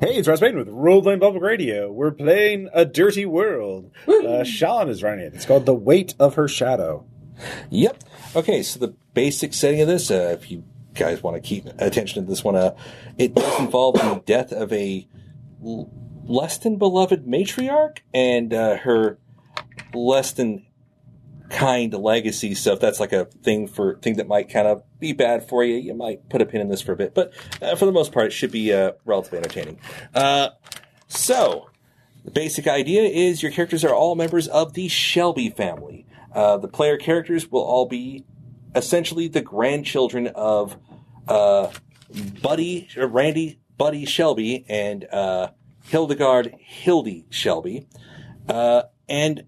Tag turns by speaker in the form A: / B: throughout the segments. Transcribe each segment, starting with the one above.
A: Hey, it's Ross Payton with Role Playing Public Radio. We're playing A Dirty World. Uh, Sean is running it. It's called The Weight of Her Shadow.
B: Yep. Okay, so the basic setting of this, uh, if you guys want to keep attention to this one, uh, it does involve the death of a l- less than beloved matriarch and uh, her less than kind legacy. So if that's like a thing for thing that might kind of be bad for you, you might put a pin in this for a bit. But uh, for the most part, it should be uh, relatively entertaining. Uh, so the basic idea is your characters are all members of the Shelby family. Uh, the player characters will all be essentially the grandchildren of uh, Buddy, or Randy, Buddy Shelby, and uh, Hildegard, Hildy Shelby. Uh, and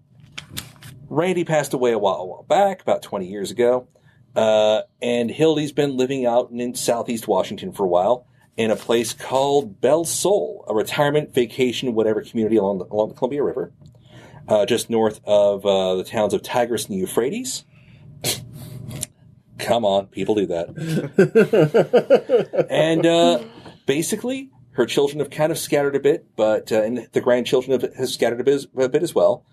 B: Randy passed away a while, a while back, about 20 years ago. Uh, and Hildy's been living out in southeast Washington for a while in a place called Belle Soul, a retirement, vacation, whatever community along the, along the Columbia River, uh, just north of uh, the towns of Tigris and Euphrates. Come on, people do that. and uh, basically, her children have kind of scattered a bit, but uh, and the grandchildren have, have scattered a bit, a bit as well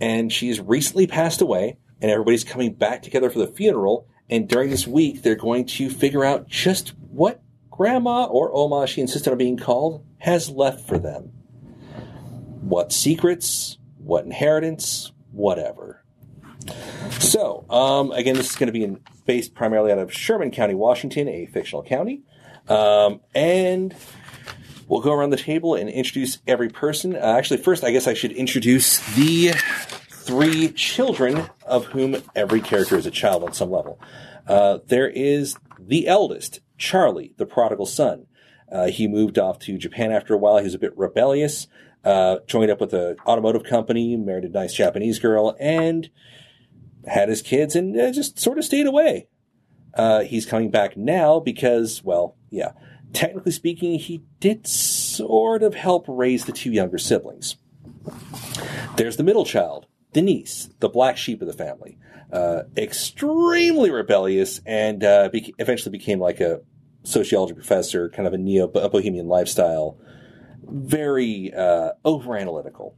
B: and she's recently passed away, and everybody's coming back together for the funeral. And during this week, they're going to figure out just what grandma or Oma, she insisted on being called, has left for them. What secrets, what inheritance, whatever. So, um, again, this is going to be in, based primarily out of Sherman County, Washington, a fictional county. Um, and we'll go around the table and introduce every person. Uh, actually, first, I guess I should introduce the three children of whom every character is a child on some level. Uh, there is the eldest, Charlie, the prodigal son. Uh, he moved off to Japan after a while. He was a bit rebellious, uh, joined up with an automotive company, married a nice Japanese girl, and had his kids and uh, just sort of stayed away. Uh, he's coming back now because, well, yeah, technically speaking, he did sort of help raise the two younger siblings. There's the middle child, Denise, the black sheep of the family. Uh, extremely rebellious and uh, bec eventually became like a sociology professor, kind of a neo bohemian lifestyle. Very uh, over analytical.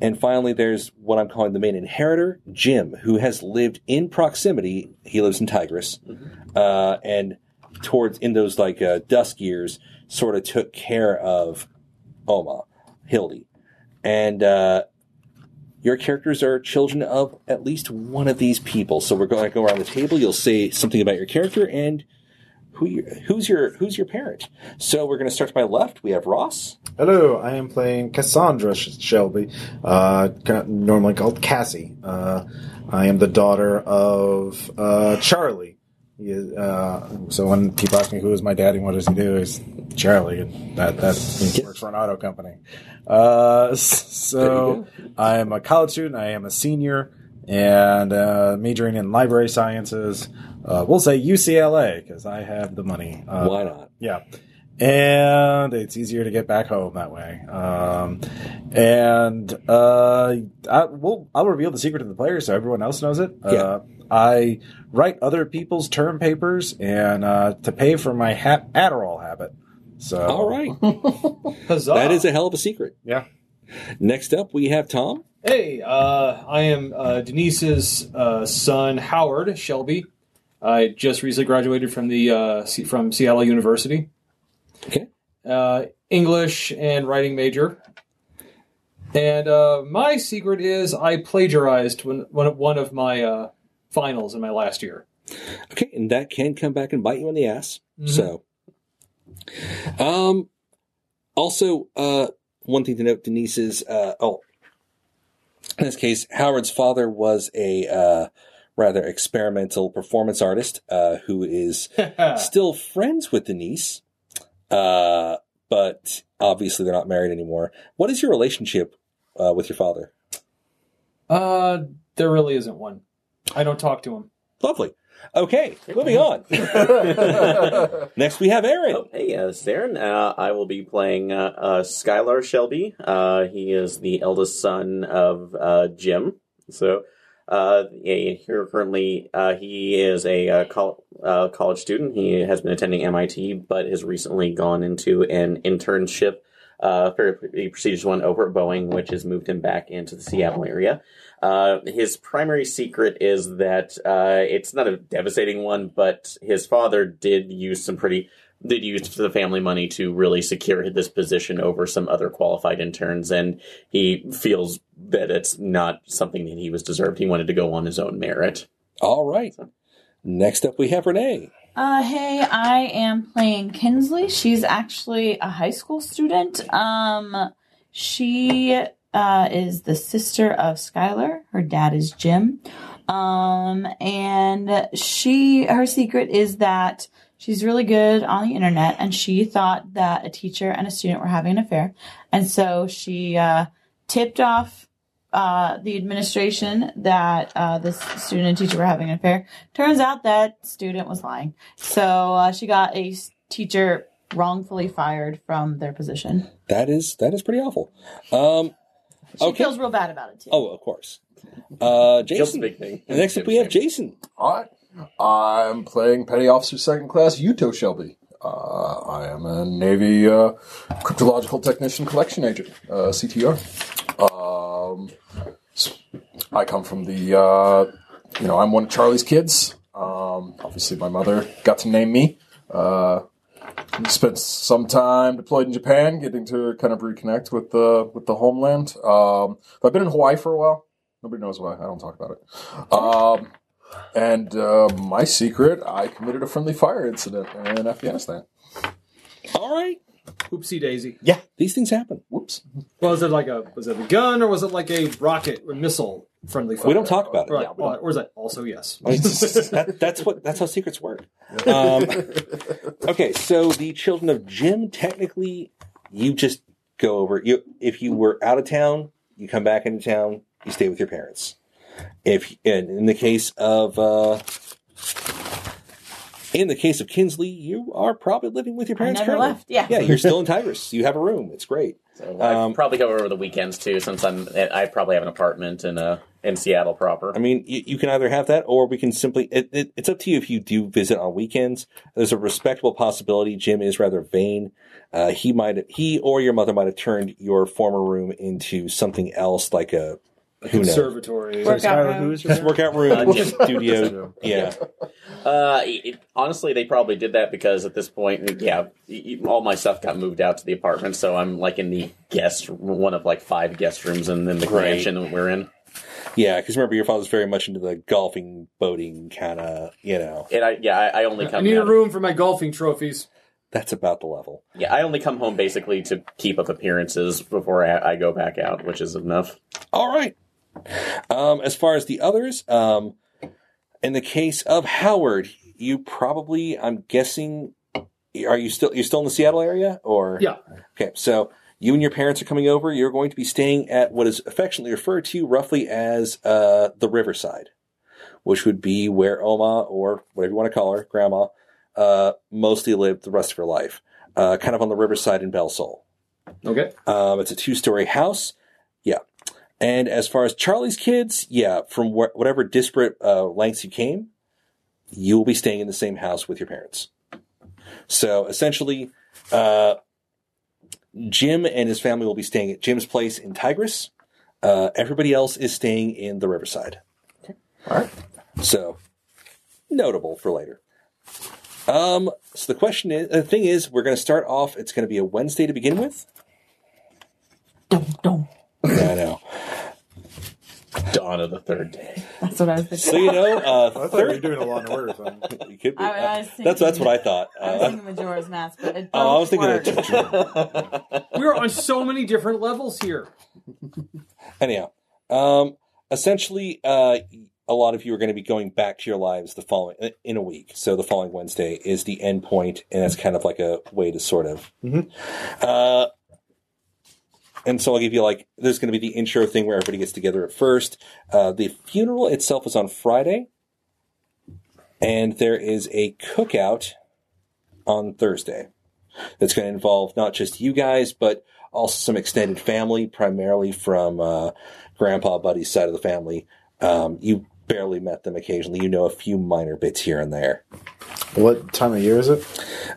B: And finally, there's what I'm calling the main inheritor, Jim, who has lived in proximity. He lives in Tigris, uh, and towards in those like uh, dusk years, sort of took care of Oma, Hildy, and uh, your characters are children of at least one of these people. So we're going to go around the table. You'll say something about your character and who you, who's your who's your parent. So we're going to start to my left. We have Ross.
C: Hello, I am playing Cassandra Sh- Shelby, uh, ca- normally called Cassie. Uh, I am the daughter of uh, Charlie. He is, uh, so when people ask me who is my daddy and what does he do, he's Charlie, and that that he works for an auto company. Uh, s- so I am a college student. I am a senior and uh, majoring in library sciences. Uh, we'll say UCLA because I have the money. Uh,
B: Why not?
C: yeah. And it's easier to get back home that way. Um, and uh, I will I'll reveal the secret to the players so everyone else knows it.
B: Yeah.
C: Uh, I write other people's term papers and uh, to pay for my ha- Adderall habit. So
B: All right,
D: Huzzah.
B: that is a hell of a secret.
C: yeah,
B: Next up, we have Tom.
D: Hey, uh, I am uh, Denise's uh, son, Howard Shelby. I just recently graduated from the uh, C- from Seattle University.
B: Okay.
D: Uh, English and writing major. And uh, my secret is I plagiarized when, when one of my uh, finals in my last year.
B: Okay, and that can come back and bite you in the ass. So, um, also, uh, one thing to note, Denise's, uh, oh, in this case, Howard's father was a, uh, rather experimental performance artist, uh, who is still friends with Denise, uh, but obviously they're not married anymore. What is your relationship, uh, with your father?
D: Uh, there really isn't one. I don't talk to him.
B: Lovely. Okay, moving on. Next, we have Aaron.
E: Oh, hey, uh, this is Aaron. Uh, I will be playing uh, uh, Skylar Shelby. Uh, he is the eldest son of uh, Jim. So, uh, yeah, here currently, uh, he is a uh, col- uh, college student. He has been attending MIT, but has recently gone into an internship uh, fairly prestigious one over at Boeing, which has moved him back into the Seattle area. Uh, his primary secret is that uh, it's not a devastating one, but his father did use some pretty did use the family money to really secure this position over some other qualified interns, and he feels that it's not something that he was deserved. He wanted to go on his own merit.
B: All right. Next up, we have Renee.
F: Uh, hey, I am playing Kinsley. She's actually a high school student. Um, she uh, is the sister of Skylar. Her dad is Jim. Um, and she, her secret is that she's really good on the internet, and she thought that a teacher and a student were having an affair, and so she uh, tipped off uh, the administration that uh, this student and teacher were having an affair. Turns out that student was lying. So uh, she got a s- teacher wrongfully fired from their position.
B: That is that is pretty awful. Um,
F: She
B: Okay.
F: feels real bad about it too.
B: oh, of course. Uh,
E: Guilt's a
B: Jason.
E: big thing.
B: And next up, we have Jason.
G: All right. I'm playing Petty Officer Second Class Uto Shelby. Uh, I am a Navy uh, Cryptological Technician Collection Agent, uh, CTR. Um, s- I come from the, uh, you know, I'm one of Charlie's kids. Um, obviously, my mother got to name me. Uh, spent some time deployed in Japan, getting to kind of reconnect with the with the homeland. Um, I've been in Hawaii for a while. Nobody knows why. I don't talk about it. Um, and uh, my secret, I committed a friendly fire incident in Afghanistan.
B: All right.
D: Oopsie daisy.
B: These things happen.
G: Whoops.
D: Was it like a was it a gun or was it like a rocket or missile friendly fire?
B: Uh, We don't talk about it.
D: Right. or, or is that also yes?
B: I mean, that, that's what that's how secrets work. Um, okay, so the children of Jim. Technically, you just go over. You if you were out of town, you come back into town. You stay with your parents. If and in the case of uh, in the case of Kinsley, you are probably living with your
F: I
B: parents.
F: never
B: currently.
F: left. Yeah.
B: Yeah, you're still in Tigris. You have a room. It's great.
E: So
B: Um,
E: I probably go over the weekends too, since I'm I probably have an apartment in uh in Seattle proper.
B: I mean, you, you can either have that, or we can simply. It, it, it's up to you if you do visit on weekends. There's a respectable possibility. Jim is rather vain. Uh, he might, he or your mother might have turned your former room into something else, like a who knows,
D: Conservatory.
F: Workout
A: Skylar,
F: room.
A: who is your
B: Just workout room,
E: Uh, gym.
B: studio. Yeah,
E: Uh, it, it- honestly, they probably did that because at this point, yeah, y- y- all my stuff got moved out to the apartment, so I'm like in the guest one of like five guest rooms, and then the
B: Right.
E: mansion that we're in.
B: yeah. Because remember, your father's very much into the golfing, boating kind of. You know,
E: And I, yeah, I, I only
D: I
E: come.
D: need a
E: out-
D: room for my golfing trophies.
B: that's about the level.
E: yeah, I only come home basically to keep up appearances before I, I go back out, which is enough.
B: All right. Um, as far as the others, um, in the case of Howard, you probably, I'm guessing, are you still you're still in the Seattle area or
D: Yeah.
B: Okay, so you and your parents are coming over. You're going to be staying at what is affectionately referred to roughly as uh, the Riverside, which would be where Oma or whatever you want to call her, Grandma, uh, mostly lived the rest of her life, uh, kind of on the Riverside in Belle Soul.
D: Okay.
B: Um, it's a two story house. Yeah. And as far as Charlie's kids, yeah, from wh- whatever disparate uh, lengths you came, you will be staying in the same house with your parents. So essentially, uh, Jim and his family will be staying at Jim's place in Tigris. Uh, everybody else is staying in the Riverside.
G: All right.
B: So notable for later. Um, so the question is, the thing is, we're going to start off. It's going to be a Wednesday to begin with.
F: Dum, dum.
B: Yeah, I know.
E: Dawn of the third day.
F: That's what I was thinking.
B: So you know,
C: I
B: uh,
C: thought you were
B: third,
C: doing a lot of order thing.
B: you could be.
F: I- I was
B: Uh, that's that's
F: thinking-
B: what I thought.
F: I was
B: Uh,
F: thinking Majora's Mask, but it
B: oh, I was thinking.
F: both worked.
B: Of,
D: We're on so many different levels here.
B: anyhow, um, essentially, uh, a lot of you are going to be going back to your lives the following in a week. So the following Wednesday is the end point, and that's kind of like a way to sort of.
C: Mm-hmm.
B: Uh, and so I'll give you like there's going to be the intro thing where everybody gets together at first. Uh, the funeral itself is on Friday, and there is a cookout on Thursday. That's going to involve not just you guys, but also some extended family, primarily from uh, Grandpa Buddy's side of the family. Um, you barely met them occasionally. You know a few minor bits here and there.
C: What time of year is it?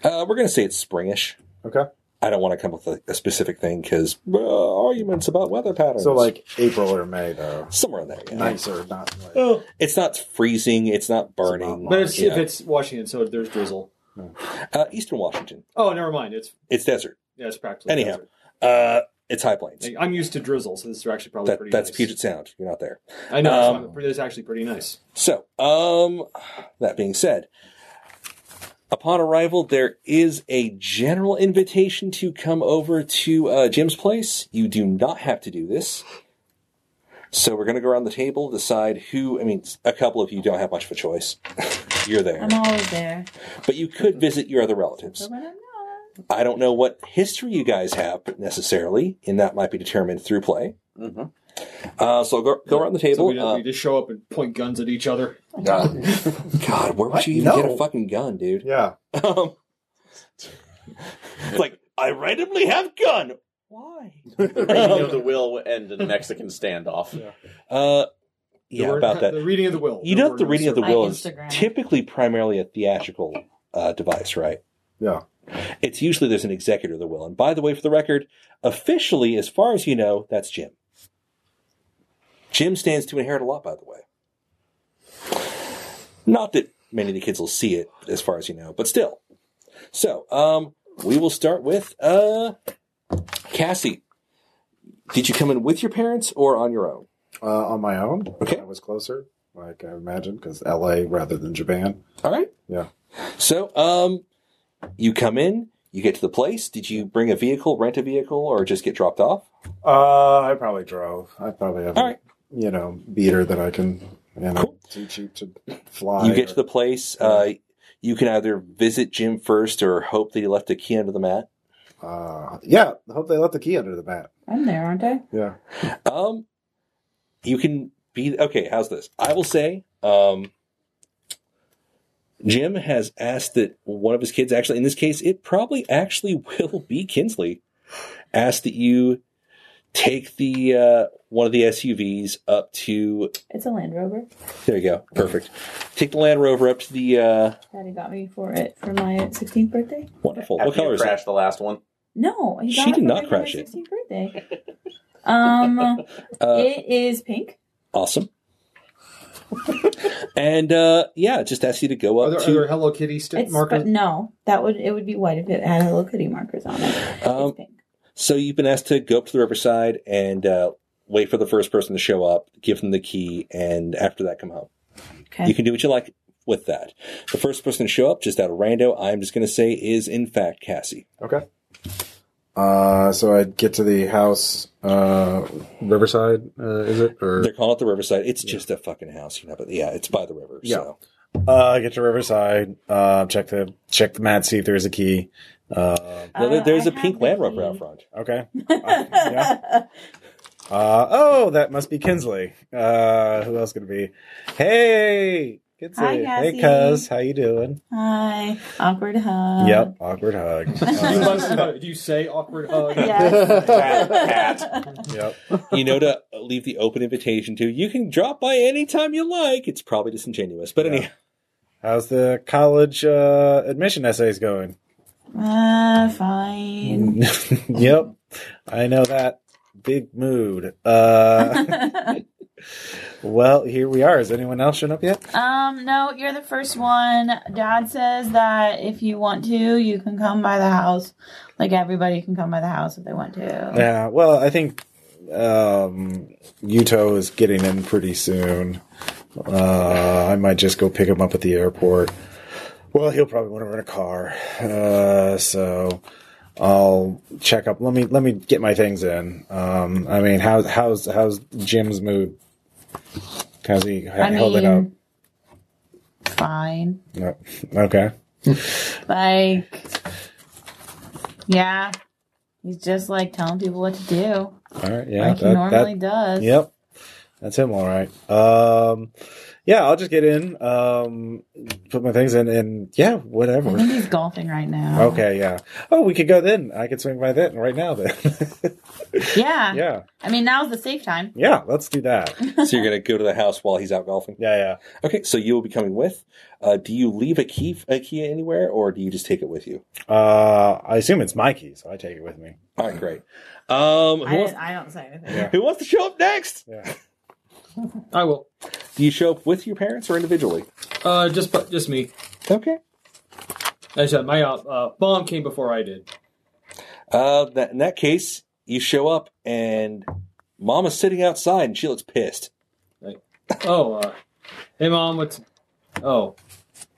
B: Uh, we're going to say it's springish.
C: Okay.
B: I don't want to come up with a, a specific thing because uh, arguments about weather patterns.
C: So like April or May though.
B: somewhere in there. Yeah.
C: Oh, Nicer, not like
B: It's not freezing. It's not burning.
C: not
D: But it's,
B: you
D: if
B: know.
D: it's Washington, so there's drizzle.
B: uh, Eastern Washington,
D: Oh, never mind. It's
B: it's desert.
D: yeah, it's practically
B: Anyhow.
D: desert.
B: Uh, it's high plains.
D: I'm used to drizzle, so this is actually probably
B: That,
D: pretty.
B: that's
D: nice.
B: Puget Sound. You're not there.
D: I know.
B: Um,
D: so I'm- that's actually pretty nice.
B: So, um, that being said, upon arrival, there is a general invitation to come over to uh, Jim's place. You do not have to do this. So we're going to go around the table, decide who. I mean, a couple of you don't have much of a choice. You're there,
F: I'm always there.
B: but you could visit your other relatives.
F: But when I'm not,
B: I don't know what history you guys have necessarily, and that might be determined through play.
E: Mhm.
B: Uh, so go, go around the table.
D: Mm-hmm. So we, just,
B: Uh,
D: we just show up and point guns at each other.
G: Yeah.
B: God, where would you even
C: No.
B: get a fucking gun, dude?
C: Yeah.
B: Um, it's like I randomly have gun. Why?
E: the reading of the will will end in a Mexican standoff.
B: Uh,
D: The
B: yeah,
D: word-
B: about that.
D: The reading of the will.
B: You know, that the
D: word
B: reading of the
F: My
B: will is
F: Instagram.
B: typically primarily a theatrical uh, device, right?
C: Yeah.
B: It's usually there's an executor of the will, and by the way, for the record, officially, as far as you know, that's Jim. Jim stands to inherit a lot, by the way. Not that many of the kids will see it, as far as you know, but still. So, um, we will start with uh, Cassie. Did you come in with your parents or on your own?
C: Uh, on my own.
B: Okay.
C: I was closer, like I imagine, because LA rather than Japan.
B: All right.
C: Yeah.
B: So, um, you come in, you get to the place. Did you bring a vehicle, rent a vehicle, or just get dropped off?
C: Uh, I probably drove. I probably have,
B: All right.
C: you know, beater that I can, you know,
B: Cool.
C: too cheap to fly.
B: you get
C: or-
B: to the place. Uh, you can either visit Jim first or hope that he left a key under the mat.
C: Uh, yeah. I hope they let the key under the mat.
F: I'm there, aren't I?
C: Yeah.
B: Um, you can be okay. How's this? I will say, um, Jim has asked that one of his kids, actually, in this case, it probably actually will be Kinsley, asked that you take the uh, one of the SUVs up to.
F: It's a Land Rover.
B: There you go, perfect. Take the Land Rover up to the uh,
F: Daddy got me for it for my 16th birthday.
B: wonderful.
E: After
B: what color
E: you
B: is it?
E: crash the last one.
F: No, he got
B: She
F: it
B: did
F: for
B: not
F: me for
B: crash
F: my
B: it.
F: 16th birthday. Um,
B: Uh,
F: it is pink.
B: Awesome. and uh, yeah, just ask you to go
D: Are
B: up
D: there, are
B: to.
D: there Hello Kitty stick
F: It's
D: markers?
F: but no, that would it would be white if it had Hello Kitty markers on it.
B: Um,
F: it's pink.
B: so you've been asked to go up to the riverside and uh, wait for the first person to show up, give them the key, and after that, come home.
F: Okay.
B: You can do what you like with that. The first person to show up, just out of rando, I'm just going to say is in fact Cassie.
C: Okay. Uh, so I'd get to the house, uh, Riverside, uh, is it? Or
B: They're calling it the riverside. It's just a fucking house, you know. But yeah, it's by the river. So
A: Uh, get to Riverside. Uh, check the check the mat. See if there's a key. Uh,
B: Now, there-
F: Uh,
B: there's
F: I
B: a pink
F: have the
B: Land Rover out
F: key.
B: front.
A: okay. Uh, yeah. Uh, oh, that must be Kinsley. Uh, who else could it be? Hey, Kinsley.
F: Hi,
A: hey,
F: Cassie.
A: Cuz. How you doing?
F: Hi, awkward hug.
A: yep. Awkward hug.
D: you
A: Uh,
D: must know. Do you say awkward uh, hug?
F: Yes.
A: yep.
B: you know to leave the open invitation to you can drop by anytime you like it's probably disingenuous but anyhow
A: How's the college uh, admission essays going?
F: Uh, fine.
A: yep. I know that. Big mood. Uh,
B: Mm.
A: well, here we are. Is anyone else showing up yet?
F: um, no, you're the first one. Dad says that if you want to, you can come by the house. Like everybody can come by the house if they want to.
A: Yeah, well, I think um, Uto is getting in pretty soon. Uh, I might just go pick him up at the airport. Well, he'll probably want to rent a car, uh, so I'll check up. Let me let me get my things in. Um, I mean, how's how's how's Jim's mood? How's he h-
F: I
A: holding up?
F: mean, fine.
A: No. Okay.
F: Like, yeah, he's just like telling people what to do,
A: All right. Yeah.
F: like he
A: that- that-
F: normally does.
A: Yep. That's him, all right. Um, yeah, I'll just get in, um, put my things in, and
F: I
A: yeah,
B: Mm-hmm.
A: whatever.
F: think he's golfing right now.
A: Okay, yeah. Oh, we could go then. I could swing by then, right now then.
F: Yeah.
A: yeah,
F: I mean, now's the safe time.
A: yeah. Let's do that.
B: so you're going to go to the house while he's out golfing.
A: Yeah, yeah.
B: Okay, so you will be coming with. Uh, do you leave a key a key anywhere, or do you just take it with you?
A: Uh, I assume it's my key, so I take it with me.
B: All right, great. Um,
F: I,
B: who, wants,
F: didn't- I don't say anything.
A: Yeah.
B: who wants to show up next?
A: Yeah.
D: I will.
B: Do you show up with your parents or individually?
D: Uh, just but just me.
B: Okay.
D: As I said my uh, uh, mom came before I did.
B: Uh, that in that case, you show up and mom is sitting outside and she looks pissed.
D: Oh, uh, hey mom, what's? Oh,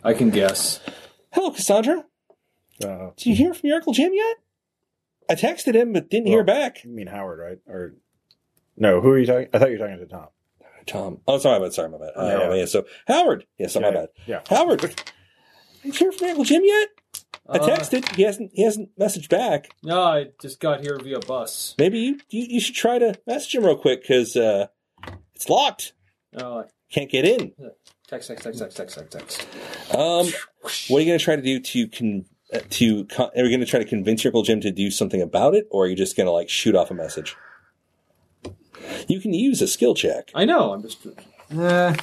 D: I can guess.
B: Hello, Cassandra.
A: Uh,
B: Did you hear from your uncle Jim yet? I texted him but didn't hear
A: Well-
B: back.
A: you mean Howard, right? Or no? Who are you talking? I thought you were talking to Tom.
B: Tom. Oh, sorry, my bad. Sorry, my bad. Uh,
A: Yeah, yeah.
B: yeah, So Howard. Yeah, sorry, my
A: Yeah,
B: bad.
A: yeah.
B: Howard. Did you hear from your uncle Jim yet? I
D: Uh,
B: texted. He hasn't. He hasn't messaged back.
D: No, I just got here via bus.
B: Maybe you you, you should try to message him real quick because uh, it's locked.
D: No, I
B: Can't get in.
D: Oh, text, text, text, text, text, text, text.
B: Um, what are you going to try to do to con- uh, to con- are you going to try to convince your uncle Jim to do something about it, or are you just going to like shoot off a message? You can use a skill check.
D: I know. I'm just. Nah. Uh,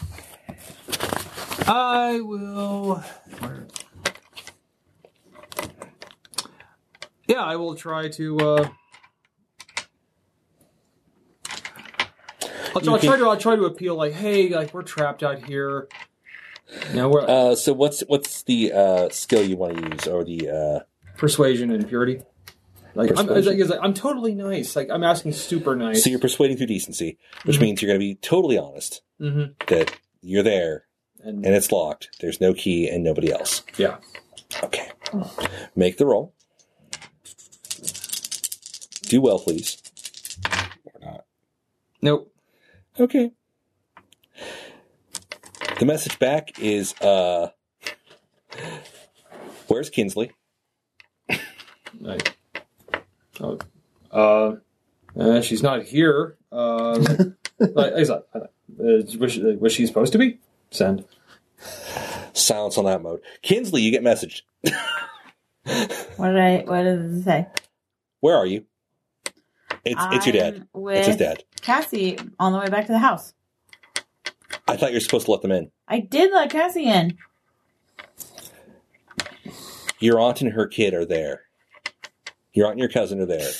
D: I will. Yeah, I will try to. Uh, I'll,
B: You
D: I'll
B: can-
D: try to. I'll try to appeal, like, "Hey, like we're trapped out here. Now we're
B: Uh, so what's what's the uh, skill you want to use, or the uh,
D: persuasion and purity. Like, I'm,
B: Persuasion.
D: like, it's like, I'm totally nice. Like, I'm asking super nice.
B: so you're persuading through decency, which
D: Mhm.
B: means you're going to be totally honest
D: hmm
B: that you're there
D: And,
B: and it's locked. There's no key and nobody else.
D: yeah,
B: Okay, make the roll. Do well, please.
D: nope.
B: Okay. The message back is uh Where's Kinsley?
D: Like, oh, uh, uh, she's not here. Uh, like, like, is that, uh, was, she, was she supposed to be? Send.
B: Silence on that mode. Kinsley, you get messaged.
F: What did I? What does it say?
B: Where are you? It's it's your dad.
F: I'm With
B: It's his dad.
F: Cassie on the way back to the house.
B: I thought you were supposed to let them in.
F: I did let Cassie in.
B: Your aunt and her kid are there. Your aunt and your cousin are there.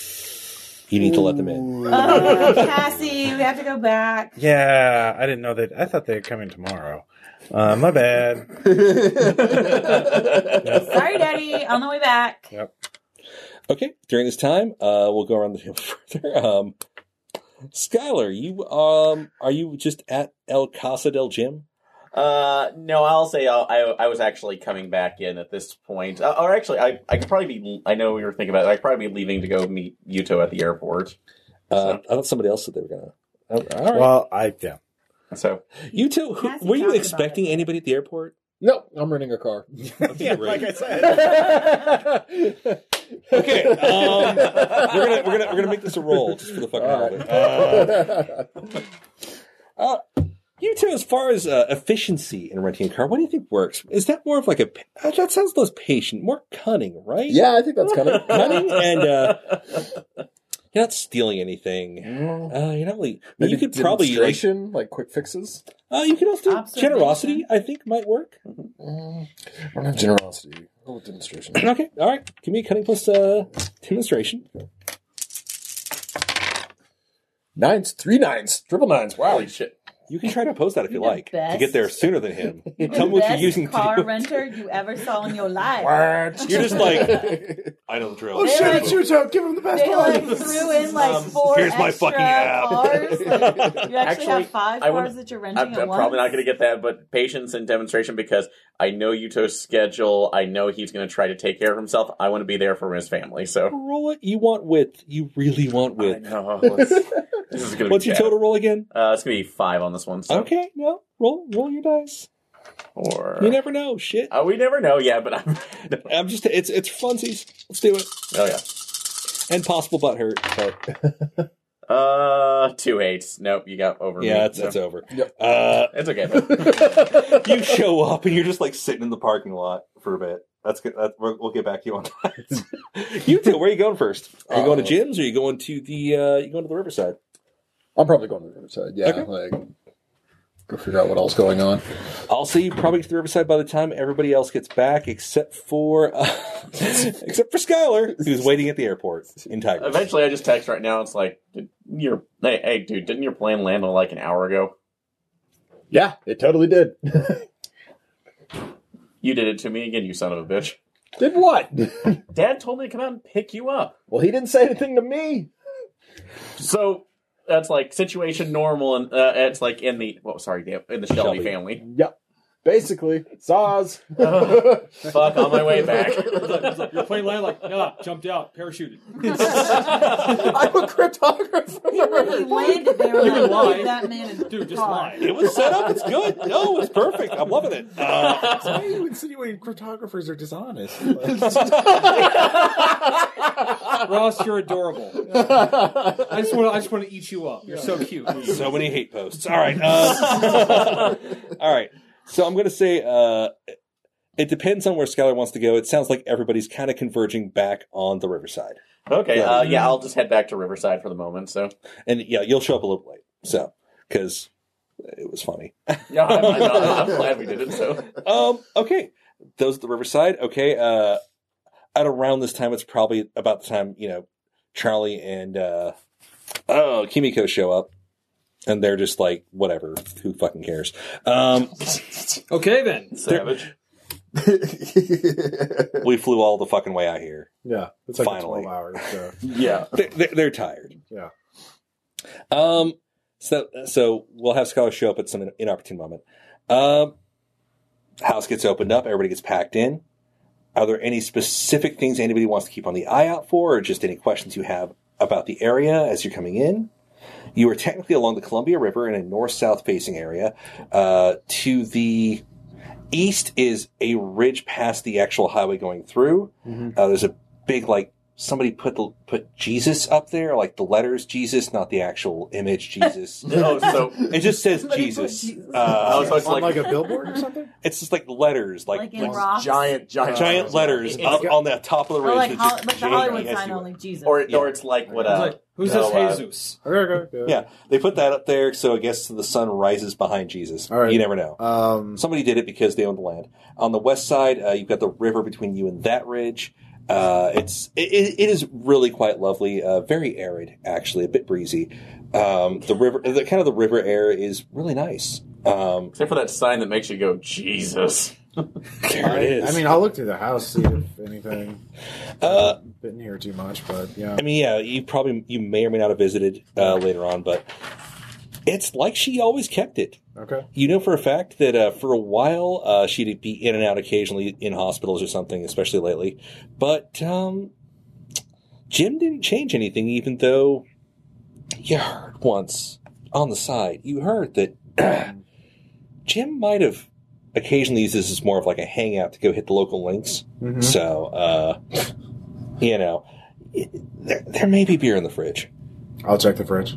B: You need to let them in.
F: Oh, Cassie, we have to go back.
A: Yeah, I didn't know that. I thought they'd come in tomorrow. Uh, my bad.
F: Sorry, Daddy. On the way back.
B: Okay. During this time, uh, we'll go around the table further. Um, Skylar, you um, are you just at El Casa del Gym?
E: Uh, no, I'll say I, I, I was actually coming back in at this point. Uh, or actually, I, I could probably be. I know we were thinking about it. I'd probably be leaving to go meet Yuto at the airport.
B: Uh, I thought somebody else said they were gonna. Oh, all right.
A: Well, I yeah.
E: So,
B: you two, who,
F: Cassie
B: were you
F: talked about
B: expecting
F: it.
B: anybody at the airport?
G: No, I'm renting a car.
A: yeah like I said.
B: Okay, um, we're gonna we're gonna we're gonna make this a roll just for the fucking hell of it. Uh, uh, you two, as far as uh, efficiency in renting a car, what do you think works? Is that more of like a pa- uh, that sounds less patient, more cunning, right?
G: yeah, I think that's kind of.
B: cunning and uh, you're not stealing anything. Uh, you're not really. you could probably like,
G: demonstration, like quick fixes.
B: uh, you could also do
F: Observation.
B: generosity. I think might work.
G: Mm, I don't have generosity. Go with demonstration.
B: Okay, all right. Give me a cunning plus uh, demonstration.
G: Nines, three nines, triple nines. Wow.
E: holy shit.
B: You can try to post that if you
F: The
B: like to
F: best.
B: get there sooner than him. Tell me what you're
F: Best
B: using
F: car
B: to do. it.
F: renter you ever saw in your life.
G: What?
B: You're just like I know the drill.
C: Oh shit! It's your job. Give him the best
F: They like
C: one.
F: threw
G: Um,
F: in like four
B: here's
F: extra
B: my fucking app.
F: cars. Like, you actually,
E: Actually,
F: have five
E: I
F: cars
E: wouldn't-
F: that you're renting
E: I'm,
F: at
E: I'm
F: once.
E: probably not going to get that, but patience and demonstration because I know Yuto's schedule. I know he's going to try to take care of himself. I want to be there for his family. So,
B: Roll it. You want width. You really want
E: I
B: width.
E: know. Let's, this is going to
B: What's
E: be
B: your
E: bad.
B: total roll again?
E: Uh, it's going to be five on this one. So.
B: Okay, no. Roll roll your dice.
E: Or
B: You never know. Shit.
E: Uh, we never know. Yeah, but I'm.
B: I'm just it's it's funsies. Let's do it.
E: oh yeah.
B: And possible butt hurt. But
E: Uh, two eights. Nope, you got over. me,
B: Yeah, that's,
E: so-
B: that's over.
G: Yep.
B: Uh,
E: it's okay. But
B: you show up and you're just like sitting in the parking lot for a bit. That's good. That, we'll we'll get back to you on that. you two, where are you going first? Are you going to gyms? Or are you going to the? Uh, you going to the Riverside?
G: I'm probably going to the riverside. Yeah,
B: Okay.
G: like go figure out what else going on.
B: I'll say you probably get to the Riverside by the time everybody else gets back, except for uh, except for Skylar, who's waiting at the airport in Tigers.
E: eventually, I just text right now. It's like, did your hey, hey, dude, didn't your plane land on like an hour ago?
H: Yeah, it totally did.
E: You did it to me again, you son of a bitch.
H: did what?
E: Dad told me to come out and pick you up.
H: Well, he didn't say anything to me.
E: So that's like situation normal, and uh, it's like in the well, sorry, Dave, in the Shelby,
B: Shelby.
E: family.
H: Yep. Basically, Saz.
E: Ugh, fuck on my way back.
D: Your plane landed like, yeah, jumped out, parachuted.
G: I'm a cryptographer.
F: He landed there.
D: You can
F: Like,
D: lie.
F: "Leave that man in the
D: Dude, just
F: car."
D: lie.
B: It was set up. It's good. No, it's perfect. I'm loving it. Uh,
A: Why are you insinuating cryptographers are dishonest?
D: Ross, you're adorable. I just want, I just want to eat you up. You're so cute.
B: so many hate posts. All right. Uh, all right. So I'm going to say uh, it depends on where Skylar wants to go. It sounds like everybody's kind of converging back on the Riverside,
E: Okay, uh, yeah, I'll just head back to Riverside for the moment. So
B: and yeah, you'll show up a little late. So because it was funny.
E: yeah, I'm, I'm- I'm glad we did it. So
B: Um. Okay. Those at the Riverside. Okay. Uh, at around this time, it's probably about the time you know Charlie and uh, oh Kimiko show up, and they're just like whatever. Who fucking cares? Um.
D: Okay, then.
E: savage.
B: we flew all the fucking way out here.
C: Yeah, it's uh, like
B: Finally.
C: twelve hours. So.
E: Yeah,
B: They're, they're, they're tired.
C: Yeah.
B: Um. So so we'll have Scholar show up at some inopportune moment. Um. House gets opened up. Everybody gets packed in. Are there any specific things anybody wants to keep on the eye out for, or just any questions you have about the area as you're coming in? You are technically along the Columbia River in a north-south facing area. Uh, to the east is a ridge past the actual highway going through. Uh, there's a big like somebody put the, put Jesus up there, like the letters Jesus, not the actual image Jesus.
E: oh, so
B: it just says
F: Somebody put
B: Jesus.
F: Jesus.
E: oh,
B: Uh,
E: so it's
C: On
E: like,
C: like a billboard or something?
B: it's just like letters, like,
F: Like in
B: like
F: rocks.
H: Giant, giant,
B: giant letters
E: It's
B: up
E: got-
B: on the top of the
F: Or
B: ridge.
F: like,
B: that
F: Hol-
B: just
F: like the Hollywood
B: J-E-S-U-S.
F: sign only Jesus.
E: or
B: Yeah.
E: or it's like what?
D: I
E: Uh,
D: was like, who's
E: no, uh,
D: this Jesus?
B: Yeah, they put that up there so it gets to the sun rises behind Jesus.
C: All right.
B: You never know.
C: Um,
B: Somebody did it because they own the land. On the west side, uh, you've got the river between you and that ridge. Uh, it's it, it it is really quite lovely, uh, very arid actually, a bit breezy. Um, the river, the kind of the river air is really nice. Um,
E: except for that sign that makes you go Jesus.
B: there
C: I, I mean, I'll look through the house see if anything.
B: uh,
C: Been here too much, but yeah.
B: I mean, yeah, you probably you may or may not have visited uh, later on, but it's like she always kept it.
C: Okay.
B: You know for a fact that uh, for a while uh, she'd be in and out occasionally in hospitals or something, especially lately. But um, Jim didn't change anything, even though you heard once on the side, you heard that Jim might have occasionally used this as more of like a hangout to go hit the local links.
C: Mhm.
B: So, uh, you know, it- there, there may be beer in the fridge.
C: I'll check the fridge.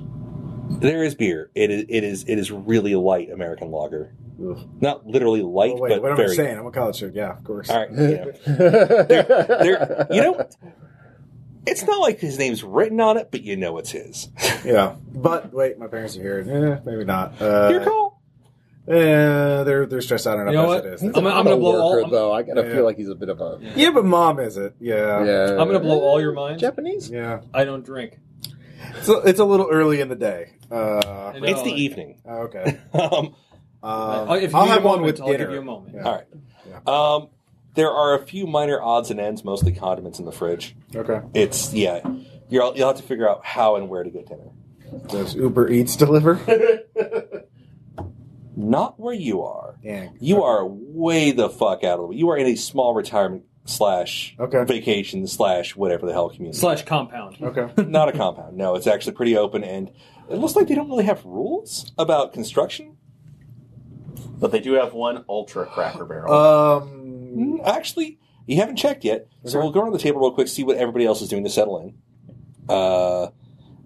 B: There is beer. It is it is it is really light American lager.
C: Ugh.
B: Not literally light,
C: Oh, wait,
B: but
C: what am I
B: very.
C: saying? I'm a college student. Yeah, of course.
B: All right, you know, there- you know, it's not like his name's written on it, but you know it's his.
C: Yeah, but wait, my parents are here. Eh, maybe not. Uh,
B: Your call.
C: eh, they're they're stressed out enough
D: You know
C: as
D: what?
C: it is. That's
D: I'm,
C: all.
D: I'm gonna blow all.
H: worker,
D: I'm,
H: though. I gotta
C: Yeah.
H: feel like he's a bit of a.
C: yeah, but mom is it? Yeah.
H: Yeah.
D: I'm gonna blow all your minds.
H: Japanese.
C: Yeah.
D: I don't drink.
C: So it's a little early in the day. Uh,
D: I know,
B: It's the E
D: like-
B: evening.
C: okay.
B: Um,
C: Um,
D: I- Oh, if you
C: I'll
D: need a
C: have one
D: moment,
C: with
D: I'll
C: dinner.
D: give you a moment.
C: Yeah.
B: all right. Um, there are a few minor odds and ends, mostly condiments in the fridge.
C: Okay.
B: It's yeah. You're, you'll have to figure out how and where to get dinner.
C: Does Uber Eats deliver?
B: Not where you are.
C: Dang.
B: You are way the fuck out of the way. You are in a small retirement slash
C: Okay.
B: vacation slash whatever the hell community.
D: Slash compound.
C: Okay.
B: Not a compound. No, it's actually pretty open, and it looks like they don't really have rules about construction.
E: But they do have one ultra Cracker Barrel.
C: Uh, Um.
B: Mm, Actually, you haven't checked yet, so
C: Okay.
B: we'll go around the table real quick, see what everybody else is doing to settle in. Uh,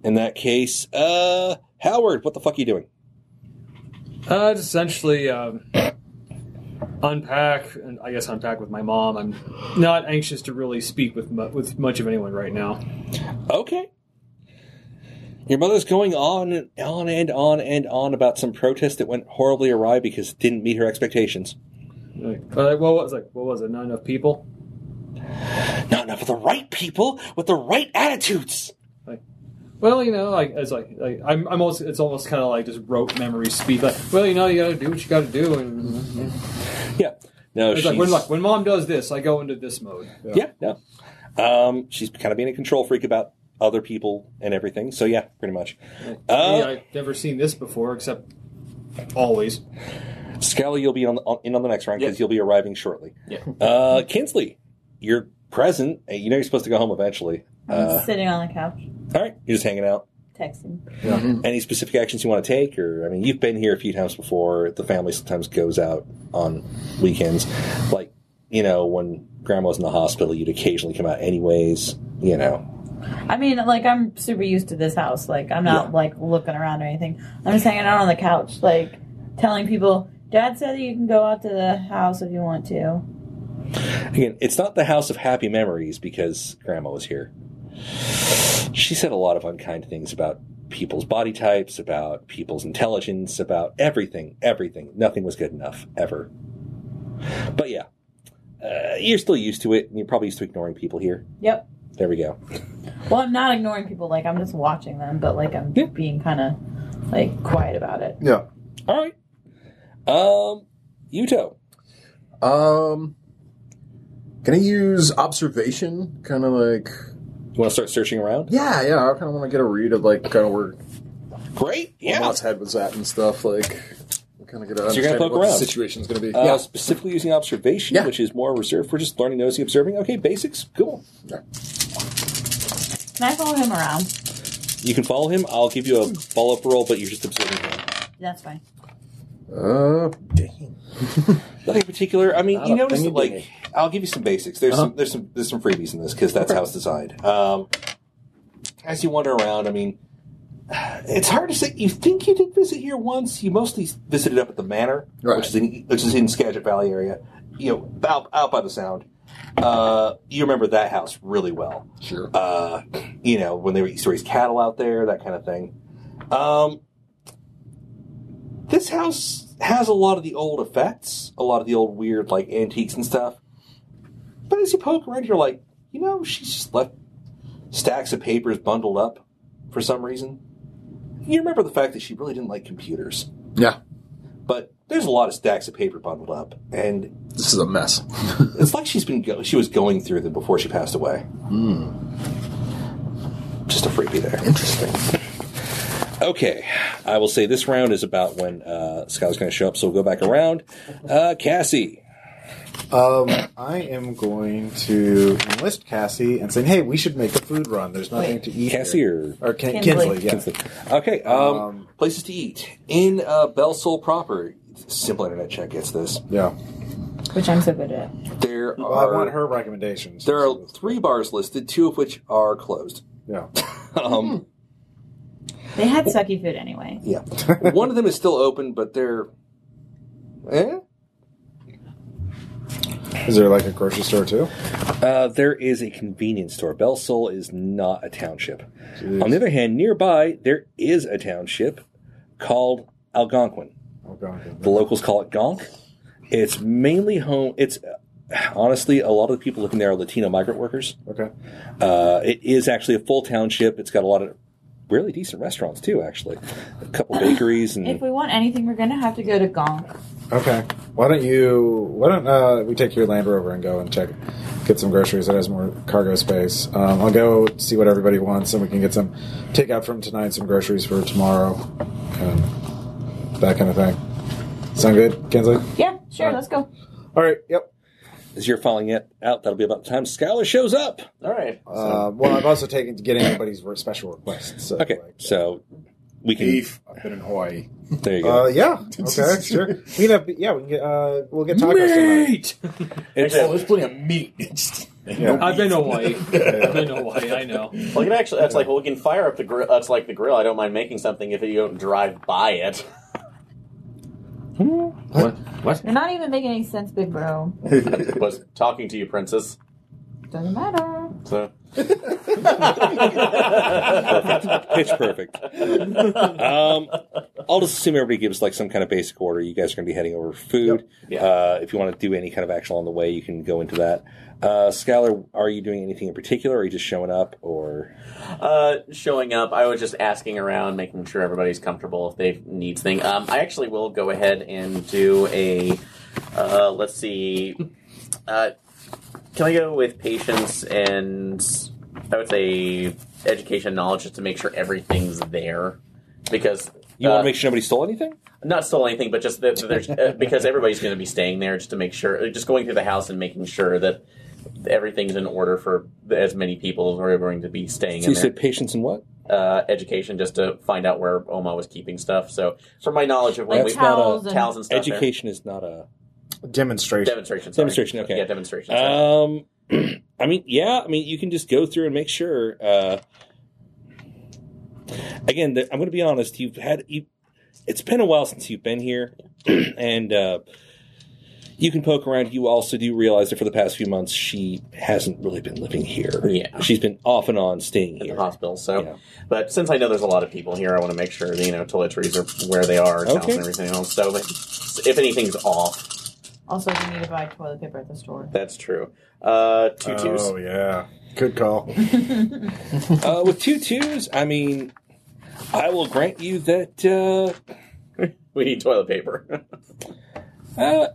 B: In that case, uh, Howard, what the fuck are you doing?
D: Uh, it's essentially um, unpack, and I guess unpack with my mom. I'm not anxious to really speak with mu- with much of anyone right now.
B: Okay. Your mother's going on and on and on and on about some protest that went horribly awry because it didn't meet her expectations.
D: Like, uh, what was like? What was it? Not enough people.
B: Not enough of the right people with the right attitudes.
D: Well, you know, like it's like, like I'm, I'm almost, it's almost kind of like just rote memory speed. Like, well, you know, you got to do what you got to do, and
B: Yeah. No,
D: it's
B: she's
D: like when like when mom does this, I go into this mode.
B: yeah, no. Um, she's kind of being a control freak about other people and everything. So yeah, pretty much.
D: I mean,
B: Uh,
D: I've never seen this before, except always.
B: Scally, you'll be on, the, on in on the next round because
D: Yeah.
B: you'll be arriving shortly.
D: Yeah.
B: Uh, Kinsley, you're present. and You know you're supposed to go home eventually. Uh,
F: sitting on the couch
B: all right, you're just hanging out.
F: texting.
B: Any specific actions you want to take, or I mean, you've been here a few times before. The family sometimes goes out on weekends, like you know when grandma's in the hospital, you'd occasionally come out anyways. You know,
F: I mean, like I'm super used to this house. Like I'm not
B: Yeah.
F: like looking around or anything. I'm just hanging out on the couch, like telling people. Dad said that you can go out to the house if you want to.
B: again, it's not the house of happy memories because grandma was here. She said a lot of unkind things about people's body types, about people's intelligence, about everything, everything. Nothing was good enough ever. But yeah, uh, you're still used to it, and you're probably used to ignoring people here.
F: Yep.
B: There we go.
F: Well, I'm not ignoring people. Like I'm just watching them, but like I'm
B: Yeah.
F: being kind of like quiet about it.
B: All right. Um, Uto.
G: Um, can I use observation? Kind of like,
B: You want to start searching around?
G: yeah, yeah. I kind of want to get a read of like kind of where
B: Great. Yeah.
G: Lamont's head was at and stuff. Like, kind
B: So
G: of get an
B: you're gonna
G: understanding
B: poke
G: of what
B: around.
G: the situation's going to be.
B: Uh,
G: yeah.
B: Specifically using observation,
G: Yeah.
B: which is more reserved for just learning, nosy, observing. Okay, basics. Cool.
F: Can I follow him around?
B: You can follow him. I'll give you a follow up roll, but you're just observing him.
F: That's fine.
G: Uh, dang.
B: Nothing in particular. I mean,
G: Not
B: you
G: a
B: notice
G: thing
B: that,
G: you
B: like,
G: did. Uh-huh.
B: I'll give you some basics. There's some, there's some, there's some freebies in this because that's how it's designed. Um, as you wander around, I mean, it's hard to say. You think you did visit here once. You mostly visited up at the manor,
G: Right.
B: which is in which is in Skagit Valley area. You know, out, out by the sound. Uh, you remember that house really well.
G: Sure.
B: Uh, you know, when they used to raise cattle out there, that kind of thing. Um, this house has a lot of the old effects, a lot of the old weird like antiques and stuff. But as you poke around, you're like, you know, she's just left stacks of papers bundled up for some reason. You remember the fact that she really didn't like computers,
G: Yeah.
B: but there's a lot of stacks of paper bundled up, and
G: This is a mess.
B: it's like she's been go- she was going through them before she passed away.
C: Hmm.
B: Just a freebie there.
G: Interesting.
B: Okay, I will say this round is about when uh, Skylar's going to show up, so we'll go back around. Uh, Cassie,
C: Um, I am going to enlist Cassie and saying, "Hey, we should make a food run. There's nothing to eat."
B: Cassie
C: here.
B: or
C: or Ken-
F: Kinsley.
C: Kinsley. yeah.
B: Kinsley. Okay, um,
C: Um,
B: places to eat in uh, Bell Soul proper. Simple internet check gets this.
C: Yeah.
F: Which I'm so good at.
B: There
C: Well, I want
B: are
C: her recommendations.
B: there are three bars listed, two of which are closed.
C: Yeah.
B: Um,
F: They had sucky food anyway.
B: yeah, one of them is still open, but they're eh?
C: Is there like a grocery store too?
B: Uh, there is a convenience store. Bell Soul is not a township. On the other hand, nearby there is a township called Algonquin.
C: Oh, God.
B: The locals call it Gonk. It's mainly home. It's uh, honestly a lot of the people living there are Latino migrant workers.
C: Okay.
B: Uh, it is actually a full township. It's got a lot of really decent restaurants too. Actually, a couple bakeries
F: If
B: and
F: we want anything, we're gonna have to go to Gonk.
C: Okay. Why don't you? Why don't uh, we take your Land Rover and go and check, get some groceries that has more cargo space. Um, I'll go see what everybody wants, and we can get some takeout from tonight, some groceries for tomorrow, and that kind of thing. Sound good, Kinsley?
F: Yeah, sure,
C: Alright.
F: let's go.
C: All right. Yep.
B: as you're following it out, that'll be about the time Skylar shows up.
E: All right.
C: Uh, well, I've also taken to getting everybody's re- special requests. So,
B: Okay,
C: like,
B: so we can.
H: Beef. I've been in Hawaii.
B: There you go.
C: Uh, yeah. Okay. sure. We can have, yeah, we can get. Uh, we'll get tacos tonight.
H: Meat.
B: It's-
H: Oh, there's plenty of meat. It's just-
D: I've been to Hawaii. I've been to Hawaii. I know.
E: Well, you can actually, that's like, well, we can fire up the grill. That's like the grill. I don't mind making something if you don't drive by it.
D: What? What?
F: You're not even making any sense, big bro.
E: was talking to you, princess.
F: Doesn't matter.
E: So. Uh,
B: Pitch perfect. Um, I'll just assume everybody gives like some kind of basic order. You guys are going to be heading over for food.
E: Yep. Yeah.
B: Uh, if you want to do any kind of action on the way, you can go into that. Uh, Skylar, are you doing anything in particular? Or are you just showing up, or
E: Uh, showing up, I was just asking around, making sure everybody's comfortable if they need thing. Um, I actually will go ahead and do a. Uh, let's see. Uh, can I go with patience and I would say education and knowledge just to make sure everything's there because
B: you
E: uh,
B: want to make sure nobody stole anything?
E: not stole anything, but just that that there's uh, because everybody's going to be staying there just to make sure, just going through the house and making sure that everything's in order for as many people who are going to be staying
B: So you
E: in there.
B: said patience and what?
E: Uh, education just to find out where Oma was keeping stuff. So, from my knowledge of when
B: That's
E: we
B: not a-
E: towels and stuff, there.
B: Education is not a
C: Demonstration.
E: demonstration, sorry.
B: Demonstration, okay.
E: yeah, demonstration. sorry.
B: Um, I mean, yeah, I mean, you can just go through and make sure. Uh, again, the, I'm going to be honest. You've had you, it's been a while since you've been here, and uh, you can poke around. You also do realize that for the past few months, she hasn't really been living here.
E: Yeah.
B: she's been off and on staying
E: at the
B: here.
E: hospital. So,
B: Yeah.
E: but since I know there's a lot of people here, I want to make sure that, you know toiletries are where they are, towels
B: Okay.
E: and everything else. So, but if anything's off,
F: Also, you need to buy toilet paper at the store.
E: that's true. Uh, two twos.
C: Oh yeah, good call.
B: uh, with two twos, I mean, I will grant you that. Uh,
E: We need toilet paper.
B: Uh,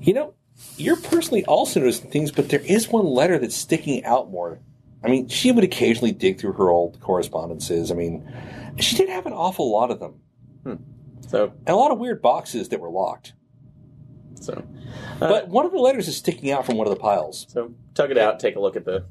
B: you know, you're personally also noticing things, but there is one letter that's sticking out more. I mean, she would occasionally dig through her old correspondences. I mean, she did have an awful lot of them,
E: so,
B: and a lot of weird boxes that were locked.
E: so,
B: but one of the letters is sticking out from one of the piles.
E: so tug it out. Take a look at the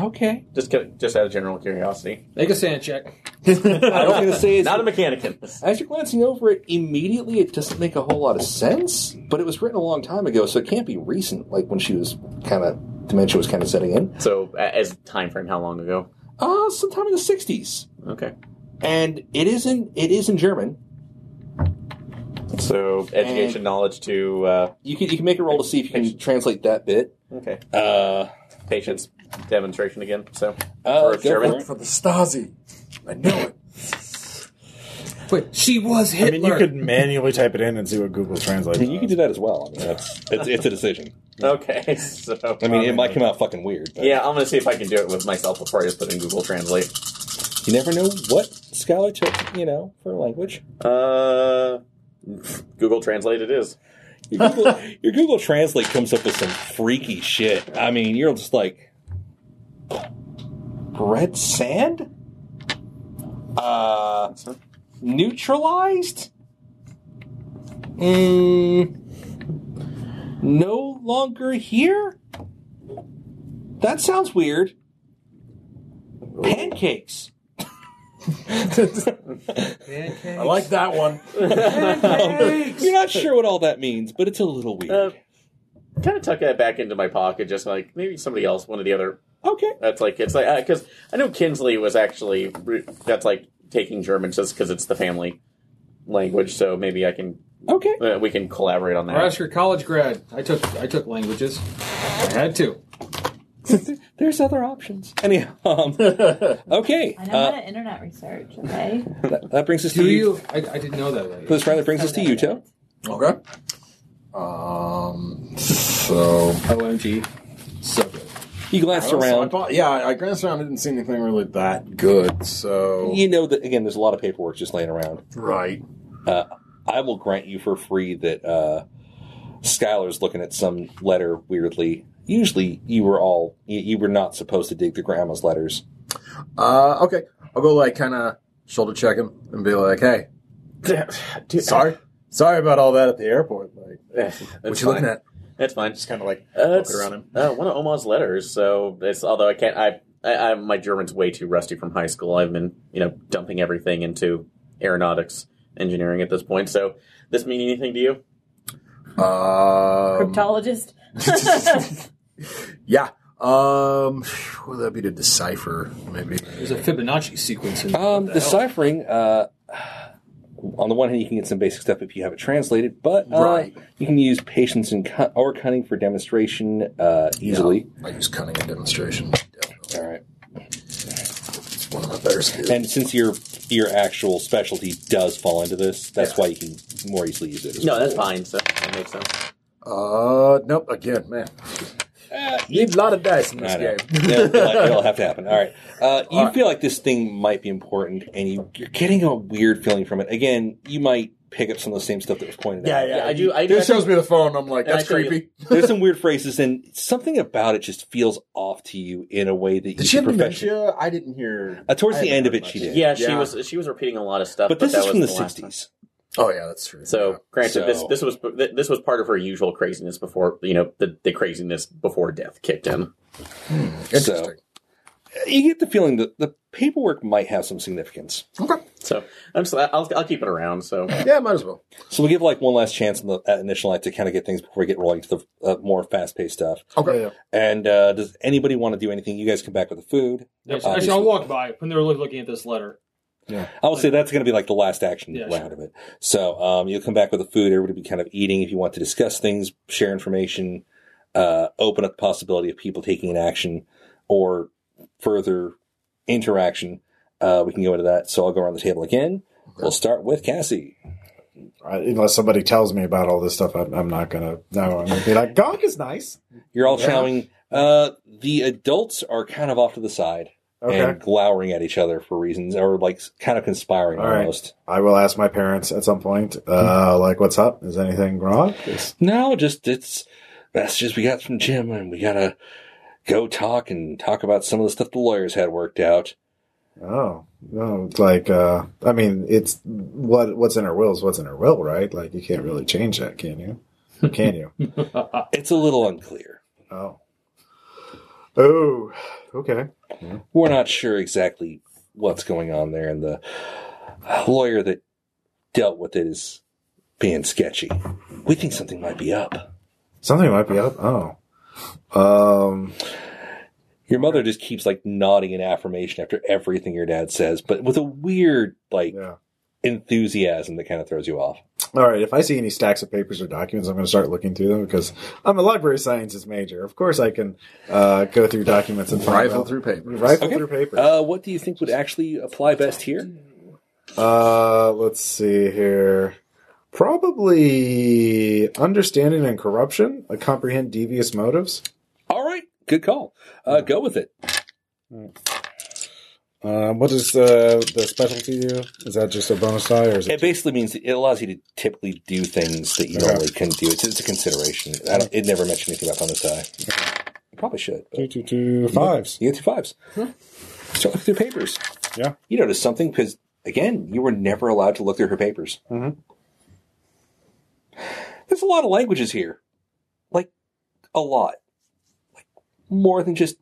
B: Okay,
E: just ki- just out of general curiosity.
D: Make a sand check.
B: I was going to say it's
E: Not a mechanican.
B: As you're glancing over it, immediately it doesn't make a whole lot of sense, but it was written a long time ago, so it can't be recent, like when she was kind of, dementia was kind of setting in.
E: So, a- as time frame, how long ago?
B: Uh, sometime in the 60s.
E: Okay.
B: and it is in it is in German.
E: So, education,
B: And-
E: knowledge to uh,
B: You can you can make a roll to see if you can translate that bit.
E: okay
B: Uh,
E: patience demonstration again. So,
B: uh,
E: For
B: go
E: German?
B: for it.
G: For the Stasi. I knew it.
D: Wait, she was
C: I
D: Hitler.
C: mean, you could manually type it in and see what Google translates.
B: I mean, you can do that as well. I mean, that's it's, it's a decision.
E: okay. So,
B: I mean, it might come out fucking weird. But
E: yeah, I'm gonna see if I can do it with myself before I just put in Google Translate.
B: you never know what scholar took. You know, for language,
E: Uh, Google Translate it is.
B: your Google, your Google Translate comes up with some freaky shit. I mean, you're just like red sand, uh, neutralized. Mm, no longer here? That sounds weird. Pancakes.
G: I like that one.
B: You're not sure what all that means, but it's a little
E: Uh,
B: weird.
E: kind of tuck that back into my pocket, just like maybe somebody else, one of the other.
B: Okay.
E: That's like it's like because I know Kinsley was actually re- that's like taking German just because it's the family language. So maybe I can
B: Okay.
E: uh, we can collaborate on
D: Or
E: that.
D: ask your college grad. I took I took languages. I had to.
B: There's other options. Anyhow, um, okay.
F: I know how
B: Uh, um,
F: to internet research, okay?
B: that, that brings us
D: Do
B: to you.
D: you? I, I didn't know that. Lady.
B: This rather brings us to Uto.
G: Okay. Um. So.
D: Omg, so good.
B: You glance
G: So I
B: around.
G: bought, yeah, I glanced around. I didn't see anything really that good. So.
B: You know that again. There's a lot of paperwork just laying around.
G: Right.
B: I will grant you for free that uh, Skylar's looking at some letter weirdly. Usually, you were all you, you were not supposed to dig the grandma's letters.
G: Uh. Okay. I'll go like kind of shoulder check him and be like, "Hey,
C: Dude,
G: sorry,
C: sorry about all that at the airport. Like,
E: That's
G: what you
E: fine.
G: looking at?"
E: That's fine.
C: just kind of like
E: Uh,
C: poke
E: it's,
C: it around him.
E: uh, one of Oma's letters. So it's although I can't I, I I my German's way too rusty from high school. I've been you know dumping everything into aeronautics engineering at this point. So this mean anything to you?
G: Um,
F: Cryptologist.
G: yeah. Um, what would that be to decipher? Maybe.
D: There's a Fibonacci sequence in
B: Um,
D: what the hell?
B: deciphering. Uh, on the one hand, you can get some basic stuff if you have it translated, but uh,
G: Right.
B: you can use patience and cu- or cunning for demonstration uh, easily.
G: I use cunning and demonstration. Definitely.
B: All right.
G: It's one of my better skills.
B: And since your your actual specialty does fall into this, that's why you can more easily use it. as
E: No,
B: well.
E: that's fine. So that makes sense.
G: uh, nope. Again, man. Need a lot of dice in this
B: I know.
G: game.
B: it'll, it'll- it'll have to happen. All right. Uh, you feel like this thing might be important, and you, you're getting a weird feeling from it. Again, you might pick up some of the same stuff that was pointed out.
E: Yeah, I do. I do.
G: This shows me the phone. I'm like,
E: And I
G: that's
E: show you-
G: creepy.
B: There's some weird phrases, and something about it just feels off to you in a way that you
H: Did she have
B: could professionally.
H: dementia? I didn't hear.
B: Uh, towards
H: I
B: the
H: haven't
B: end of
H: heard
B: it, she
H: much.
B: did.
E: Yeah, she
G: Yeah.
E: was she was repeating a lot of stuff,
B: But this
E: that
B: is from the
E: was last time.
B: '60s.
G: Oh yeah, that's true.
E: So, granted, this
B: So-
E: this was this was part of her usual craziness before you know the, the craziness before death kicked in.
G: Yeah. interesting.
B: You get the feeling that the paperwork might have some significance.
G: Okay.
E: So I'm so I'll I'll keep it around. So
G: Yeah, might as well.
B: So we give like one last chance in the at initial night to kind of get things before we get rolling to the uh, more fast-paced stuff.
G: Okay.
B: And uh, does anybody want to do anything? You guys come back with the food.
D: Actually, actually, I'll walk by when they're look- looking at this letter.
B: I would say that's going to be like the last action
D: Yeah,
B: round of it. So um, you'll come back with the food. Everybody be kind of eating. If you want to discuss things, share information, uh, open up the possibility of people taking an action or further interaction. Uh, we can go into that. So I'll go around the table again. We'll start with Cassie.
C: I, unless somebody tells me about all this stuff, I'm, I'm not gonna. No, I'm gonna be like, Gog is nice.
B: You're all
C: Yeah.
B: chowing. Uh, the adults are kind of off to the side
C: Okay,
B: and glowering at each other for reasons, or like kind of conspiring
C: All right.
B: almost.
C: I will ask my parents at some point. Uh, like, what's up? Is anything wrong? Is-
B: No, just it's messages we got from Jim, and we gotta go talk and talk about some of the stuff the lawyers had worked out.
C: oh, no, it's like, uh, I mean, it's what what's in her will is what's in her will, right? Like, you can't really change that, can you? Can you?
B: It's a little unclear.
C: Oh. Oh, okay.
B: We're not sure exactly what's going on there, and the lawyer that dealt with it is being sketchy. We think something might be up.
C: Something might be up. Oh. Um,
B: Your mother just keeps like nodding in affirmation after everything your dad says, but with a weird like
C: yeah.
B: enthusiasm that kind of throws you off.
C: All right. If I see any stacks of papers or documents, I'm going to start looking through them because I'm a library sciences major. Of course, I can uh, go through documents and find
G: Rifle
C: out-
G: through papers.
C: Rifle
B: Okay.
C: through papers.
B: Uh, what do you think would actually apply best here?
C: Uh, let's see here. Probably understanding and corruption, uh, comprehend devious motives.
B: All right, good call. Uh, go with it.
C: Um, what does uh, the specialty do? Is that just a bonus die, or is
B: It
C: it?
B: basically means it allows you to typically do things that you
C: Okay.
B: normally couldn't do. It's, it's a consideration. I don't, it never mentioned anything about bonus die. It probably should. but-
C: Two, two, two, fives.
B: You get two fives. Start looking through papers.
C: Yeah.
B: You notice something because again, you were never allowed to look through her papers.
C: Mm-hmm.
B: There's a lot of languages here, like a lot, like more than just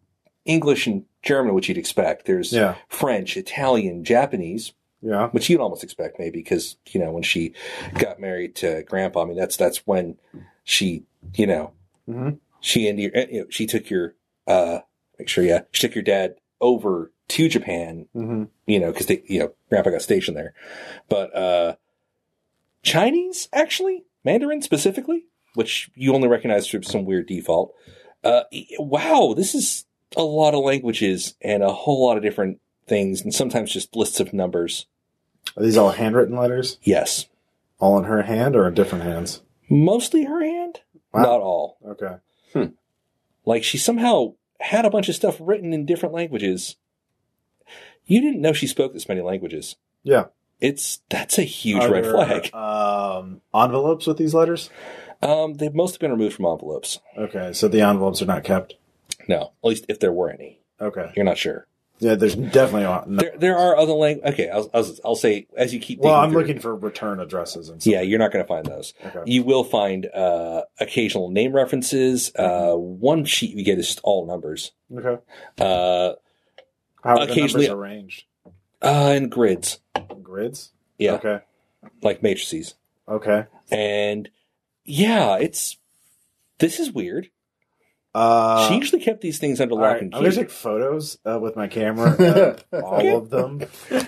B: English and German, which you'd expect. There's
C: Yeah.
B: French, Italian, Japanese,
C: Yeah.
B: which you'd almost expect maybe because you know when she got married to grandpa i mean that's that's when she you know
C: Mhm.
B: she and your, eh, you know, she took your uh make sure yeah she took your dad over to japan
C: hmm
B: you know because they you know grandpa got stationed there but uh chinese actually mandarin specifically which you only recognize through some weird default uh e- wow this is a lot of languages and a whole lot of different things and sometimes just lists of numbers
C: Are these all handwritten letters?
B: yes
C: All in her hand or in different hands?
B: mostly her hand,
C: Wow.
B: not all.
C: Okay.
B: Like she somehow had a bunch of stuff written in different languages. You didn't know she spoke this many languages.
C: Yeah.
B: It's that's a huge
C: Are
B: red
C: there,
B: flag.
C: Um, envelopes with these letters.
B: Um, they've mostly been removed from envelopes.
C: Okay, so the envelopes are not kept.
B: No, at least if there were any,
C: Okay.
B: you're not sure.
C: Yeah, there's definitely not. No.
B: There, there are other lang. Okay, I'll, I'll, I'll say as you keep.
C: Well,
B: digging
C: I'm
B: through-
C: looking for return addresses and stuff.
B: Yeah, you're not going to find those.
C: Okay.
B: You will find uh, occasional name references. Uh, one sheet you get is just all numbers.
C: Okay.
B: Uh,
C: How are the
B: Occasionally-
C: numbers arranged?
B: uh, and grids.
C: Grids.
B: Yeah.
C: Okay.
B: like matrices.
C: Okay.
B: And yeah, it's this is weird.
C: Uh,
B: she usually kept these things under
C: all
B: lock
C: right,
B: and
C: I'm gonna
B: key.
C: take photos uh, with my camera, of all of them,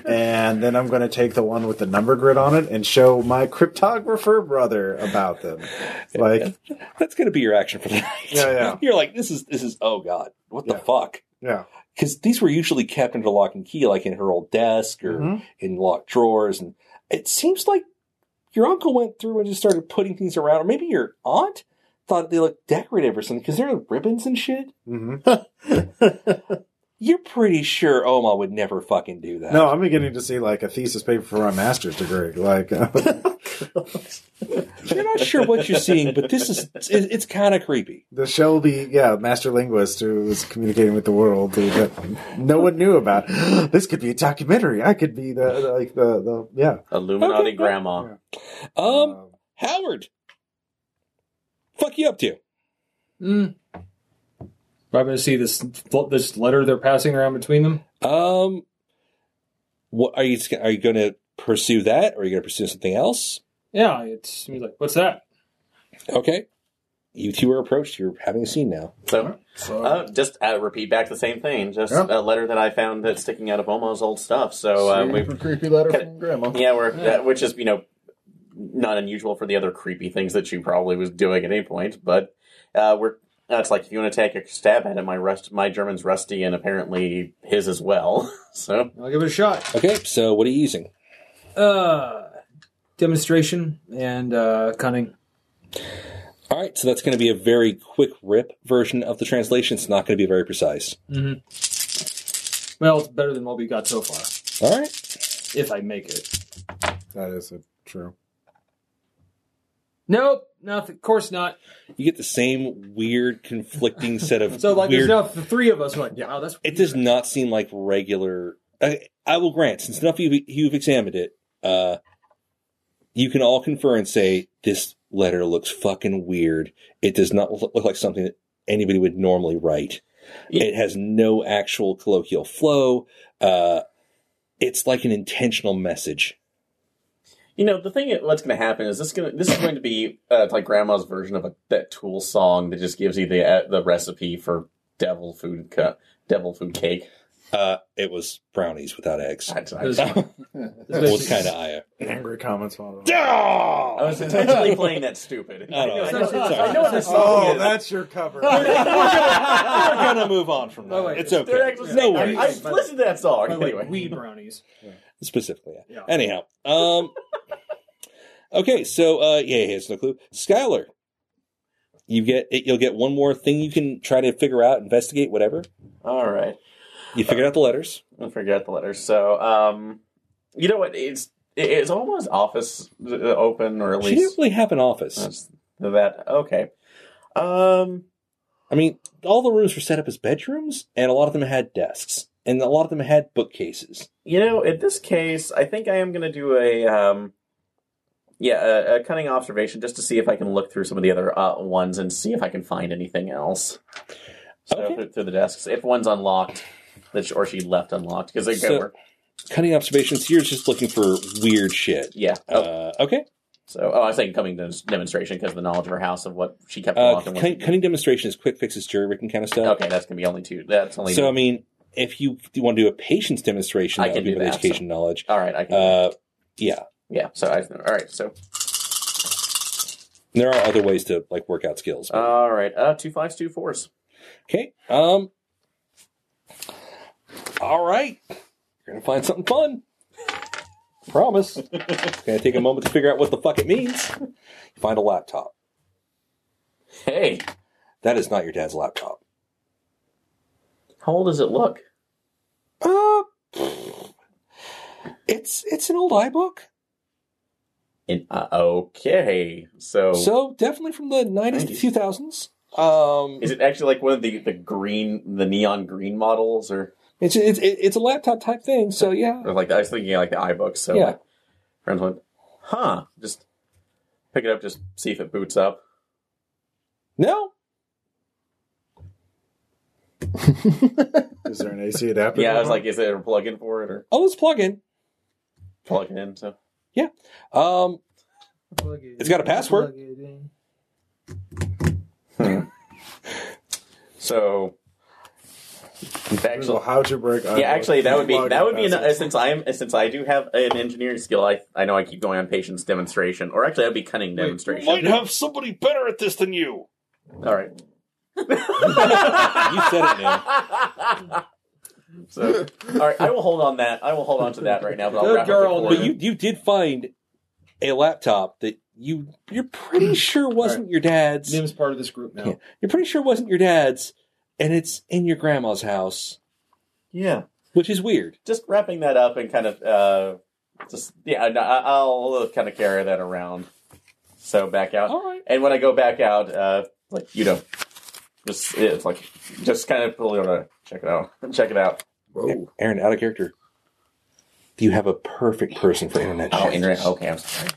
C: and then I'm gonna take the one with the number grid on it and show my cryptographer brother about them. Like,
B: That's going to be your action for the night.
C: Yeah, yeah.
B: You're like, this is this is oh god, what the
C: Yeah.
B: fuck?
C: yeah,
B: Because these were usually kept under lock and key, like in her old desk or
C: Mhm.
B: in locked drawers. And it seems like your uncle went through and just started putting things around, or maybe your aunt thought they looked decorative or something because there are ribbons and shit.
C: hmm
B: You're pretty sure Oma would never fucking do that.
C: no, I'm beginning to see like a thesis paper for my master's degree. Like, uh,
B: you're not sure what you're seeing, but this is it's, it's kind of creepy.
C: the Shelby, yeah, master linguist who was communicating with the world who- that no one knew about. this could be a documentary. I could be the, the- like the the yeah. Uh,
E: Illuminati
B: Okay.
E: grandma.
B: Um, Howard, fuck you up to?
D: Mm. I'm going to see this this letter they're passing around between them.
B: Um, what are you are you going to pursue that, or are you going to pursue something else?
D: Yeah, it's he's like, what's that?
B: Okay, you two are approached. You're having a scene now.
E: So
G: So,
E: uh, just uh, repeat back the same thing. Just
G: Yeah.
E: a letter that I found that's sticking out of Oma's old stuff. So uh, we've
G: super creepy letter
E: Okay.
G: from Grandma.
E: yeah, we're
D: Yeah.
E: uh, which is you know not unusual for the other creepy things that she probably was doing at any point, but uh, we're. uh, It's like if you want to take a stab at it, my rust, my German's rusty, and apparently his as well. So
D: I'll give it a shot.
B: Okay, so what are you using?
D: Uh, demonstration and uh, cunning.
B: All right, so that's going to be a very quick rip version of the translation. It's not going to be very precise.
D: Well, it's better than what we got so far,
B: All right,
D: if I make it.
C: That is a, true.
D: Nope, nothing. Of course not.
B: you get the same weird, conflicting set of
D: So like,
B: weird.
D: there's now the three of us. Like, yeah, oh, that's
B: it does not seem like regular. I, I will grant, since enough of you you've examined it, uh, you can all confer and say this letter looks fucking weird. It does not look look like something that anybody would normally write.
E: Yeah.
B: It has no actual colloquial flow. Uh, it's like an intentional message.
E: you know the thing, what's going to happen is this going to this is going to be uh, it's like Grandma's version of a, that Tool song that just gives you the uh, the recipe for devil food cu- devil food cake.
B: Uh, it was brownies without eggs.
E: That's- I-
D: There's-
B: Well,
D: basically-
B: it's kind of Aya.
C: Angry comments follow.
E: I was intentionally playing that stupid.
B: I know.
E: I know,
B: Sorry.
E: I know what the song is.
C: Oh, your cover.
B: We're gonna move on from that.
D: Oh, wait. Oh,
B: it's okay.
E: They're
B: no
E: actually saying-
B: worries.
E: I, I listened to that song.
D: By the way,
E: Anyway,
D: weed brownies.
B: specifically. Yeah.
D: Yeah.
B: Anyhow, um, okay, so uh, yeah, yeah, it's no clue. Skylar, you get it, you'll get one more thing you can try to figure out, investigate, whatever.
E: all right.
B: You figured out the letters.
E: I forgot the letters. So, um, you know what? It's it- it's almost office uh, open, or at
B: She didn't
E: least
B: really have an office.
E: that's that. Okay. Um.
B: I mean, all the rooms were set up as bedrooms, and a lot of them had desks, and a lot of them had bookcases.
E: You know, in this case, I think I am going to do a um, yeah, a, a cunning observation just to see if I can look through some of the other uh, ones and see if I can find anything else. So
B: Okay.
E: through, through the desks, if one's unlocked, that she, or she left unlocked because they go
B: So-
E: work.
B: Cunning observations. You're just looking for weird shit.
E: Yeah. oh,
B: Uh, okay.
E: so, oh, I was saying coming to this demonstration because of the knowledge of her house of what she kept
B: Uh,
E: unlocked and what she
B: cunning, cunning demonstration is quick fixes, jury rigging kind of stuff.
E: Okay, that's gonna be only two. That's only.
B: So I mean, if you want to do a patience demonstration,
E: I
B: that would
E: can
B: be
E: do
B: with
E: that,
B: education knowledge.
E: all right, I can.
B: Uh, yeah,
E: yeah. So I. All right. So
B: there are other ways to like work out skills.
E: all right. Uh, two fives, two fours.
B: okay. Um. All right, you're gonna find something fun. Promise. it's gonna take a moment to figure out what the fuck it means. You find a laptop.
E: Hey,
B: That is not your dad's laptop.
E: how old does it look?
B: Uh, pfft. it's it's an old iBook,
E: In, uh, okay. So,
B: so definitely from the nineties to
E: Oh. Nineties.
B: two thousands. Um,
E: is it actually like one of the the green, the neon green models, or,
B: It's it's it's a laptop type thing, so yeah.
E: or like I was thinking like the iBooks. So
B: Yeah.
E: my friends went, huh? Just pick it up, just see if it boots up.
B: No,
C: Is there an AC adapter?
E: Yeah, I was like, is there a plug-in for it or
B: oh, let's plug in.
E: plug it in? So
B: Um,
D: Plug it
B: It's got a
D: in,
B: password.
D: plug it in.
E: So actually,
A: Well, algebraic.
E: yeah, actually, that would be that would be an, uh, since I'm since I do have an engineering skill. I I know I keep going on patience demonstration, or actually, that'd be cunning demonstration.
I: Might have somebody better at this than you.
E: All right.
B: You said it, man.
E: So, all right, I will hold on that. I will hold on to that right now. But I'll
D: Good
E: wrap
D: girl,
E: Up the
B: But
E: quarter.
B: you you did find a laptop that you you're
E: Hmm.
B: pretty sure wasn't your dad's.
D: Nim's part of this group now.
B: Yeah. You're pretty sure wasn't your dad's, and it's in your grandma's house,
E: yeah,
B: which is weird.
E: just wrapping that up and kind of uh, just yeah, no, I- I'll kind of carry that around. So back out,
B: All right.
E: and when I go back out, uh, like you know, just it's like just kind of pull it on, check it out, check it out.
B: Whoa. Aaron, out of character. You have a perfect person for internet.
E: Oh,
B: shit.
E: internet. Okay, I'm sorry.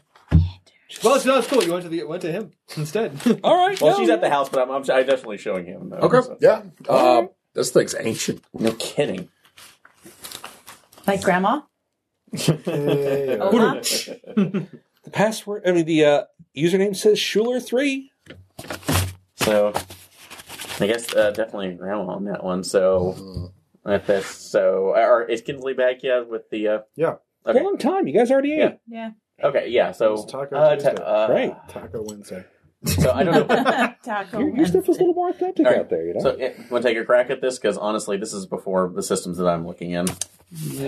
D: Well, it's not cool. You went to the went to him instead.
B: All right.
E: Well,
B: no,
E: she's at
B: yeah.
E: the house, but I'm, I'm, I'm definitely showing him. Though,
G: Okay.
E: so-
G: Yeah. Uh, this thing's ancient.
E: Oh, No kidding.
F: Like grandma? Hola?
B: the password. I mean, the uh, username says Schuler three.
E: So, I guess uh, definitely grandma on that one. So,
A: Mm-hmm.
E: if that's so, or is Kinsley back yet with the? Uh,
A: Yeah.
E: Okay.
B: Long time. You guys already ate.
F: Yeah.
E: Okay. Yeah. So,
A: It's Taco
E: uh,
A: Tuesday.
E: ta- uh,
B: Great.
A: Taco Wednesday.
E: So I don't know.
F: Taco.
B: Your, your stuff was a little more authentic
E: All right.
B: out there. You know.
E: so, yeah, want to take a crack at this? Because honestly, this is before the systems that I'm looking in.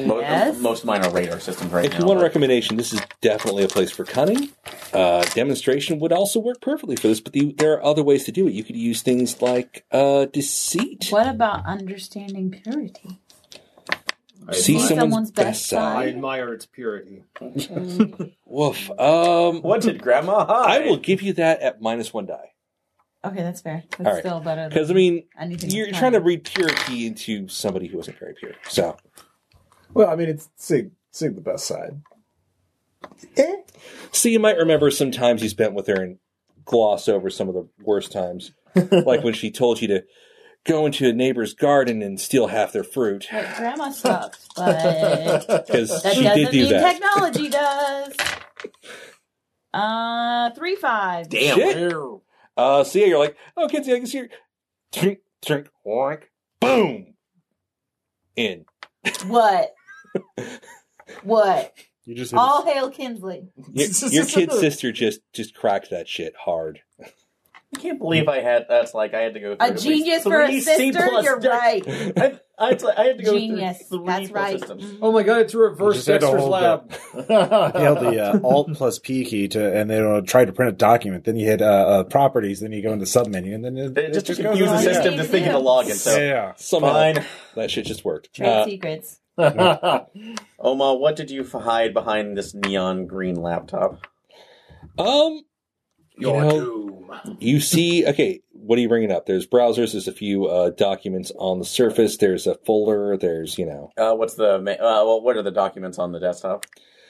E: Mo-
F: Yes.
E: Most of mine are radar systems right
B: if
E: now.
B: you want a
E: but-
B: recommendation, this is definitely a place for cunning. Uh, demonstration would also work perfectly for this, but the, there are other ways to do it. You could use things like uh, deceit.
F: What about understanding purity?
B: See
F: Someone's
B: someone's,
F: best
B: best,
D: I
B: side.
D: admire its purity.
B: Woof. Um,
E: What did Grandma
B: I
E: hide?
B: will give you that at minus one die.
F: Okay, that's fair. That's
B: All right.
F: still better
B: Because, I
F: than
B: mean,
F: anything.
B: you're
F: that's
B: trying to
F: done.
B: read purity into somebody who isn't very pure. So,
A: Well, I mean, it's Sig, Sig the best side. Eh.
B: see, you might remember some times you spent with her and gloss over some of the worst times, like when she told you to go into a neighbor's garden and steal half their fruit.
F: Like grandma sucks, but that
B: Because she
F: doesn't
B: did do
F: mean
B: that.
F: technology does. Uh, three five.
E: Damn.
B: Shit. Uh, so yeah, you're like, oh, Kinsey, I can see your trink, trink, oink, boom, in.
F: What? what?
A: You just hit
F: All hail Kinsley.
B: Your, your kid sister just just cracked that shit hard.
E: I can't believe I had. That's like I had to go. Through
F: A
E: at least
F: genius for
E: three
F: a
E: C
F: sister.
E: plus
F: You're
E: di-
F: right.
E: I, I, I had to go through
F: Genius.
E: three plus
F: That's right. Mm-hmm.
E: systems.
D: Oh my god, it's a reverse
A: Just had to
D: Dexter's
A: hold
D: lab.
A: you held the uh, Alt plus P key to, and then it'll try to print a document. Then you hit uh, uh, properties. Then you go into submenu, and then it,
E: It just,
A: goes
E: confused the
A: on.
F: on.
E: system
F: Yeah.
E: just thinking to log in. So,
A: Yeah.
B: Somehow
E: fine.
B: that shit just worked.
F: Trade
B: Uh,
F: secrets.
E: Oma, what did you f- hide behind this neon green laptop?
B: um, you know,
G: doom.
B: you see, okay, what are you bringing up? There's browsers. There's a few uh, documents on the surface. There's a folder. There's you know,
E: Uh, what's the ma- uh, well, what are the documents on the desktop?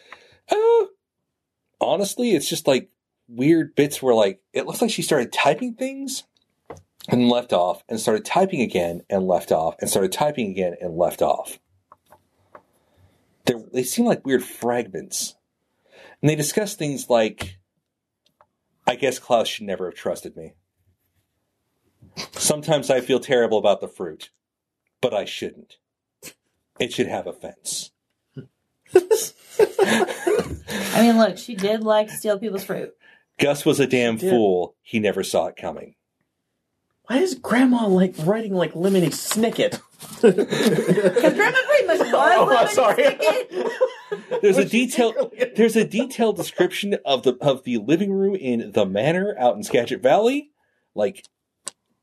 B: uh, honestly, it's just like weird bits where like it looks like she started typing things and left off, and started typing again and left off, and started typing again and left off. They're, they seem like weird fragments, and they discuss things like, "I guess Klaus should never have trusted me." Sometimes I feel terrible about the fruit, but I shouldn't. It should have a fence.
F: I mean, look, she did like to steal people's fruit.
B: Gus was a damn fool. He never saw it coming.
E: Why is Grandma like writing like Lemony Snicket?
F: Because grandma pretty much was.
E: oh, I'm
F: living
E: sorry.
B: There's a
E: What'd you
B: detail.
E: think earlier?
B: There's a detailed description of the of the living room in the manor out in Skagit Valley, like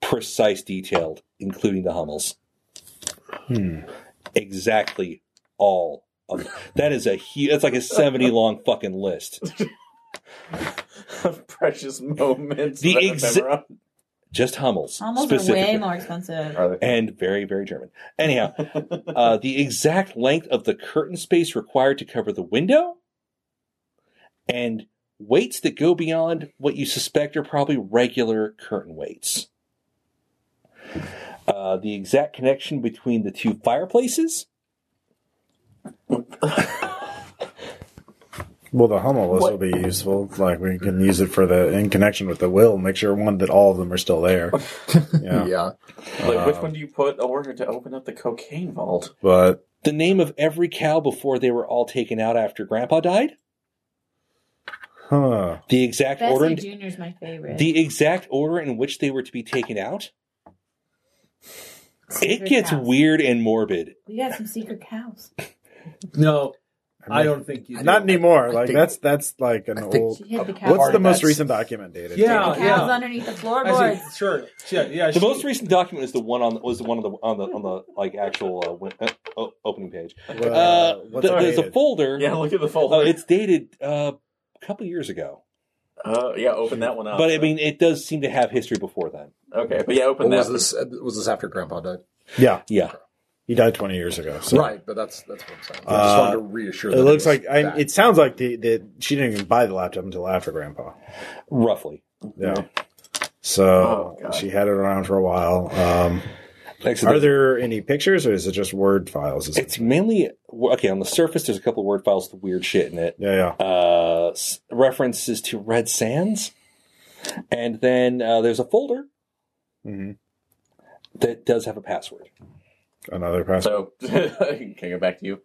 B: precise detailed, including the Hummels. Exactly all of that is a huge. That's like a seventy long fucking list.
E: Precious moments.
B: The
E: that
B: exa-
E: ephemera.
B: Just Hummels,
F: Almost are
B: specifically.
F: way more expensive.
E: Are they-
B: and very, very German. Anyhow, uh, the exact length of the curtain space required to cover the window and weights that go beyond what you suspect are probably regular curtain weights. Uh, the exact connection between the two fireplaces.
C: Well, the Hummel list will be useful. Like we can use it for the in connection with the will. Make sure one that all of them are still there. Yeah,
G: Yeah.
E: Like,
G: Um.
E: which one do you put over to open up the cocaine vault?
C: but
B: The name of every cow before they were all taken out after Grandpa died.
C: huh?
B: The exact order.
F: Bessie
B: in-
F: Junior's my favorite.
B: the exact order in which they were to be taken out.
F: Secret
B: it gets
F: cows.
B: weird and morbid.
F: We got some secret cows.
D: No, I don't think you. Do.
C: Not anymore. Like
G: think-
C: that's that's like an
G: think-
C: old.
F: She hid the cows.
C: What's the
G: Part
C: most
G: that's-
C: recent document dated?
D: Yeah,
F: cows
E: Uh,
D: yeah.
F: underneath the
D: I
F: floorboards?
D: see. Sure. Yeah. Yeah.
B: The most recent document is the one on was the one on the on the on the like actual uh, win, uh, o- opening page.
C: Well,
B: Uh,
C: what's
B: th- there's a
C: dated?
B: folder.
E: Yeah, look at the folder.
B: Uh, it's dated uh, a couple years ago,
E: Uh, yeah, open that one up.
B: but I mean, it does seem to have history before then.
E: okay, but yeah, open
G: What
E: that.
G: was this? uh, Was this after Grandpa died?
C: yeah,
B: Yeah,
C: he died twenty years ago. So.
G: Right, but that's that's what I'm saying. I
B: Uh,
G: just wanted to reassure.
C: It
G: that
C: looks
G: was
C: like I,
G: that.
C: it sounds like the, the she didn't even buy the laptop until after Grandpa.
B: roughly.
C: Yeah. So
E: Oh, God.
C: she had it around for a while. Um,
B: Next to
C: are
B: the-
C: there any pictures, or is it just word files? Is it,
B: It's mainly okay on the surface. There's a couple word files with weird shit in it.
C: yeah, yeah.
B: uh, s- references to Red Sands, and then uh, there's a folder
C: Mhm.
B: that does have a password.
C: Another password.
E: So, can I go back to you?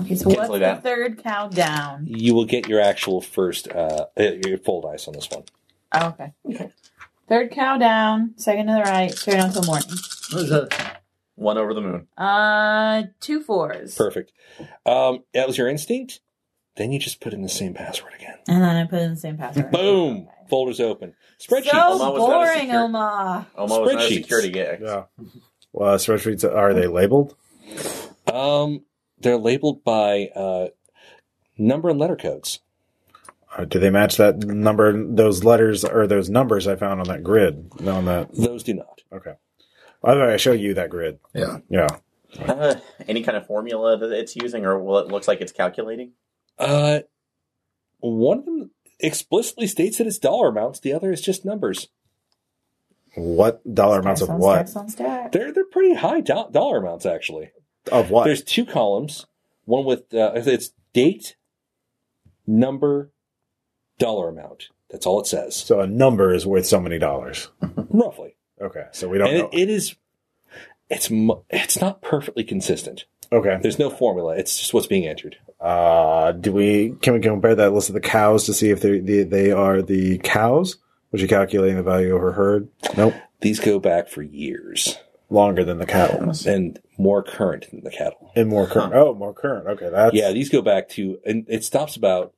F: Okay, so what's
E: Cancel
F: the
E: that.
F: third cow down?
B: You will get your actual first uh, uh, your full dice on this one.
F: Oh, okay. Third cow down, second to the right, carried on till morning.
D: uh,
E: One over the moon.
F: Uh, two fours.
B: Perfect. Um, that was your instinct. Then you just put in the same password again.
F: And then I put in the same password.
B: Boom!
F: Okay.
B: Folder's open. Spreadsheet.
F: So
E: Oma was not a
F: boring,
E: secure-
F: Oma.
E: Almost not a
B: Spreadsheets.
E: security gig.
C: yeah. Well, spreadsheets are they labeled?
B: Um, they're labeled by uh, number and letter codes.
C: Uh, do they match that number? Those letters or those numbers I found on that grid? On that.
B: Those do not.
C: Okay. By the way, I showed you that grid.
G: Yeah.
C: Yeah.
E: Uh, any kind of formula that it's using, or well, it looks like it's calculating.
B: Uh, one of them explicitly states that it's dollar amounts. The other is just numbers.
C: What dollar amounts of
F: Stacks on
C: what?
F: stacks on stacks.
B: They're they're pretty high do- dollar amounts actually.
C: Of what?
B: There's two columns, one with uh, it's date, number, dollar amount. That's all it says,
C: so a number is worth so many dollars.
B: roughly.
C: Okay. So we don't
B: And
C: know.
B: it, it is, it's mu- it's not perfectly consistent.
C: okay.
B: There's no formula. It's just what's being entered.
C: Uh, do we can we compare that list of the cows to see if they they, they are the cows? Was she calculating the value of her herd? Nope,
B: These go back for years
C: longer than the cattle
B: and more current than the cattle.
C: and more current. Oh, more current. Okay, that's
B: Yeah, these go back to and it stops about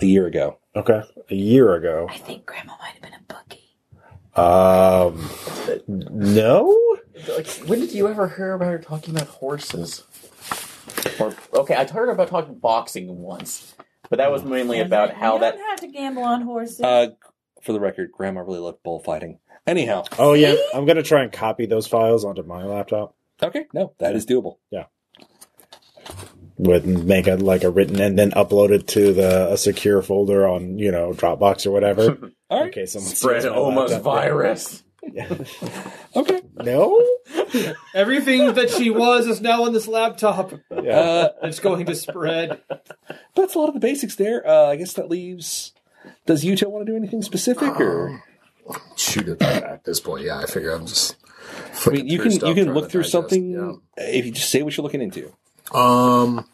B: a year ago.
C: Okay, a year ago.
F: I think Grandma might have been a bookie.
C: Um, no.
E: Like, when did you ever hear about her talking about horses? Or okay, I heard her about talking boxing once, but that was mainly about how
F: you
E: that.
F: don't have to gamble on horses.
B: Uh, for the record, Grandma really loved bullfighting. Anyhow,
C: Oh yeah, I'm gonna try and copy those files onto my laptop.
B: Okay, no, that is doable.
C: Would make it like a written and then upload it to the a secure folder on you know Dropbox or whatever.
B: All
C: in
B: right,
C: case someone
E: Spread
C: sees my
E: almost
C: laptop.
E: virus.
B: okay.
C: No.
D: Everything that she was is now on this laptop.
C: Yeah.
B: Uh,
D: It's going to spread.
B: that's a lot of the basics there. Uh, I guess that leaves. Does Utah want to do anything specific, or
G: Shoot it at this point. Yeah, I figure I'm just.
B: I mean, you can you can look through something if you just say what you're looking into.
G: Um,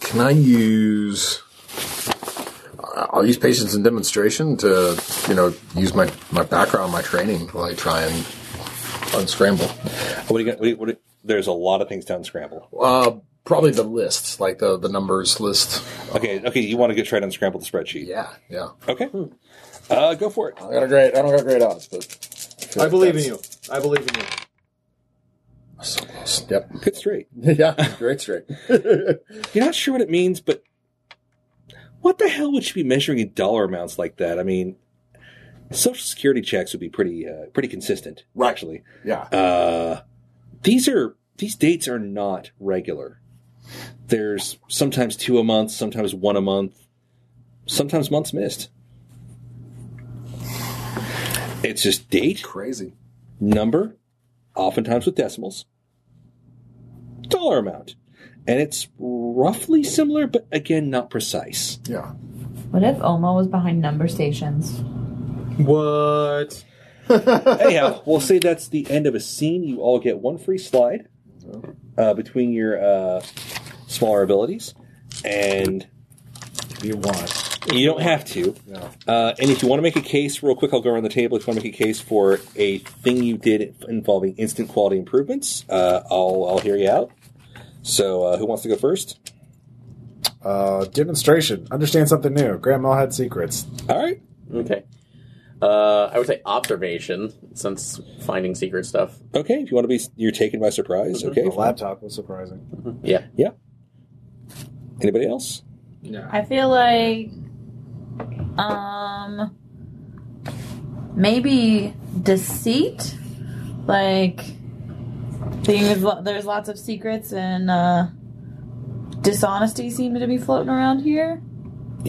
G: can I use? I'll use patience and demonstration to, you know, use my my background, my training to like try and unscramble.
B: What do you got? What do you, what do you- there's a lot of things to unscramble.
G: Uh, probably the lists, like the the numbers list.
B: Okay, okay, you want to go try to unscramble the spreadsheet?
G: Yeah, Hmm. yeah.
B: Okay, uh, go for it.
J: I got a great. I don't got great odds, but
D: I believe in you. I believe in you.
G: So close. Yep.
B: Good straight.
G: yeah. Great straight.
B: You're not sure what it means, but what the hell would you be measuring in dollar amounts like that? I mean, social security checks would be pretty uh, pretty consistent,
G: Right.
B: actually.
G: Yeah.
B: Uh, these are these dates are not regular. There's sometimes two a month, sometimes one a month, sometimes months missed. It's just date,
G: Crazy.
B: number, oftentimes with decimals, dollar amount. and it's roughly similar, but again, not precise.
G: Yeah.
F: What if Oma was behind number stations?
D: What?
B: Anyhow, we'll say that's the end of a scene. You all get one free slide uh, between your uh, smaller abilities, and
C: you want.
B: you don't have to.
C: No.
B: Uh, and if you want to make a case, real quick, I'll go around the table. If you want to make a case for a thing you did involving instant quality improvements, uh, I'll I'll hear you out. So, uh, who wants to go first?
C: Uh, demonstration. Understand something new. Grandma had secrets.
B: All right.
E: Okay. Uh, I would say observation, since finding secret stuff.
B: Okay. If you want to be, you're taken by surprise. Okay.
C: The laptop was surprising.
E: Yeah.
B: Anybody else?
D: No.
F: I feel like, um, maybe deceit. Like, being with lo- there's lots of secrets and uh, dishonesty seem to be floating around here.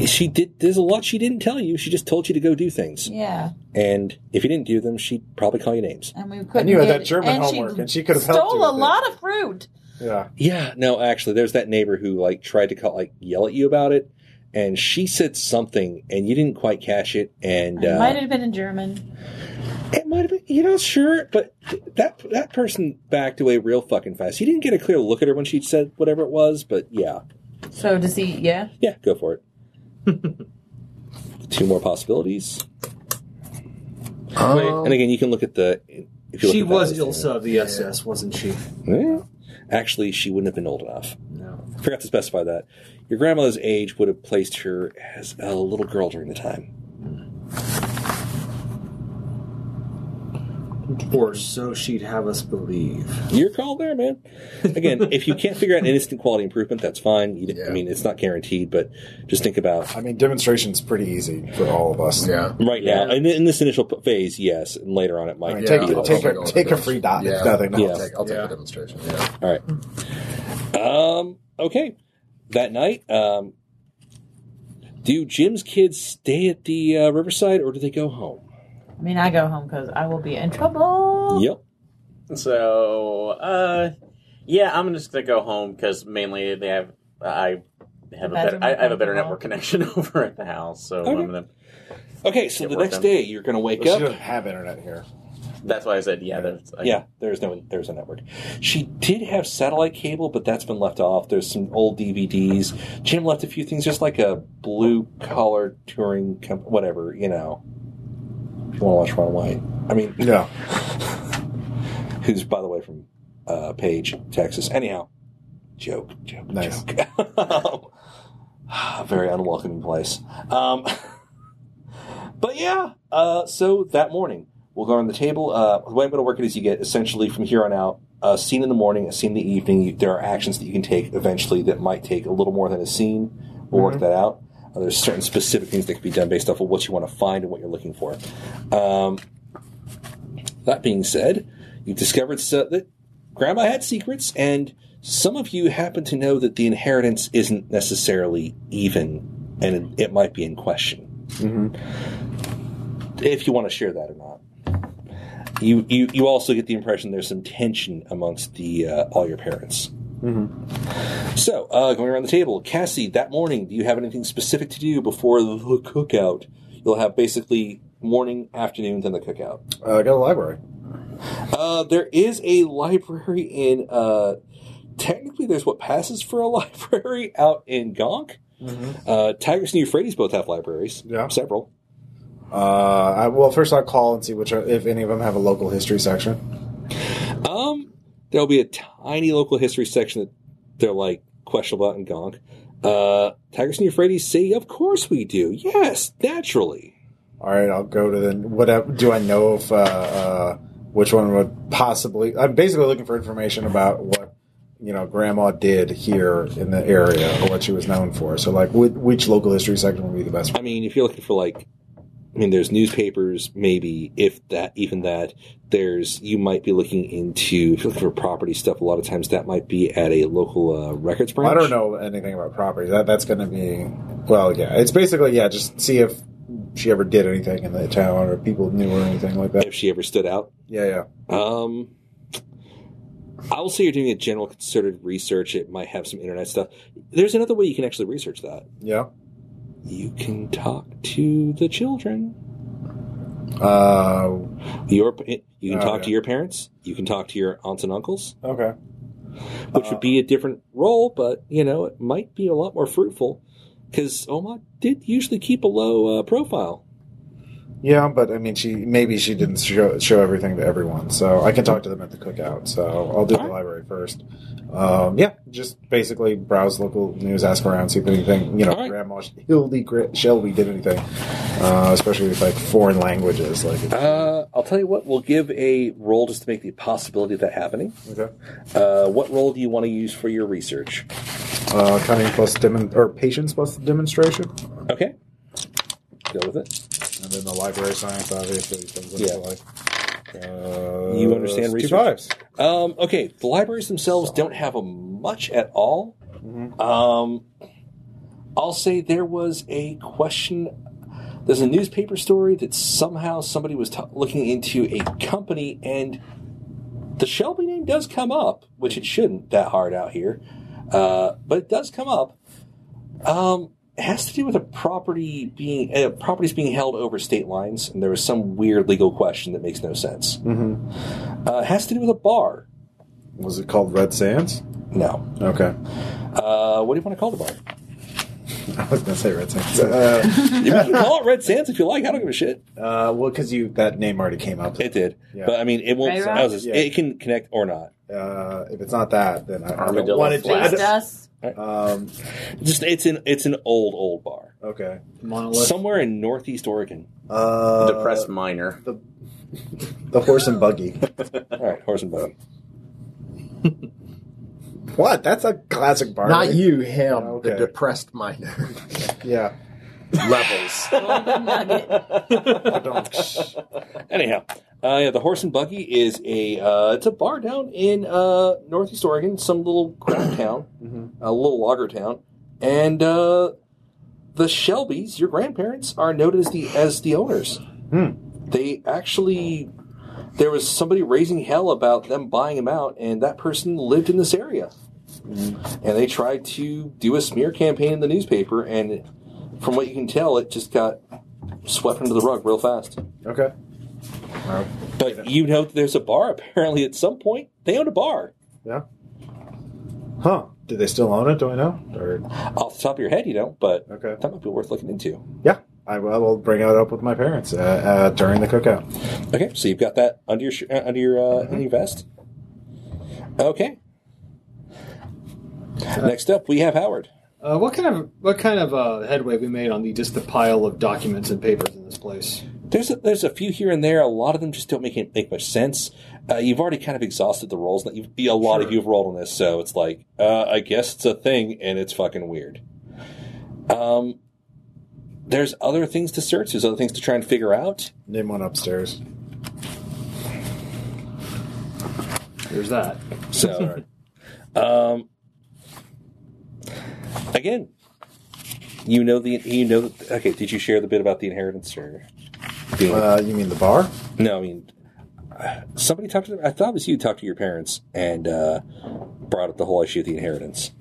B: She did. There's a lot she didn't tell you. She just told you to go do things,
F: Yeah,
B: and if you didn't do them, she'd probably call you names.
F: and we couldn't.
C: And you had
F: get-
C: that German
F: and
C: homework, and she could have
F: stole
C: helped you.
F: a
C: with it.
F: lot of fruit.
C: Yeah.
B: Yeah, no, actually, there's that neighbor who like tried to call, like yell at you about it, and she said something, and you didn't quite catch it, and
F: It might
B: uh,
F: have been in German.
B: it might have been, you know, sure, but th- that that person backed away real fucking fast. You didn't get a clear look at her when she said whatever it was, but yeah,
F: So deceit, yeah.
B: yeah, go for it. Two more possibilities,
G: Um,
B: and again, you can look at the. If you look
D: She
B: at that
D: was
B: list, you
D: Ilsa of the SS, wasn't she?
B: know. Yeah. Actually, she wouldn't have been old enough.
D: No.
B: I forgot to specify that. Your grandmother's age would have placed her as a little girl during the time.
D: Or so she'd have us believe.
B: Your call there, man. Again, if you can't figure out an instant quality improvement, that's fine. You, I mean, it's not guaranteed, but just think about
C: I mean, demonstration's pretty easy for all of us.
G: yeah.
B: right now
E: Yeah.
B: in, in this initial p- phase. Yes, and later on it might.
C: I mean,
G: Yeah,
C: take,
B: be
G: I'll
B: helpful.
C: take,
G: take
C: a,
G: all
C: take a
G: those.
C: free dot.
G: Yeah.
C: It's nothing.
B: Yeah.
G: I'll take, I'll take
D: Yeah.
G: the demonstration. Yeah.
B: All right. Um. Okay. That night, um, do Jim's kids stay at the uh, Riverside or do they go home?
F: I mean, I go home because I will be in trouble.
B: Yep.
E: So, uh, yeah, I'm just gonna go home because mainly they have I have a
F: Better
E: better I, I have a better network
F: network.
E: connection over at the house, so
B: Okay.
E: I'm gonna.
B: Okay. So
E: Get
B: the
E: work
B: next
E: done.
B: day, you're going to wake
C: But she
B: up.
C: doesn't have internet here.
E: That's why I said yeah. That's, I,
B: Yeah, there's no there's a network. She did have satellite cable, but that's been left off. There's some old DVDs. Jim left a few things, just like a blue collar touring comp- whatever you know. If you want to watch Ron White, I mean,
C: No.
B: who's by the way from uh, Page, Texas. Anyhow, joke, joke,
C: Nice.
B: joke. Very unwelcoming place. Um, but yeah, uh, so that morning we'll go around the table. Uh, the way I'm going to work it is you get essentially from here on out a scene in the morning, a scene in the evening. You, there are actions that you can take eventually that might take a little more than a scene. We'll work that out. Uh, there's certain specific things that can be done based off of what you want to find and what you're looking for. Um, that being said, you discovered so- that Grandma had secrets, and some of you happen to know that the inheritance isn't necessarily even, and it, it might be in question. If you want to share that or not. You, you, you also get the impression there's some tension amongst the uh, all your parents. So, uh, going around the table, Cassie, that morning, do you have anything specific to do before the cookout? You'll have basically morning, afternoon, then the cookout.
C: Uh, go to the library.
B: Uh, there is a library in. Uh, technically, there's what passes for a library out in Gonk. Uh, Tigris and Euphrates both have libraries.
C: Yeah.
B: several.
C: Uh, I, well, first I'll call and see which are, if any of them have a local history section.
B: Um, there'll be a tiny local history section that they're like questionable out in Gonk. Uh, Tigris and Euphrates say, "Of course we do. Yes, naturally."
C: All right, I'll go to the whatever. Do I know if uh, uh, which one would possibly? I'm basically looking for information about what you know Grandma did here in the area or what she was known for. So, like, whi- which local history section would be the best?
B: I mean, if you're looking for like, I mean, there's newspapers, maybe if that, even that. There's you might be looking into if you're looking for property stuff. A lot of times that might be at a local uh, records branch.
C: I don't know anything about property. That that's going to be well, yeah. It's basically yeah. Just see if she ever did anything in the town or people knew her or anything like that.
B: if she ever stood out.
C: Yeah, yeah.
B: Um, I will say you're doing a general concerted research. It might have some internet stuff. There's another way you can actually research that.
C: Yeah.
B: You can talk to the children.
C: Uh,
B: Your you can
C: Oh,
B: talk
C: yeah.
B: to your parents. You can talk to your aunts and uncles,
C: okay.
B: which would be a different role, but you know it might be a lot more fruitful because Oma did usually keep a low uh, profile.
C: Yeah, but I mean, she maybe she didn't show, show everything to everyone, so I can talk to them at the cookout. So I'll do the
B: Alright.
C: library first. Um, yeah, just basically browse local news, ask around, see if anything you know,
B: Alright.
C: Grandma Hildy Gr- Shelby did anything, uh, especially with like foreign languages. Like,
B: Uh, I'll tell you what, we'll give a roll just to make the possibility of that happening.
C: okay,
B: Uh, what roll do you want to use for your research?
C: uh, cunning plus demon or patience plus demonstration,
B: Okay, go with it.
C: and then the library science obviously comes into
B: Yeah.
C: like. Uh,
B: You understand research?
C: Two fives.
B: Um, okay, the libraries themselves don't have a much at all. Um, I'll say there was a question. There's a newspaper story that somehow somebody was t- looking into a company, and the Shelby name does come up, which it shouldn't that hard out here, uh, but it does come up. Um, it has to do with a property being uh, properties being held over state lines, and there was some weird legal question that makes no sense. Uh, it has to do with a bar.
C: Was it called Red Sands?
B: No.
C: Okay,
B: Uh, what do you want to call the bar?
C: I was gonna say Red Sands. Uh,
B: You can call it Red Sands if you like. I don't give a shit.
C: Uh, well, because you that name already came up.
B: It did,
C: Yeah.
B: but I mean, it won't.
F: Right,
B: I was just-
C: Yeah.
B: It can connect or not.
C: Uh, if it's not that, then I, I
E: Armadillo
C: don't want it
E: Flat.
F: Please,
C: to.
F: Dust.
C: Um,
B: Just it's an it's an old old bar
C: okay.
D: Monolith.
B: somewhere in Northeast Oregon.
C: Uh,
E: Depressed miner.
C: The, the horse and buggy.
B: All right, horse and buggy.
C: what? That's a classic bar.
G: Not
C: name.
G: you, him,
C: Okay.
G: the depressed miner.
C: Yeah.
G: Levels.
F: Golden Nugget.
B: Anyhow, uh, yeah, the horse and buggy is a uh, it's a bar down in uh, Northeast Oregon, some little crap town, a little logger town, and uh, the Shelbys, your grandparents, are noted as the as the owners. They actually there was somebody raising hell about them buying them out, and that person lived in this area, and they tried to do a smear campaign in the newspaper, and from what you can tell, it just got swept under the rug real fast.
C: Okay.
B: But you know that there's a bar apparently at some point. They own a bar.
C: Yeah. Huh? Do they still own it? Do I know? Or
B: Off the top of your head, you know, but
C: Okay.
B: that might be worth looking into.
C: yeah, I will I will bring it up with my parents uh, uh, during the cookout.
B: Okay, so you've got that under your sh- uh, under your uh, under your vest. Okay. Next up, we have Howard.
D: Uh, what kind of what kind of uh, headway we made on the just the pile of documents and papers in this place?
B: There's a, there's a few here and there. A lot of them just don't make any- make much sense. Uh, you've already kind of exhausted the rolls. That you've, a lot of you have rolled on this, so it's like uh, I guess it's a thing, and it's fucking weird. Um, there's other things to search. There's other things to try and figure out.
C: Name one upstairs.
D: There's that.
B: So, um, again, you know the you know. Okay, did you share the bit about the inheritance or?
C: Uh, you mean the bar?
B: No, I mean, uh, somebody talked to them. I thought it was you talked to your parents and uh, brought up the whole issue of the inheritance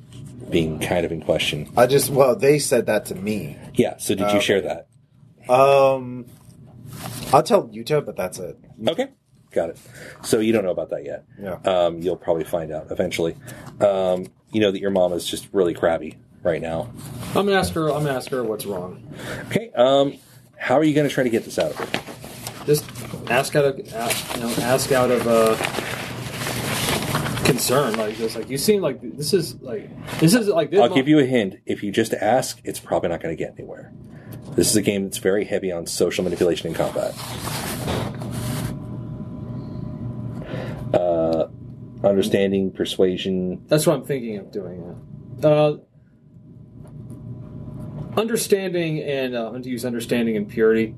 B: being kind of in question.
C: I just well, they said that to me.
B: Yeah. So did you
C: Oh, Okay.
B: share that?
C: Um, I'll tell Utah, but that's it.
B: Okay. Got it. So you don't know about that yet.
C: Yeah.
B: Um, you'll probably find out eventually. Um, you know that your mom is just really crabby right now.
D: I'm gonna ask her. I'm gonna ask her what's wrong.
B: Okay. Um, how are you going to try to get this out of her?
D: Just ask out of ask, you know ask out of uh, concern. Like just like you seem like this is like this is like this.
B: I'll give you a hint. If you just ask, it's probably not going to get anywhere. This is a game that's very heavy on social manipulation and combat. Uh, understanding, persuasion.
D: That's what I'm thinking of doing. yeah. Uh, understanding and uh, I'm going to use understanding and purity.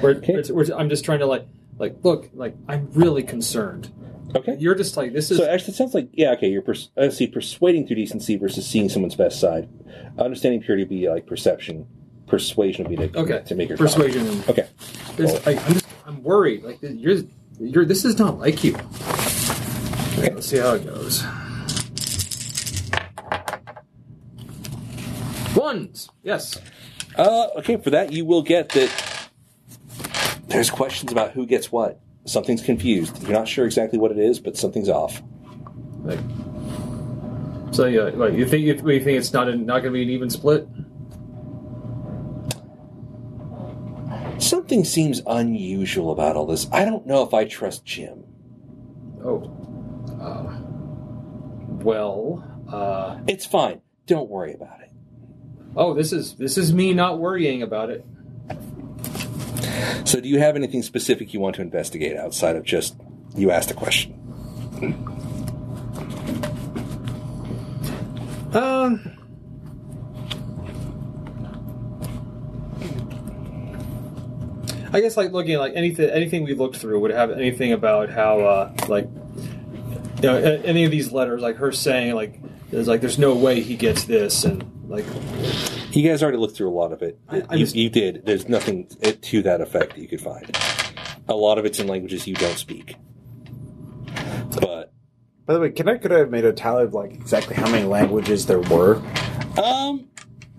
D: Where
B: Okay.
D: it's, where it's- I'm just trying to like, like look, like I'm really concerned.
B: Okay.
D: You're just like this is
B: So actually, it sounds like yeah. Okay, you're pers- uh, see persuading through decency versus seeing someone's best side. Understanding purity would be like perception. Persuasion would be to,
D: okay
B: to make your
D: persuasion. and-
B: Okay.
D: There's, like, I'm just I'm worried. Like you're you're this is not like you. Okay, let's see how it goes. Ones. Yes.
B: Uh, okay, for that you will get that. There's questions about who gets what. Something's confused. You're not sure exactly what it is, but something's off.
D: Like, so yeah, like you think you think it's not a, not going to be an even split?
B: Something seems unusual about all this. I don't know if I trust Jim.
D: Oh. Uh, well. Uh,
B: It's fine. Don't worry about it.
D: oh, this is this is me not worrying about it.
B: So, do you have anything specific you want to investigate outside of just you asked a question?
D: Um. I guess like looking at like anything anything we looked through would have anything about how uh, like you know a- any of these letters like her saying like there's like there's no way he gets this and like
B: You guys already looked through a lot of it.
D: I- I
B: you,
D: was-
B: you did. There's nothing to that effect that you could find. A lot of it's in languages you don't speak. But
C: By the way, can I could I have made a tally of like exactly how many languages there were?
B: um,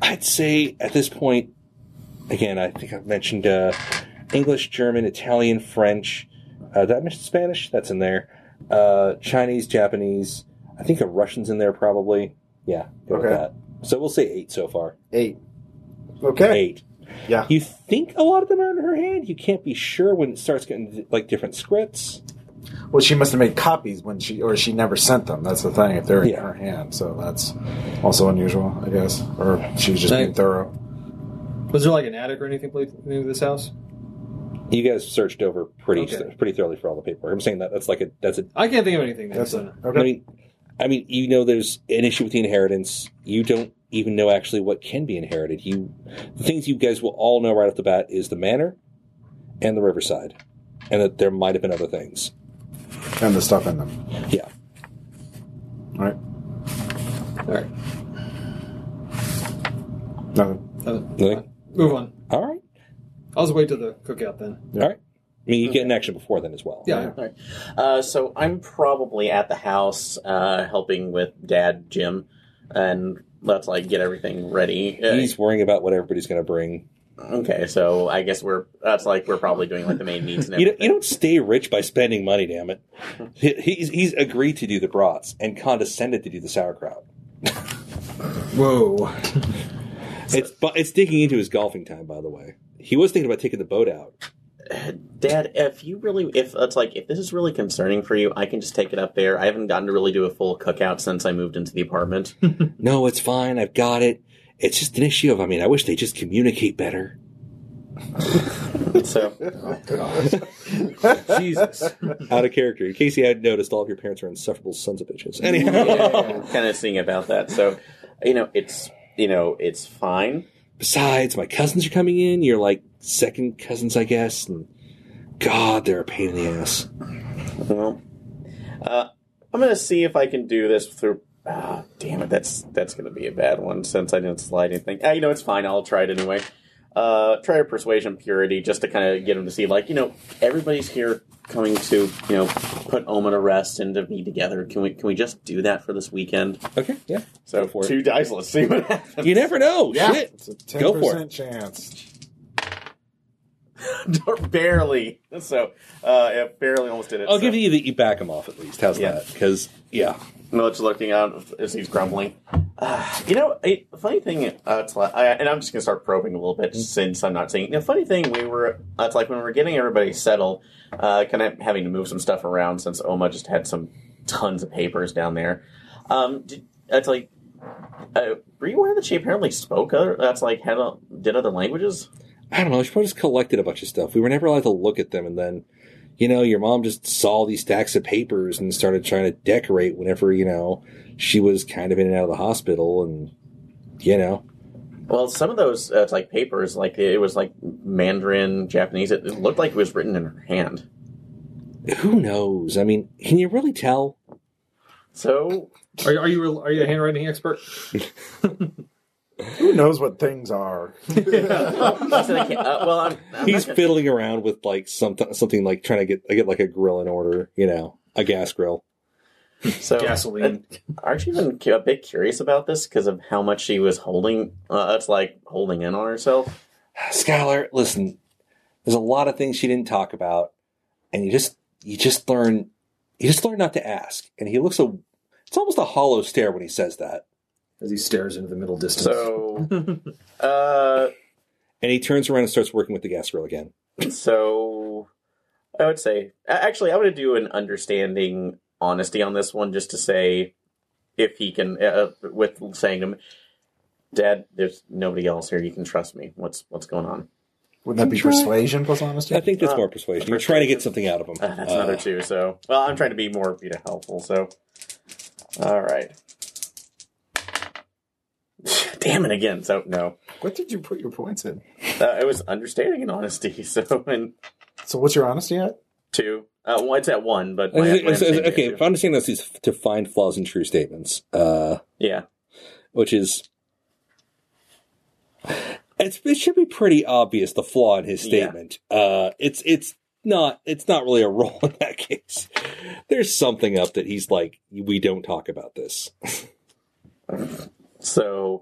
B: I'd say at this point, again, I think I've mentioned uh, English, German, Italian, French. Uh, did I mention Spanish? That's in there. Uh, Chinese, Japanese. I think a Russian's in there probably. Yeah, go with
C: Okay.
B: that. So we'll say eight so far.
C: Eight. Okay.
B: eight.
C: Yeah.
B: You think a lot of them are in her hand. You can't be sure when it starts getting like different scripts.
C: Well, she must have made copies when she, or she never sent them. That's the thing. If they're
B: Yeah.
C: in her hand, so that's also unusual, I guess. Or she was just being
D: Right.
C: thorough.
D: was there like an attic or anything pla- in this house?
B: You guys searched over pretty
D: Okay.
B: pretty thoroughly for all the paperwork. I'm saying that that's like a that's a.
D: I can't think of anything. That's
C: it.
D: so,
B: I
C: Okay.
B: mean, I mean, you know, there's an issue with the inheritance. You don't even know actually what can be inherited. You, the things you guys will all know right off the bat is the manor, and the riverside, and that there might have been other things.
C: and the stuff in them.
B: Yeah.
C: All right.
D: all right,
C: Nothing.
D: Uh,
B: Like,
D: move on.
B: all right.
D: I'll just wait till the cookout then.
B: All right. I mean, you get an action before then as well.
D: Yeah,
E: Uh, so I'm probably at the house uh, helping with Dad, Jim, and let's like get everything ready. Uh,
B: He's worrying about what everybody's going to bring.
E: okay, so I guess we're that's like we're probably doing like the main needs and
B: You don't,
E: everything.
B: you don't stay rich by spending money, damn it. He, he's, he's agreed to do the brats and condescended to do the sauerkraut.
D: Whoa.
B: It's but it's digging into his golfing time, by the way. He was thinking about taking the boat out.
E: Dad, if you really, if it's like, if this is really concerning for you, I can just take it up there. I haven't gotten to really do a full cookout since I moved into the apartment.
B: No, it's fine. I've got it. It's just an issue of, I mean, I wish they just communicate better.
E: so,
D: Jesus.
B: Out of character. In case you hadn't noticed, all of your parents are insufferable sons of bitches. Anyhow,
E: kind of seeing about that. So, you know, it's you know, it's fine.
B: besides, my cousins are coming in. You're like second cousins, I guess. And God, they're a pain in the ass.
E: Well, uh, I'm gonna see if I can do this through. Ah, damn it, that's that's gonna be a bad one since I didn't slide anything. Ah, you know, it's fine. I'll try it anyway. Uh, try a persuasion purity just to kind of get him to see, like, you know, everybody's here coming to, you know, put Oma to rest and to be together. Can we can we just do that for this weekend?
B: Okay, yeah.
E: So
B: Go for it.
E: two dice. Let's see what happens.
B: You never know. Shit.
C: It's a ten
B: Go for it.
C: percent chance.
E: barely. So uh, yeah, barely almost did it.
B: I'll
E: so.
B: give you that you back him off at least. How's
E: Yeah.
B: that? Because yeah,
E: Millich looking out as he's grumbling. Uh, you know, it, funny thing, uh, it's like, I, and I'm just gonna start probing a little bit since I'm not seeing. You know, funny thing, we were uh, it's like when we were getting everybody settled, uh, kind of having to move some stuff around since Oma just had some tons of papers down there. Um, did, that's like, uh, were you aware that she apparently spoke other? That's like had a, did other languages.
B: I don't know. She probably just collected a bunch of stuff. We were never allowed to look at them, and then you know, your mom just saw these stacks of papers and started trying to decorate whenever you know she was kind of in and out of the hospital, and you know,
E: Well, some of those uh, it's like papers, like it was like Mandarin, Japanese. It, it looked like it was written in her hand.
B: who knows? I mean, can you really tell?
E: So
D: Are, you- are you are you a handwriting expert?
C: Who knows what things are?
E: I said I can't. Uh, well, I'm, I'm
B: He's
E: not gonna-
B: fiddling around with like something, something like trying to get I get like a grill in order, you know, a gas grill.
E: So
D: Gasoline.
E: I've actually been cu- a bit curious about this because of how much she was holding. Uh, it's like holding in on herself.
B: Skylar, listen, there's a lot of things she didn't talk about, and you just you just learn you just learn not to ask. And he looks a it's almost a hollow stare when he says that.
D: as he stares into the middle distance.
E: So, uh,
B: And he turns around and starts working with the gas grill again.
E: so I would say a- actually I'm going to do an understanding honesty on this one, just to say if he can, uh, with saying to him, Dad, there's nobody else here. You can trust me. What's what's going on?
A: Wouldn't that be persuasion plus honesty?
B: I think that's more persuasion. You're trying to get something out of him.
E: Uh, that's another two. So, well, I'm trying to be more you know, helpful. So, all right. Damn it again. So no,
A: What did you put your points in?
E: uh, it was understanding and honesty. So and
A: So what's your honesty at?
E: two. Uh, well, it's at one, but my, my
B: Okay, so-
E: understanding
B: okay,
E: is
B: if
E: two.
B: I'm understanding this is to find flaws in true statements, uh,
E: yeah.
B: which is it's, it should be pretty obvious the flaw in his
E: Yeah.
B: statement. Uh, it's it's not it's not really a role in that case. There's something up that he's like we don't talk about this.
E: So,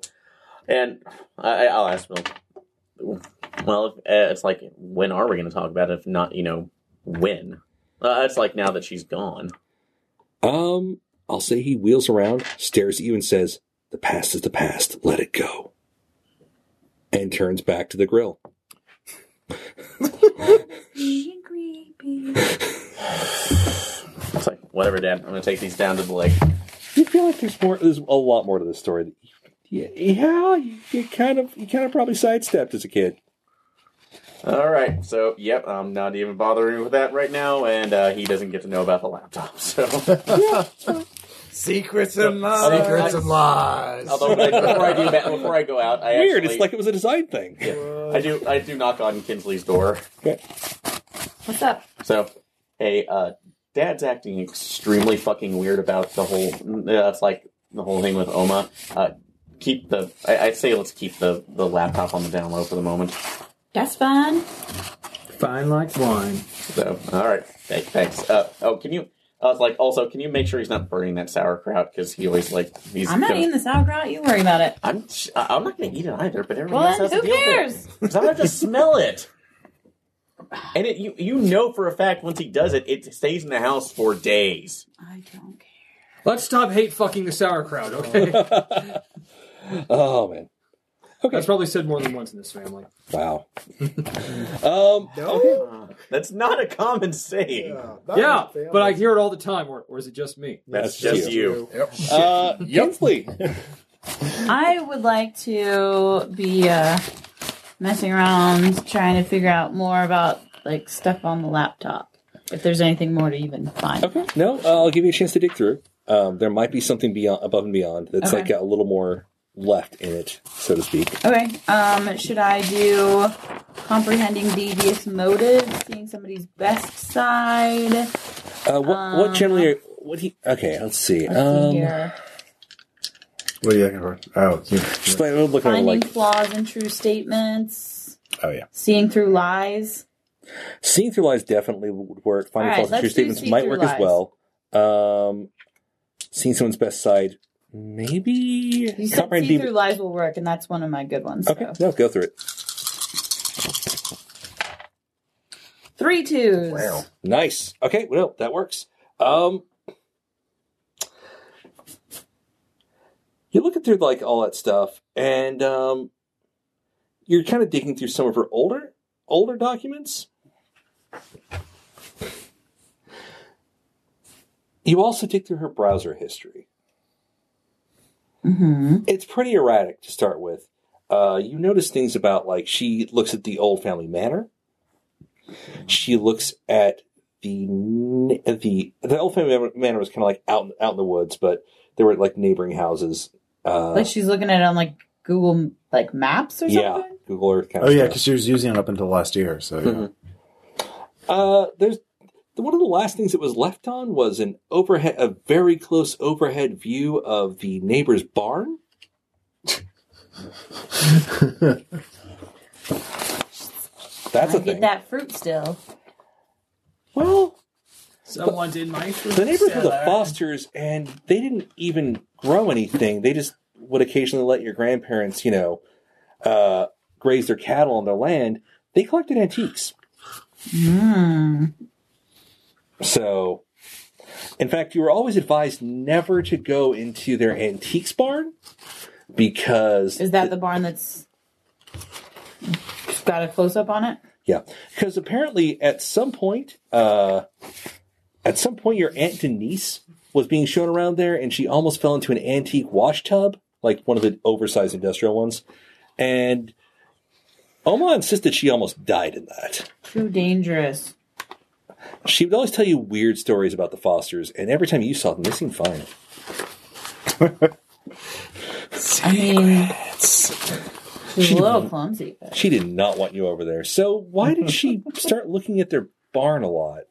E: and I, I'll ask Bill. Well, if, uh, it's like when are we going to talk about it? If not, you know, when? Uh, it's like now that she's gone.
B: Um, I'll say he wheels around, stares at you, and says, "The past is the past. Let it go." And turns back to the grill.
E: It's like whatever, Dad. I'm going to take these down to the lake.
B: you feel like there's more there's a lot more to this story that you, yeah, yeah you, you kind of you kind of probably sidestepped as a kid
E: All right, so yep, I'm not even bothering with that right now, and uh, he doesn't get to know about the laptop. So,
A: Secrets and lies.
E: Secrets and
A: lies.
E: although when I- before I do that, before I go out, I
B: weird
E: actually,
B: it's like it was a design thing
E: yeah, I do I do knock on Kinsley's door.
F: What's up?
E: So, hey, uh, Dad's acting extremely fucking weird about the whole. That's like the whole thing with Oma. Uh, keep the. I, I'd say let's keep the the laptop on the down low for the moment.
F: That's fine.
D: Fine like wine.
E: So, all right, Th- thanks. Uh, oh, can you? I was like, also, can you make sure he's not burning that sauerkraut because he always like he's.
F: I'm not
E: gonna-
F: eating the sauerkraut. You worry about it.
E: I'm I- I'm not going to eat it either, but everyone
F: Well,
E: else has
F: then who
E: to deal
F: cares?
E: Because I'm going to smell it. And it, you you know for a fact once he does it, it stays in the house for days.
F: I don't care.
D: Let's stop hate fucking the sauerkraut, okay?
B: oh man
D: That's probably said more than once in this family.
B: wow um
A: Oh,
E: That's not a common saying.
D: yeah, but I hear it all the time, or, or is it just me?
E: That's,
B: That's
E: just you.
B: uh Kinsley.
F: I would like to be uh, messing around trying to figure out more about like stuff on the laptop. If there's anything more to even find.
B: okay no uh, i'll give you a chance to dig through um there might be something beyond above and beyond that's
F: Okay.
B: like a little more left in it so to speak
F: Okay. Um, should I do comprehending devious motives, seeing somebody's best side?
B: uh what what generally are, what he okay let's see um
F: here.
A: What are you looking for? Oh, you,
B: just like look at
F: Finding
B: like
F: flaws in true statements.
A: oh yeah.
F: Seeing through lies.
B: Seeing through lies definitely would work. Finding
F: All right,
B: false and
F: let's
B: true
F: do
B: statements
F: see
B: might
F: through
B: work as
F: lies.
B: well. Um, seeing someone's best side, maybe.
F: You said
B: Comprehend
F: see
B: deep-
F: through lies will work, and that's one of my good ones.
B: Okay,
F: So.
B: no, go through it.
F: Three twos.
B: Nice. Okay, well, that works. Um, you're looking through like all that stuff, and um, you're kind of digging through some of her older older documents. You also dig through her browser history.
F: Mm-hmm.
B: it's pretty erratic to start with. Uh, you notice things about like she looks at the old family manor. She looks at the n- at the the old family manor- manor was kind of like out in- out in the woods, but there were like neighboring houses. Uh,
F: Like she's looking at it on like Google like Maps or
B: yeah,
F: something.
B: Google Earth kind
A: Oh
B: of
A: yeah,
B: stuff.
A: because she was using it up until last year. So yeah.
E: Mhm.
B: Mm-hmm. Uh, there's the- one of the last things that was left on was an overhead, a very close overhead view of the neighbor's barn. That's a
F: I get
B: thing.
F: that fruit still.
B: Well,
D: Someone did my food
B: the neighborhood of
D: cellar.
B: Fosters, and they didn't even grow anything. They just would occasionally let your grandparents, you know, uh, graze their cattle on their land. They collected antiques.
F: Mm.
B: So, in fact, you were always advised never to go into their antiques barn because
F: Is that the barn that's got a close up on it?
B: Yeah, because apparently at some point, uh, at some point, your aunt Denise was being shown around there, and she almost fell into an antique wash tub, like one of the oversized industrial ones. And Oma insisted she almost died in that.
F: Too dangerous.
B: She would always tell you weird stories about the Fosters, and every time you saw them, they seemed fine.
F: I mean, she's a little clumsy. But
B: She did not want you over there. So why did she start looking at their barn a lot?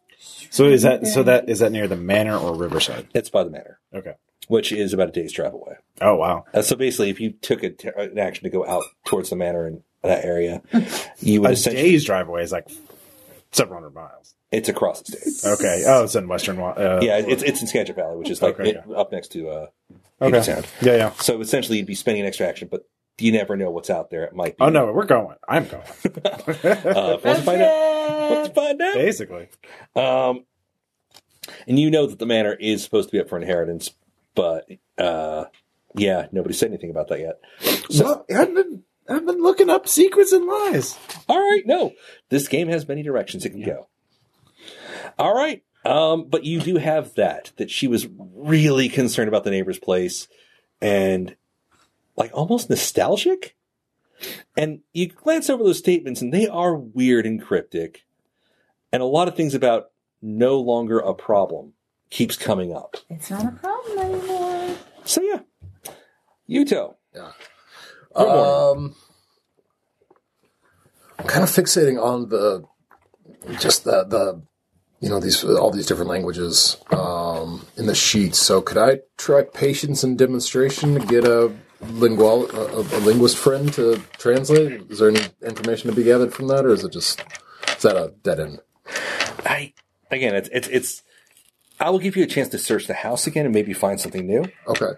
A: So is that so that is that near the manor or Riverside?
B: It's by the manor,
A: Okay.
B: which is about a day's drive away.
A: Oh wow.
B: Uh, so basically, if you took a ter- an action to go out towards the manor in that area, you would
A: A
B: essentially
A: day's drive away is like several hundred miles.
B: it's across the state.
A: Okay. Oh, it's in western. Wa- Uh,
B: Yeah, it's it's in Skagit Valley, which is like
A: Okay,
B: it- up next to uh,
A: Okay.
B: Sound.
A: Yeah. Yeah.
B: So essentially, you'd be spending an extra action, but you never know what's out there. It might be.
A: Oh no, we're going. I'm going.
B: Uh, if you want to find out. Want to find out?
A: Basically.
B: Um, and you know that the manor is supposed to be up for inheritance, but uh, yeah, nobody said anything about that yet.
A: So I've been I've been looking up secrets and lies.
B: All right, no. This game has many directions it can go. All right. Um, but you do have that, that she was really concerned about the neighbor's place and like almost nostalgic. And you glance over those statements and they are weird and cryptic. And a lot of things about no longer a problem keeps coming up.
F: It's not a problem anymore.
B: So yeah. Yuto. Good
G: Um, I'm kind of fixating on the just the the you know these all these different languages um, in the sheets. So could I try patience and demonstration to get a lingual a, a linguist friend to translate? Is there any information to be gathered from that, or is it just is that a dead end?
B: I again it's it's it's I will give you a chance to search the house again and maybe find something new.
G: Okay,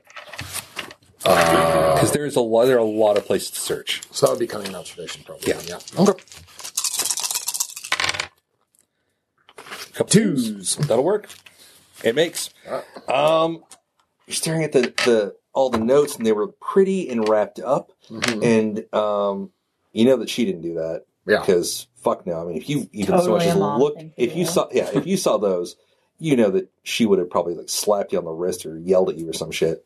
B: because there's a lot there are a lot of places to search
G: so that would be kind of an observation, probably.
B: Yeah.
G: yeah. Okay.
B: Couple twos that'll work it makes um you're staring at the the all the notes and they were pretty and wrapped up
G: Mhm.
B: and um you know that she didn't do that
G: Yeah.
B: because fuck no i mean if you even so
F: Totally
B: much as
F: a mom
B: look
F: thing to
B: if you
F: do.
B: saw yeah if you saw those you know that she would have probably like slapped you on the wrist or yelled at you or some shit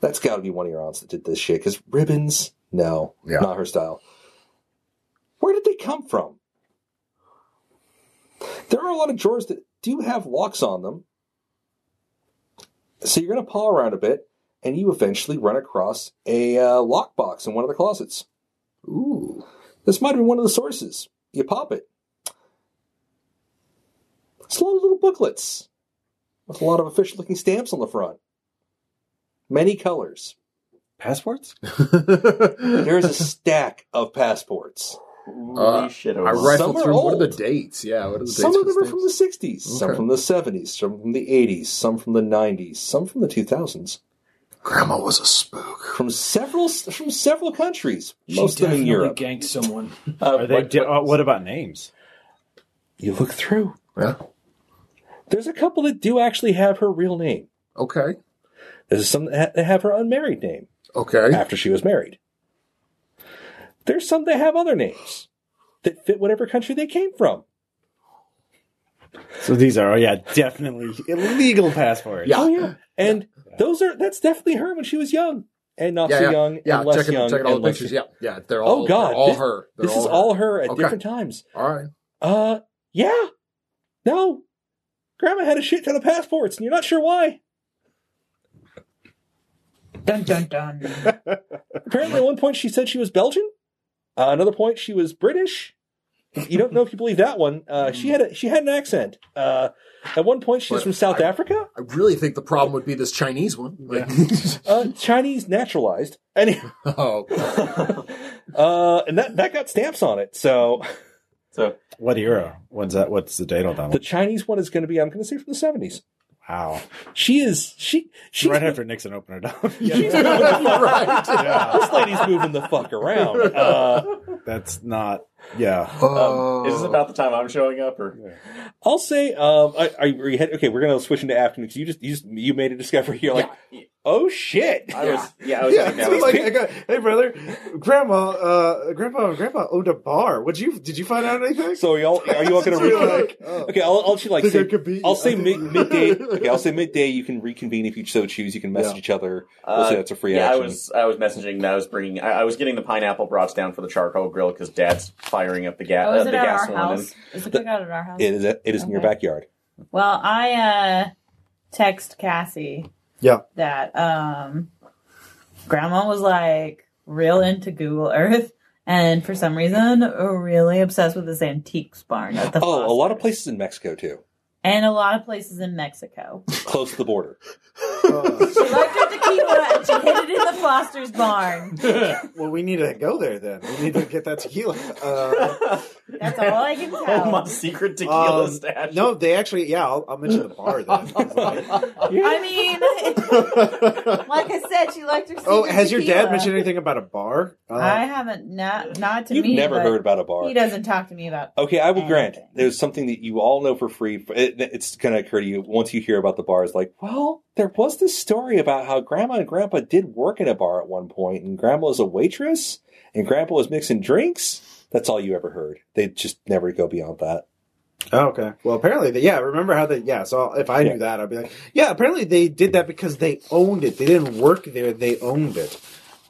B: that's got to be one of your aunts that did this shit because ribbons no
G: Yeah.
B: not her style where did they come from there are a lot of drawers that do have locks on them. So you're going to paw around a bit, and you eventually run across a uh, lockbox in one of the closets.
G: Ooh.
B: This might have been one of the sources. You pop it. It's a lot of little booklets with a lot of official looking stamps on the front. Many colors.
A: Passports?
B: There's a stack of passports.
G: Uh,
E: Holy shit,
G: I
E: Omar.
G: rifled
B: are
G: through. What are the
B: old.
G: dates? Yeah, what are the dates?
B: Some
G: for
B: of them are
G: stamps?
B: from the 60s, some
G: Okay.
B: from the 70s, some from the 80s, some from the 90s, some from the 2000s.
G: Grandma was a spook.
B: from several from several countries,
D: She
B: most of them in
D: definitely
B: Europe.
D: ganked someone.
E: Uh,
A: Are they?
E: what-
A: di-
E: what-
A: oh, what about names?
B: You look through.
G: Yeah.
B: There's a couple that do actually have her real name.
G: Okay.
B: There's some that ha- that have her unmarried name
G: Okay.
B: after she was married. There's some that have other names that fit whatever country they came from.
A: So these are, oh yeah, definitely illegal passports.
G: Yeah.
B: Oh yeah, and those are that's definitely her when she was young and not so young
G: yeah.
B: and less
G: check it,
B: young.
G: check it all
B: and
G: the
B: less-
G: pictures. Yeah, yeah. They're all.
B: Oh God,
G: they're all
B: this,
G: her. They're
B: this is all her at
G: Okay.
B: different times.
G: All right.
B: Uh, yeah. No. Grandma had a shit ton of passports, and you're not sure why.
F: Dun dun dun.
B: Apparently, at one point she said she was Belgian. Uh, another point she was British. You don't know if you believe that one. Uh, she had a she had an accent. Uh, at one point she was
G: But
B: from South Africa.
G: I really think the problem would be this Chinese one. Like,
B: Uh, Chinese naturalized. Any
G: oh,
B: uh, and that that got stamps on it. So
E: So
A: What era? When's that? What's the date on that
B: The
A: one?
B: Chinese one is going to be, I'm going to say, from the 70s.
A: Wow.
B: She is, she, she's,
A: right after Nixon opened it up.
B: she's moving the fuck around. This lady's moving the fuck around. Uh,
A: That's not. Yeah.
G: Uh,
E: um, is this about the time I'm showing up, or
B: I'll say, um, I, I, are you head- okay, we're going to switch into afternoon because you just, you just, you made a discovery. You're like,
E: Yeah.
B: oh shit.
E: I was? Yeah, I was.
A: Yeah,
E: having that
A: it's
E: was
A: like, I got, hey brother, grandma, uh, grandpa, and grandpa owned a bar. What you did you find out anything?
B: So are y'all, are you all going to
A: You're
B: reconnect?
A: like, oh.
B: Okay, I'll, I'll, she like
A: Think I
B: say,
A: could beat
B: I'll
A: you.
B: say mid, midday. Okay, I'll say midday. You can reconvene if you so choose. You can message each other. We'll
E: Uh,
B: say that's a free
E: yeah,
B: action.
E: I was I was messaging that I was bringing I, I was getting the pineapple brats down for the charcoal grill because Dad's firing up the gas
F: Oh, is
E: uh,
F: it
E: the
F: at
E: gas
F: our
E: one.
F: house? Is it
B: The-
F: cookout at our house?
B: It is. It is in your
F: Okay.
B: backyard.
F: Well, I uh, text Cassie.
A: Yeah.
F: That um, Grandma was like real into Google Earth, and for some reason, really obsessed with this antiques barn at the.
B: Oh, a lot of
F: Fosters.
B: places in Mexico too,
F: and a lot of places in Mexico.
B: close to the border.
F: She liked her tequila, and she hid it in the Foster's barn.
A: Well, we need to go there then. We need to get that tequila. Uh,
F: That's all I can
E: and,
F: tell.
E: oh, my secret tequila
A: um,
E: stash.
A: no, they actually. Yeah, I'll, I'll mention the bar then. 'Cause, like-
F: I mean, like I said, she liked her.
A: oh,
F: secret
A: has your dad
F: tequila.
A: mentioned anything about a bar? Uh,
F: I haven't not not to
B: You've
F: me.
B: never
F: but
B: heard about a bar.
F: He doesn't talk to me about.
B: Okay, I will grant
F: Anything.
B: there's something that you all know for free. but It, it's going to occur to you once you hear about the bars. Like, well, there was this story about how Grandma and Grandpa did work in a bar at one point, and Grandma was a waitress, and Grandpa was mixing drinks. That's all you ever heard. They just never go beyond that.
A: Oh, okay. Well, apparently, they, yeah. Remember how they? Yeah. So if I
B: Yeah.
A: knew that, I'd be like, yeah. Apparently, they did that because they owned it. They didn't work there. They owned it.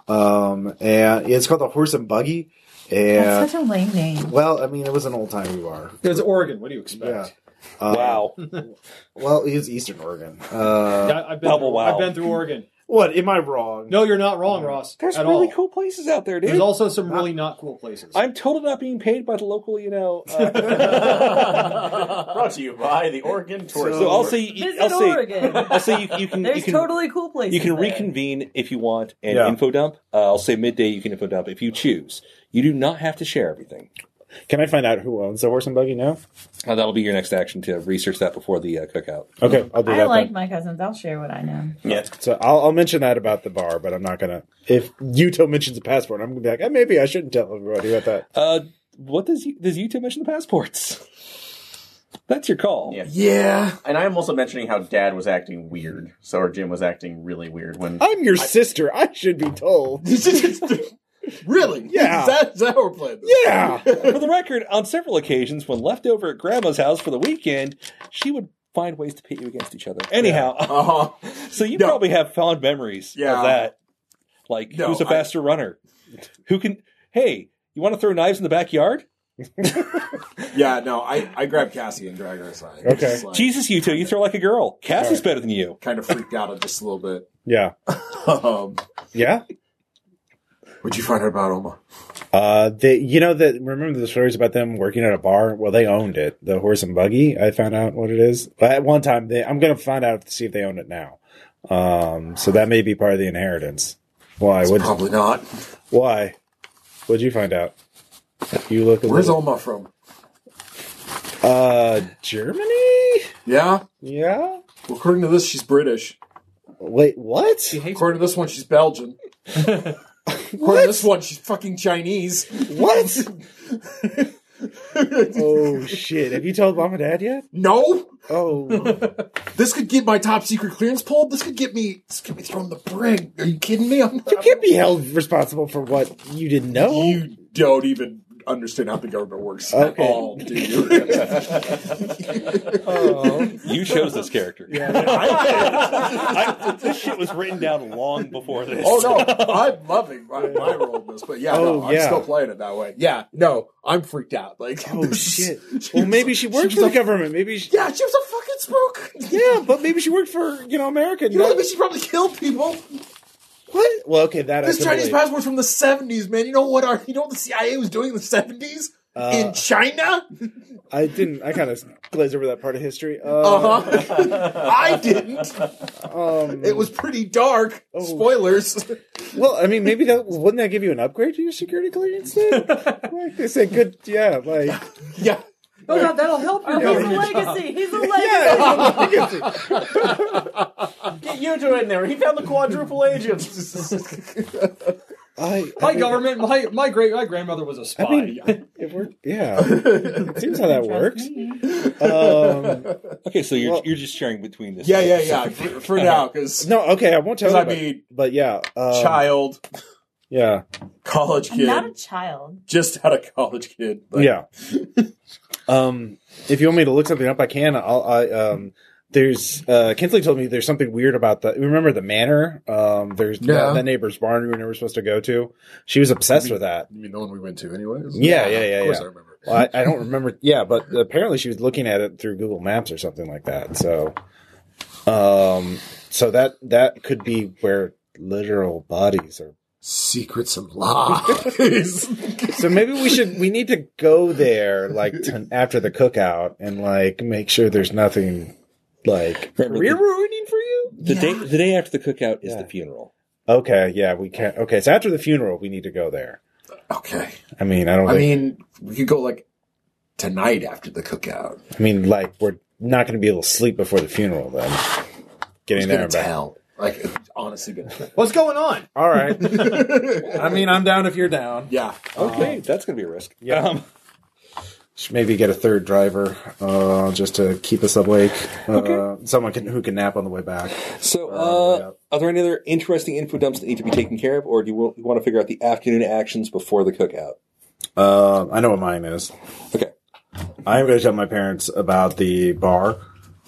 A: Um, and it's called the Horse and Buggy. And
F: That's such a lame name.
A: well, I mean, it was an old timey bar.
D: It's Oregon. What do you expect?
A: Yeah. Um,
B: wow.
A: Well, it is Eastern Oregon. Uh,
D: I, have been
B: Double
D: through,
B: wow.
D: I've been through Oregon.
A: what? Am I wrong?
D: No, you're not wrong, Ross.
B: There's
D: at
B: really
D: all.
B: cool places out there, dude.
D: There's also some really not cool places.
B: I'm totally not being paid by the local, you know. Uh,
E: Brought to you by the Oregon Tourist.
B: so I'll
E: Board.
B: say,
F: Visit
B: I'll say,
F: Oregon.
B: I'll say you, you can, you
F: There's
B: can,
F: totally cool places.
B: you can
F: there.
B: reconvene if you want and
A: Yeah.
B: info dump. Uh, I'll say midday you can info dump if you choose. You do not have to share everything.
A: Can I find out who owns the Horse and Buggy now?
B: Uh, that'll be your next action to research that before the uh, cookout.
A: Okay, I'll do
F: I
A: that.
F: like
A: then.
F: my cousins. I'll share what I know.
E: yeah.
A: So I'll, I'll mention that about the bar, but I'm not gonna. If Yuto mentions a passport, I'm gonna be like, eh, maybe I shouldn't tell everybody about that.
B: Uh, what does you, does YouTube mention the passports? That's your call.
E: Yeah.
G: yeah.
E: And I am also mentioning how Dad was acting weird. So or Jim was acting really weird when
A: I'm your sister. I should be told.
G: really?
A: Yeah.
G: Is that, is that how we're playing this?
A: Yeah.
B: For the record, on several occasions when left over at Grandma's house for the weekend, she would find ways to pit you against each other. Anyhow,
G: Uh huh.
B: So you
G: No.
B: probably have fond memories
G: Yeah.
B: of that. Like
G: No,
B: who's a
G: I-
B: faster runner? Who can hey, you want to throw knives in the backyard?
G: Yeah, no, I, I grabbed Cassie and dragged her aside.
A: Okay.
G: Just, like,
B: Jesus, you two, you throw like a girl. Cassie's better than you.
G: Kind of freaked out at this a little bit.
A: Yeah.
G: Um,
A: Yeah.
G: what'd you find out about Oma?
A: Uh, they, you know that. Remember the stories about them working at a bar? Well, they owned it. The horse and buggy. I found out what it is. But at one time, they, I'm gonna find out to see if they own it now. Um, so that may be part of the inheritance. Why? What?
G: Probably not.
A: Why? What'd you find out? You look. A
G: Where's
A: little,
G: Oma from?
A: uh Germany?
G: Yeah.
A: Yeah.
G: Well, according to this, she's British.
A: Wait, what?
D: She hates
G: According to this one, she's Belgian. According to this one, she's fucking Chinese.
A: What? oh shit! Have you told mom and dad yet?
G: No,
A: Oh,
G: this could get my top secret clearance pulled. This could get me. This could get me thrown in the brig. Are you kidding me? I'm
A: you can't be held responsible for what you didn't know.
G: You don't even understand how the government works at
A: Okay.
G: all, do you?
B: You chose this character. I- this shit was written down long before this.
G: Oh no, I'm loving my, my role in this, but yeah,
A: Oh,
G: no, I'm
A: yeah.
G: still playing it that way. Yeah, no, I'm freaked out. Like,
A: Oh
G: this is-
A: shit! Well, maybe she worked for the government. Maybe she,
G: yeah, she was a fucking spook.
A: yeah, but maybe she worked for you know American.
G: You know, I
A: not-
G: mean, she probably killed people.
A: what? Well, okay, that I
G: This
A: can
G: Chinese
A: believe.
G: passport's from the '70s, man. You know what? Our, you know what the CIA was doing in the '70s?
A: Uh,
K: China?
A: I didn't. I kind of glazed over that part of history. Uh,
G: Oh.
K: Uh huh. I didn't.
A: um,
K: It was pretty dark. Spoilers.
A: well. I mean, maybe that wouldn't that give you an upgrade to your security clearance? Then? like they said, good. Yeah, like
K: yeah.
D: Oh, God, that'll help you.
F: he's a
D: doing your job.
F: legacy. He's a legacy.
A: yeah. it's a legacy.
E: Get Yuto in there. He found the quadruple agent.
A: I, I
D: My
A: mean,
D: government, my my great my grandmother was a spy.
A: I mean, it worked. Yeah,
K: Uh,
A: it seems how that works. Um,
B: Okay, so you're
A: Well-
B: you're just sharing between this.
K: Yeah, yeah, yeah. For, for now, because
A: no, okay, I won't tell.
K: 'Cause I
A: anybody,
K: mean-
A: but yeah, um,
K: child,
A: Yeah,
K: college
F: I'm not a
K: kid,
F: child.
K: just out of college kid. But
A: yeah. um, if you want me to look something up, I can. I'll. I um. There's uh Kinsley told me there's something weird about the remember the manor? Um there's
G: Yeah.
A: that, that neighbor's barn we were never supposed to go to. She was obsessed with that.
G: You mean the one we went to, anyways?
A: Yeah, yeah, yeah,
G: Of course,
A: yeah.
G: I remember.
A: Well, I, I don't remember yeah, but apparently she was looking at it through Google Maps or something like that. So um so that that could be where literal bodies are
G: Secrets and lies.
A: So maybe we should we need to go there like to, after the cookout and like make sure there's nothing like
B: Remember
A: career
B: the-
A: ruining for you.
B: The day the day after the cookout is
A: Yeah.
B: the funeral.
A: Okay, yeah, we can't. Okay, so after the funeral, we need to go there.
G: okay.
A: I mean, I don't.
G: I
A: think,
G: mean, we could go like tonight after the cookout.
A: I mean, like we're not going to be able to sleep before the funeral then. Getting
G: Who's
A: there
G: gonna
A: and back.
G: tell? Like, honestly, gonna tell.
C: What's going on?
A: All right. I mean, I'm down if you're down.
G: yeah.
B: Okay, that's gonna be a risk.
A: Yeah. Should maybe get a third driver, uh, just to keep us awake. Uh, Someone can who can nap on the way back.
B: So, uh, are there any other interesting info dumps that need to be taken care of, or do you, wa- you want to figure out the afternoon actions before the cookout?
A: Uh, I know what mine is.
B: Okay.
A: I'm going to tell my parents about the bar.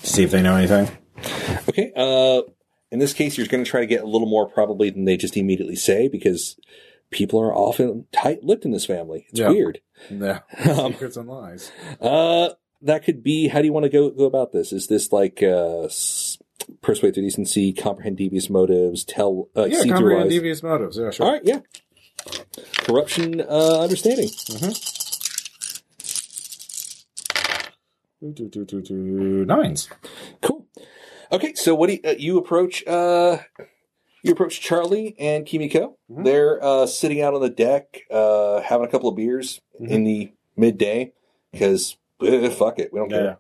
A: See if they know anything.
B: Okay. Uh, in this case, you're going to try to get a little more probably than they just immediately say because people are often tight-lipped in this family. It's
A: Yeah.
B: weird.
A: Yeah.
B: Um,
A: Secrets and lies.
B: Uh, that could be. How do you want to go go about this? Is this like uh, s- persuade through decency, comprehend devious motives, tell uh,
A: Yeah,
B: see through
A: comprehend
B: eyes?
A: devious motives. Yeah, sure.
B: All right. Yeah. Corruption, uh, understanding.
A: Doo, doo, doo, doo, doo. Nines.
B: Cool. Okay, so what do you, uh, you approach? Uh, you approach Charlie and Kimiko.
A: Mhm.
B: They're uh, sitting out on the deck, uh, having a couple of beers
A: Mhm.
B: in the midday because fuck it, we don't care.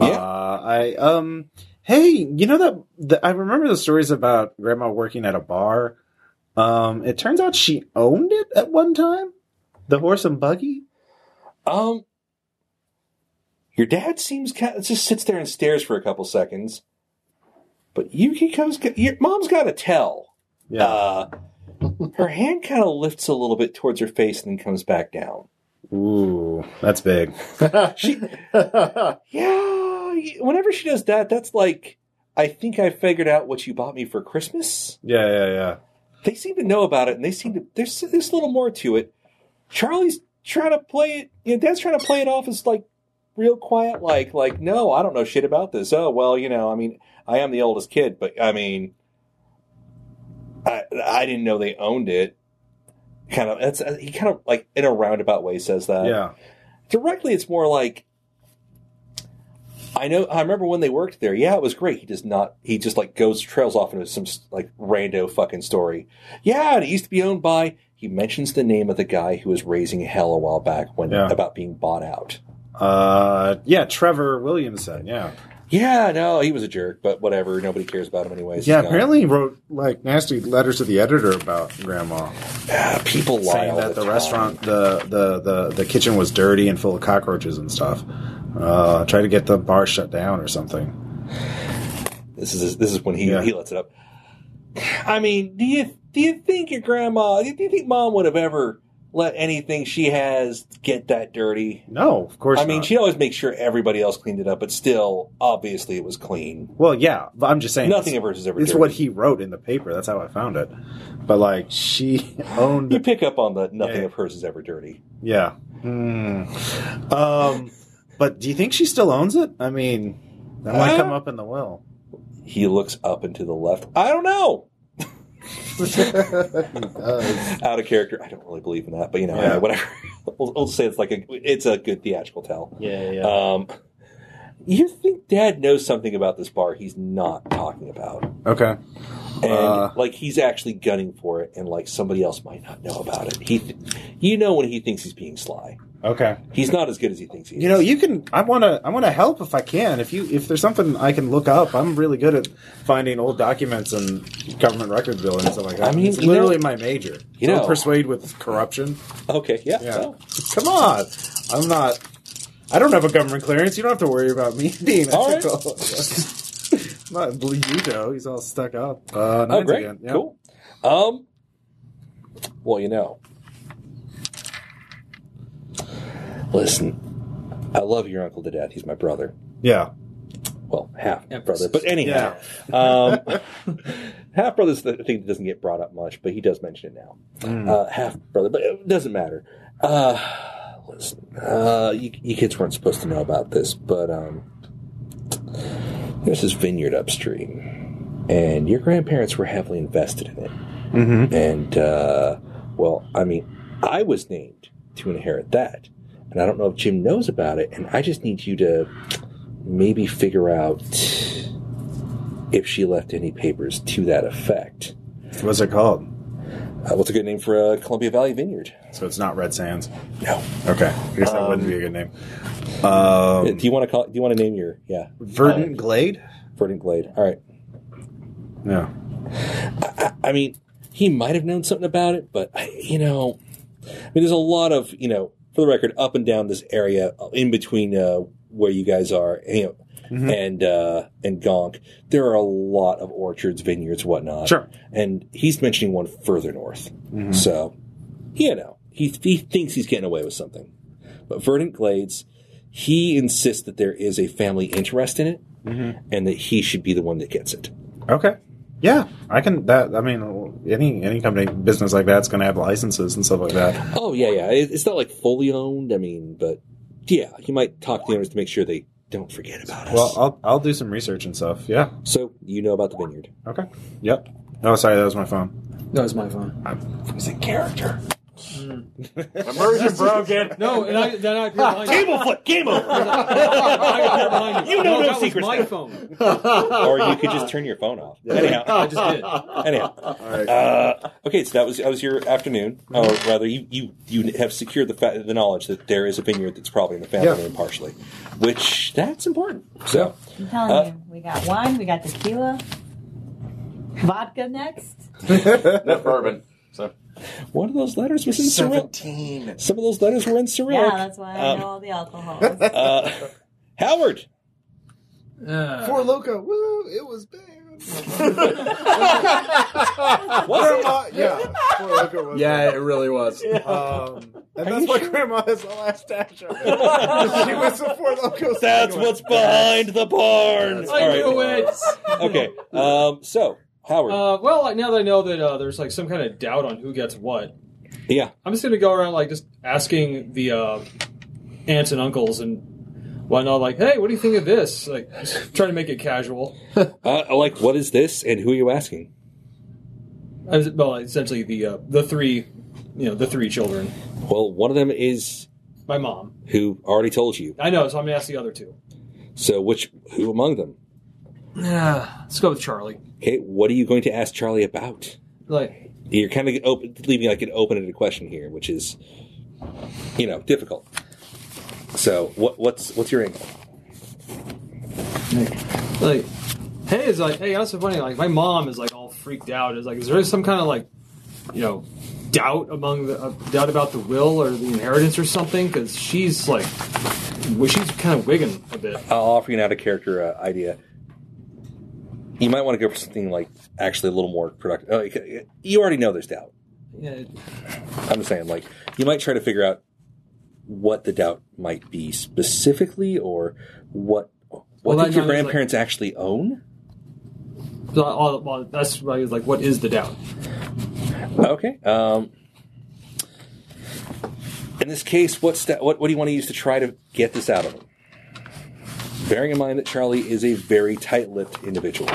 A: Yeah.
B: Yeah.
A: Uh, I um. Hey, you know that the, I remember the stories about Grandma working at a bar. Um, it turns out she owned it at one time. The horse and buggy.
B: Um, your dad seems kind of, just sits there and stares for a couple seconds, but Yukiko's got- your mom's got to tell.
A: Yeah.
B: Uh, her hand kind of lifts a little bit towards her face and then comes back down.
A: Ooh, that's big.
B: she, yeah. Whenever she does that, that's like, I think I figured out what you bought me for Christmas.
A: Yeah, yeah, yeah.
B: They seem to know about it, and they seem to. There's there's a little more to it. Charlie's trying to play it. You know, Dad's trying to play it off as like real quiet, like like no, I don't know shit about this. Oh well, you know, I mean, I am the oldest kid, but I mean, I I didn't know they owned it. Kind of, that's he kind of like in a roundabout way says that
A: yeah.
B: directly it's more like I know I remember when they worked there. Yeah, it was great. He does not he just like goes trails off into some like rando fucking story. Yeah, and it used to be owned by he mentions the name of the guy who was raising hell a while back when
A: Yeah.
B: about being bought out.
A: Uh, yeah, Trevor Williamson. Yeah,
B: Yeah, no, he was a jerk, but whatever. Nobody cares about him anyways.
A: yeah.
B: He's gone.
A: Apparently, he wrote like nasty letters to the editor about Grandma,
B: Ah, people lie
A: saying
B: all
A: that the,
B: time.
A: restaurant, the, the the the kitchen was dirty and full of cockroaches and stuff. Uh, try to get the bar shut down or something.
B: This is this is when he
A: Yeah.
B: he lets it up. I mean, do you do you think your grandma? Do you think mom would have ever let anything she has get that dirty?
A: No, of course.
B: I mean,
A: not.
B: she'd always make sure everybody else cleaned it up, but still, obviously, it was clean.
A: Well, yeah. But I'm just saying.
B: Nothing
A: It's,
B: of hers is ever.
A: it's
B: dirty.
A: what he wrote in the paper. That's how I found it. But like, she
B: You
A: owned.
B: pick up on the nothing
A: Yeah.
B: of hers is ever dirty.
A: Yeah. Hmm. Um. But do you think she still owns it? I mean, that might
B: Uh,
A: come up in the will.
B: He looks up and to the left. I don't know.
C: He does.
B: Out of character. I don't really believe in that, but you know,
A: Yeah.
B: whatever. we'll, we'll say it's like a it's a good theatrical tell.
D: Yeah, yeah.
B: Um, you think Dad knows something about this bar he's not talking about,
C: Okay.
B: and
C: Uh.
B: like he's actually gunning for it, and like somebody else might not know about it. He, th- you know, when he thinks he's being sly,
C: Okay.
B: he's not as good as he thinks he is.
C: You know, you can. I want to. I want to help if I can. If you, if there's something I can look up, I'm really good at finding old documents and government record billing and stuff like that.
B: I mean,
C: it's
B: you know-
C: literally my major.
B: You
C: Don't
B: know-
C: persuade with corruption.
B: okay, yeah,
C: Yeah.
B: well,
C: Come on, I'm not. I don't have a government clearance. You don't have to worry about me being
B: All right.
C: ethical. not Blue Udo. He's all stuck up. Uh,
B: oh
C: nines
B: great,
C: again. Yeah.
B: cool. Um, well, you know, listen, I love your uncle to death. He's my brother.
C: Yeah.
B: well, half brother,
D: Emphasis.
B: but anyhow, um, half brother's the thing that doesn't get brought up much, but he does mention it now. Uh, half brother, but it doesn't matter. Uh, listen, uh, you, you kids weren't supposed to know about this, but um, there's this vineyard upstream, and your grandparents were heavily invested in it.
C: Mm-hmm.
B: And, uh, well, I mean, I was named to inherit that. And I don't know if Jim knows about it. And I just need you to maybe figure out if she left any papers to that effect.
C: What's it called?
B: Uh, what's a good name for a Columbia Valley Vineyard?
C: So it's not Red Sands.
B: No.
C: Okay. I guess that wouldn't be a good name. Um,
B: Uh, do you want to call? Do you want to name your yeah
C: Verdant
B: uh,
C: Glade.
B: Verdant Glade? All right.
C: Yeah.
B: I mean, he might have known something about it, but I- you know, I mean, there's a lot of you know, for the record, up and down this area uh, in between uh, where you guys are, you know, and uh, and Gonk, there are a lot of orchards, vineyards, whatnot.
C: Sure.
B: And he's mentioning one further north, so you know, he he thinks he's getting away with something, but Verdant Glades, he insists that there is a family interest in it, and that he should be the one that gets it.
C: Okay. Yeah, I can. That I mean, any any company business like that's going to have licenses and stuff like that.
B: Oh yeah, yeah. It- It's not like fully owned. I mean, but yeah, you might talk to the owners to make sure they don't forget about us.
C: Well, I'll I'll do some research and stuff. Yeah.
A: uh,
B: so you know about the vineyard.
C: Okay. Yep. Oh, sorry, that was my phone.
D: That was my phone.
C: It's a character.
I: Immersion broken.
D: No, and I, then I appeared behind you.
I: Game over. Game over.
D: I appeared behind
I: You know no
D: that was
I: secrets
D: my
I: now.
D: phone.
B: or you could just turn your phone off. Anyhow,
D: I just did.
B: anyhow. Uh, okay, so that was that was your afternoon, or rather, you you, you have secured the fa- the knowledge that there is a vineyard that's probably in the family
C: Yeah.
B: name partially, which that's important. So
F: I'm telling
B: Uh,
F: you, we got wine, we got tequila, vodka next.
E: No bourbon.
B: one of those letters was in Cyrillic.
K: Seventeen.
B: Some of those letters were in
F: Yeah,
B: Cyrillic.
F: that's why I
B: Um,
F: know all the alcohol.
B: uh, Howard.
D: Uh,
C: Four Loco. Woo! It was bad.
B: What's it?
C: yeah. Four Loco was.
K: Yeah, it really was.
C: bad.
B: Uh,
C: Um, and that's why Grandma has the last stash of it. she was the Four Loco.
B: That's what's behind the barn.
D: I knew it.
B: Okay. Um, so Howard.
D: Uh, well, like, now that I know that uh, there's like some kind of doubt on who gets what,
B: yeah.
D: I'm just gonna go around like just asking the uh, aunts and uncles and whatnot, like, "Hey, what do you think of this?" Like, just trying to make it casual.
B: Uh, like, what is this, and who are you asking?
D: I was, well, essentially the uh, the three, you know, the three children.
B: Well, one of them is
D: My mom.
B: who already told you.
D: I know, so I'm gonna ask the other two.
B: So, which who among them?
D: Yeah, let's go with Charlie.
B: Okay. What are you going to ask Charlie about?
D: Like,
B: You're kind of open, leaving like an open-ended question here, which is, you know, difficult. So, what, what's what's your angle?
D: like, hey, it's like, hey, that's so funny. Like, my mom is like all freaked out. Is like, is there some kind of like, you know, doubt among the uh, doubt about the will or the inheritance or something? Because she's like, well, she's kind of wigging a bit.
B: I'll offer you an out of character uh, idea. You might want to go for something like actually a little more productive. Uh, like, you already know there's doubt.
D: Yeah,
B: I'm just saying, like, you might try to figure out what the doubt might be specifically, or what what
D: Well,
B: did your
D: that sounds like-
B: grandparents actually own.
D: so I- all- well, that's why I was like, what is the doubt?
B: Okay. Um, in this case, what's that, what what do you want to use to try to get this out of them? Bearing in mind that Charlie is a very tight-lipped individual.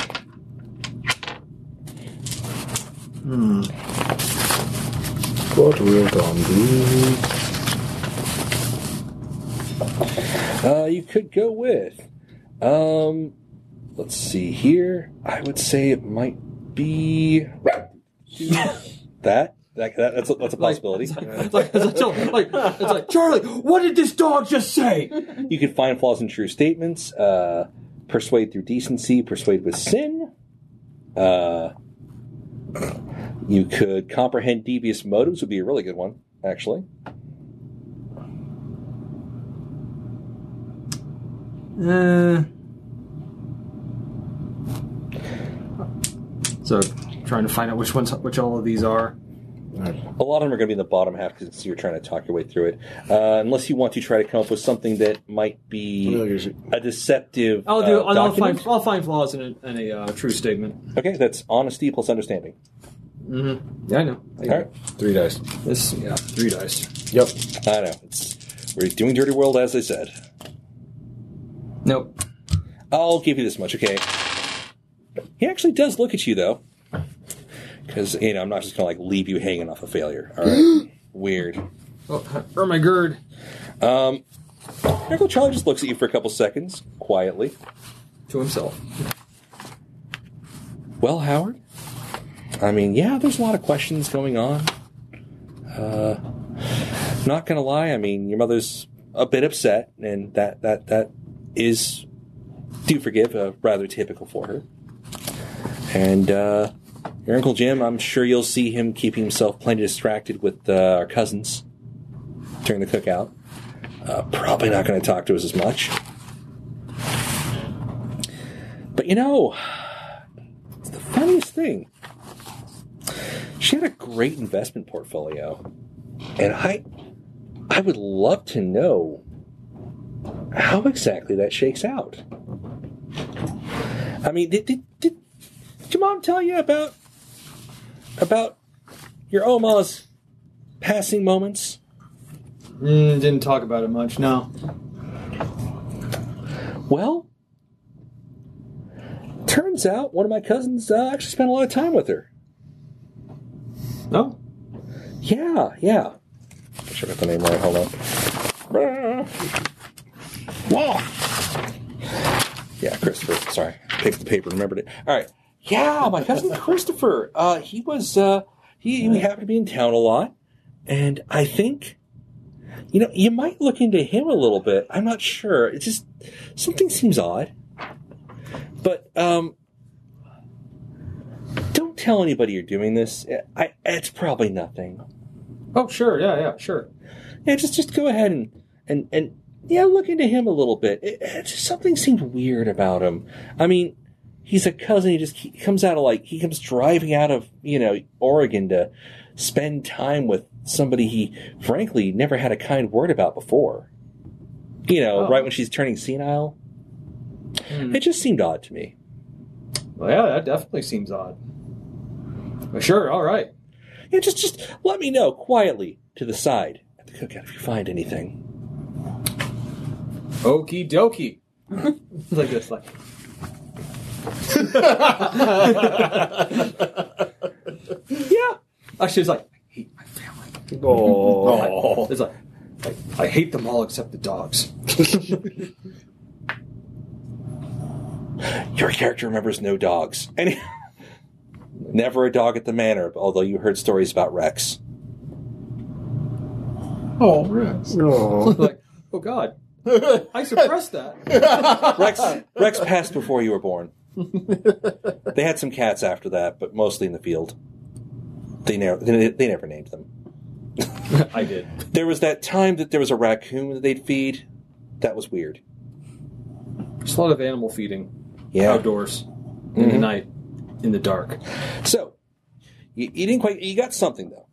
C: What will Don do?
B: Uh, you could go with. Um, let's see here. I would say it might be that. That, that that's, a, that's a possibility.
D: like, it's like, so, like, it's like, Charlie, what did this dog just say?
B: You can find flaws in true statements, uh, persuade through decency, persuade with sin. Uh, you could comprehend devious motives, would be a really good one, actually.
D: Uh, so, trying to find out which ones, which all of these are.
B: A lot of them are going to be in the bottom half because you're trying to talk your way through it. Uh, unless you want to try to come up with something that might be a deceptive.
D: I'll do.
B: uh,
D: I'll, I'll find.
B: document.
D: I'll find flaws in a, in a uh, true statement.
B: Okay, that's honesty plus understanding.
D: Mm-hmm. Yeah, I know. I
B: All right.
C: Three dice.
D: This, yeah, three dice.
C: Yep.
B: I know. It's, we're doing Dirty World as I said.
D: Nope.
B: I'll give you this much, okay? He actually does look at you though, because you know I'm not just gonna like leave you hanging off a failure. All right, weird.
D: Oh, or my gird.
B: Um, Miracle Charlie just looks at you for a couple seconds quietly.
D: To himself.
B: Well, Howard, I mean, yeah, there's a lot of questions going on. Uh, not gonna lie, I mean, your mother's a bit upset, and that that that is do forgive, uh, rather typical for her. And uh, your uncle Jim, I'm sure you'll see him keeping himself plenty distracted with uh, our cousins during the cookout. Uh, probably not going to talk to us as much. But you know, it's the funniest thing. She had a great investment portfolio, and I, I would love to know how exactly that shakes out. I mean, did did, did, did your mom tell you about about your Oma's passing moments?
D: Mm, didn't talk about it much. No.
B: Well, turns out one of my cousins uh, actually spent a lot of time with her. Oh.
D: No.
B: Yeah, yeah. I should have got the name right. Hold on. Whoa. Yeah, Christopher. Sorry, picked up the paper. Remembered it. All right. Yeah, my cousin Christopher. Uh, he was. Uh, he, he happened to be in town a lot, and I think, you know, you might look into him a little bit. I'm not sure. It's just something seems odd, but um, don't tell anybody you're doing this. I, it's probably nothing.
D: Oh, sure. Yeah, yeah, sure.
B: Yeah, just just go ahead and and and yeah, look into him a little bit. It, it just something seemed weird about him. I mean, he's a cousin. He just he comes out of like he comes driving out of you know Oregon to spend time with somebody he frankly never had a kind word about before. You know,
D: Oh.
B: right when she's turning senile.
D: Hmm.
B: It just seemed odd to me.
D: Well, yeah, that definitely seems odd. Well, sure. All right.
B: Yeah, just just let me know quietly to the side at the cookout if you find anything.
D: Okie dokie. like this, like. yeah. Actually, it's like I hate my family.
C: Oh.
D: It's like I, I hate them all except the dogs.
B: Your character remembers no dogs. Any Never a dog at the manor, although you heard stories about Rex.
G: Oh, Rex.
D: like, oh God, I suppressed that.
B: Rex Rex passed before you were born. they had some cats after that, but mostly in the field. They never they, they never named them.
D: I did.
B: There was that time that there was a raccoon that they'd feed. That was weird.
D: There's a lot of animal feeding
B: Yeah.
D: outdoors in the night, in the dark.
B: So you, you didn't quite you got something though.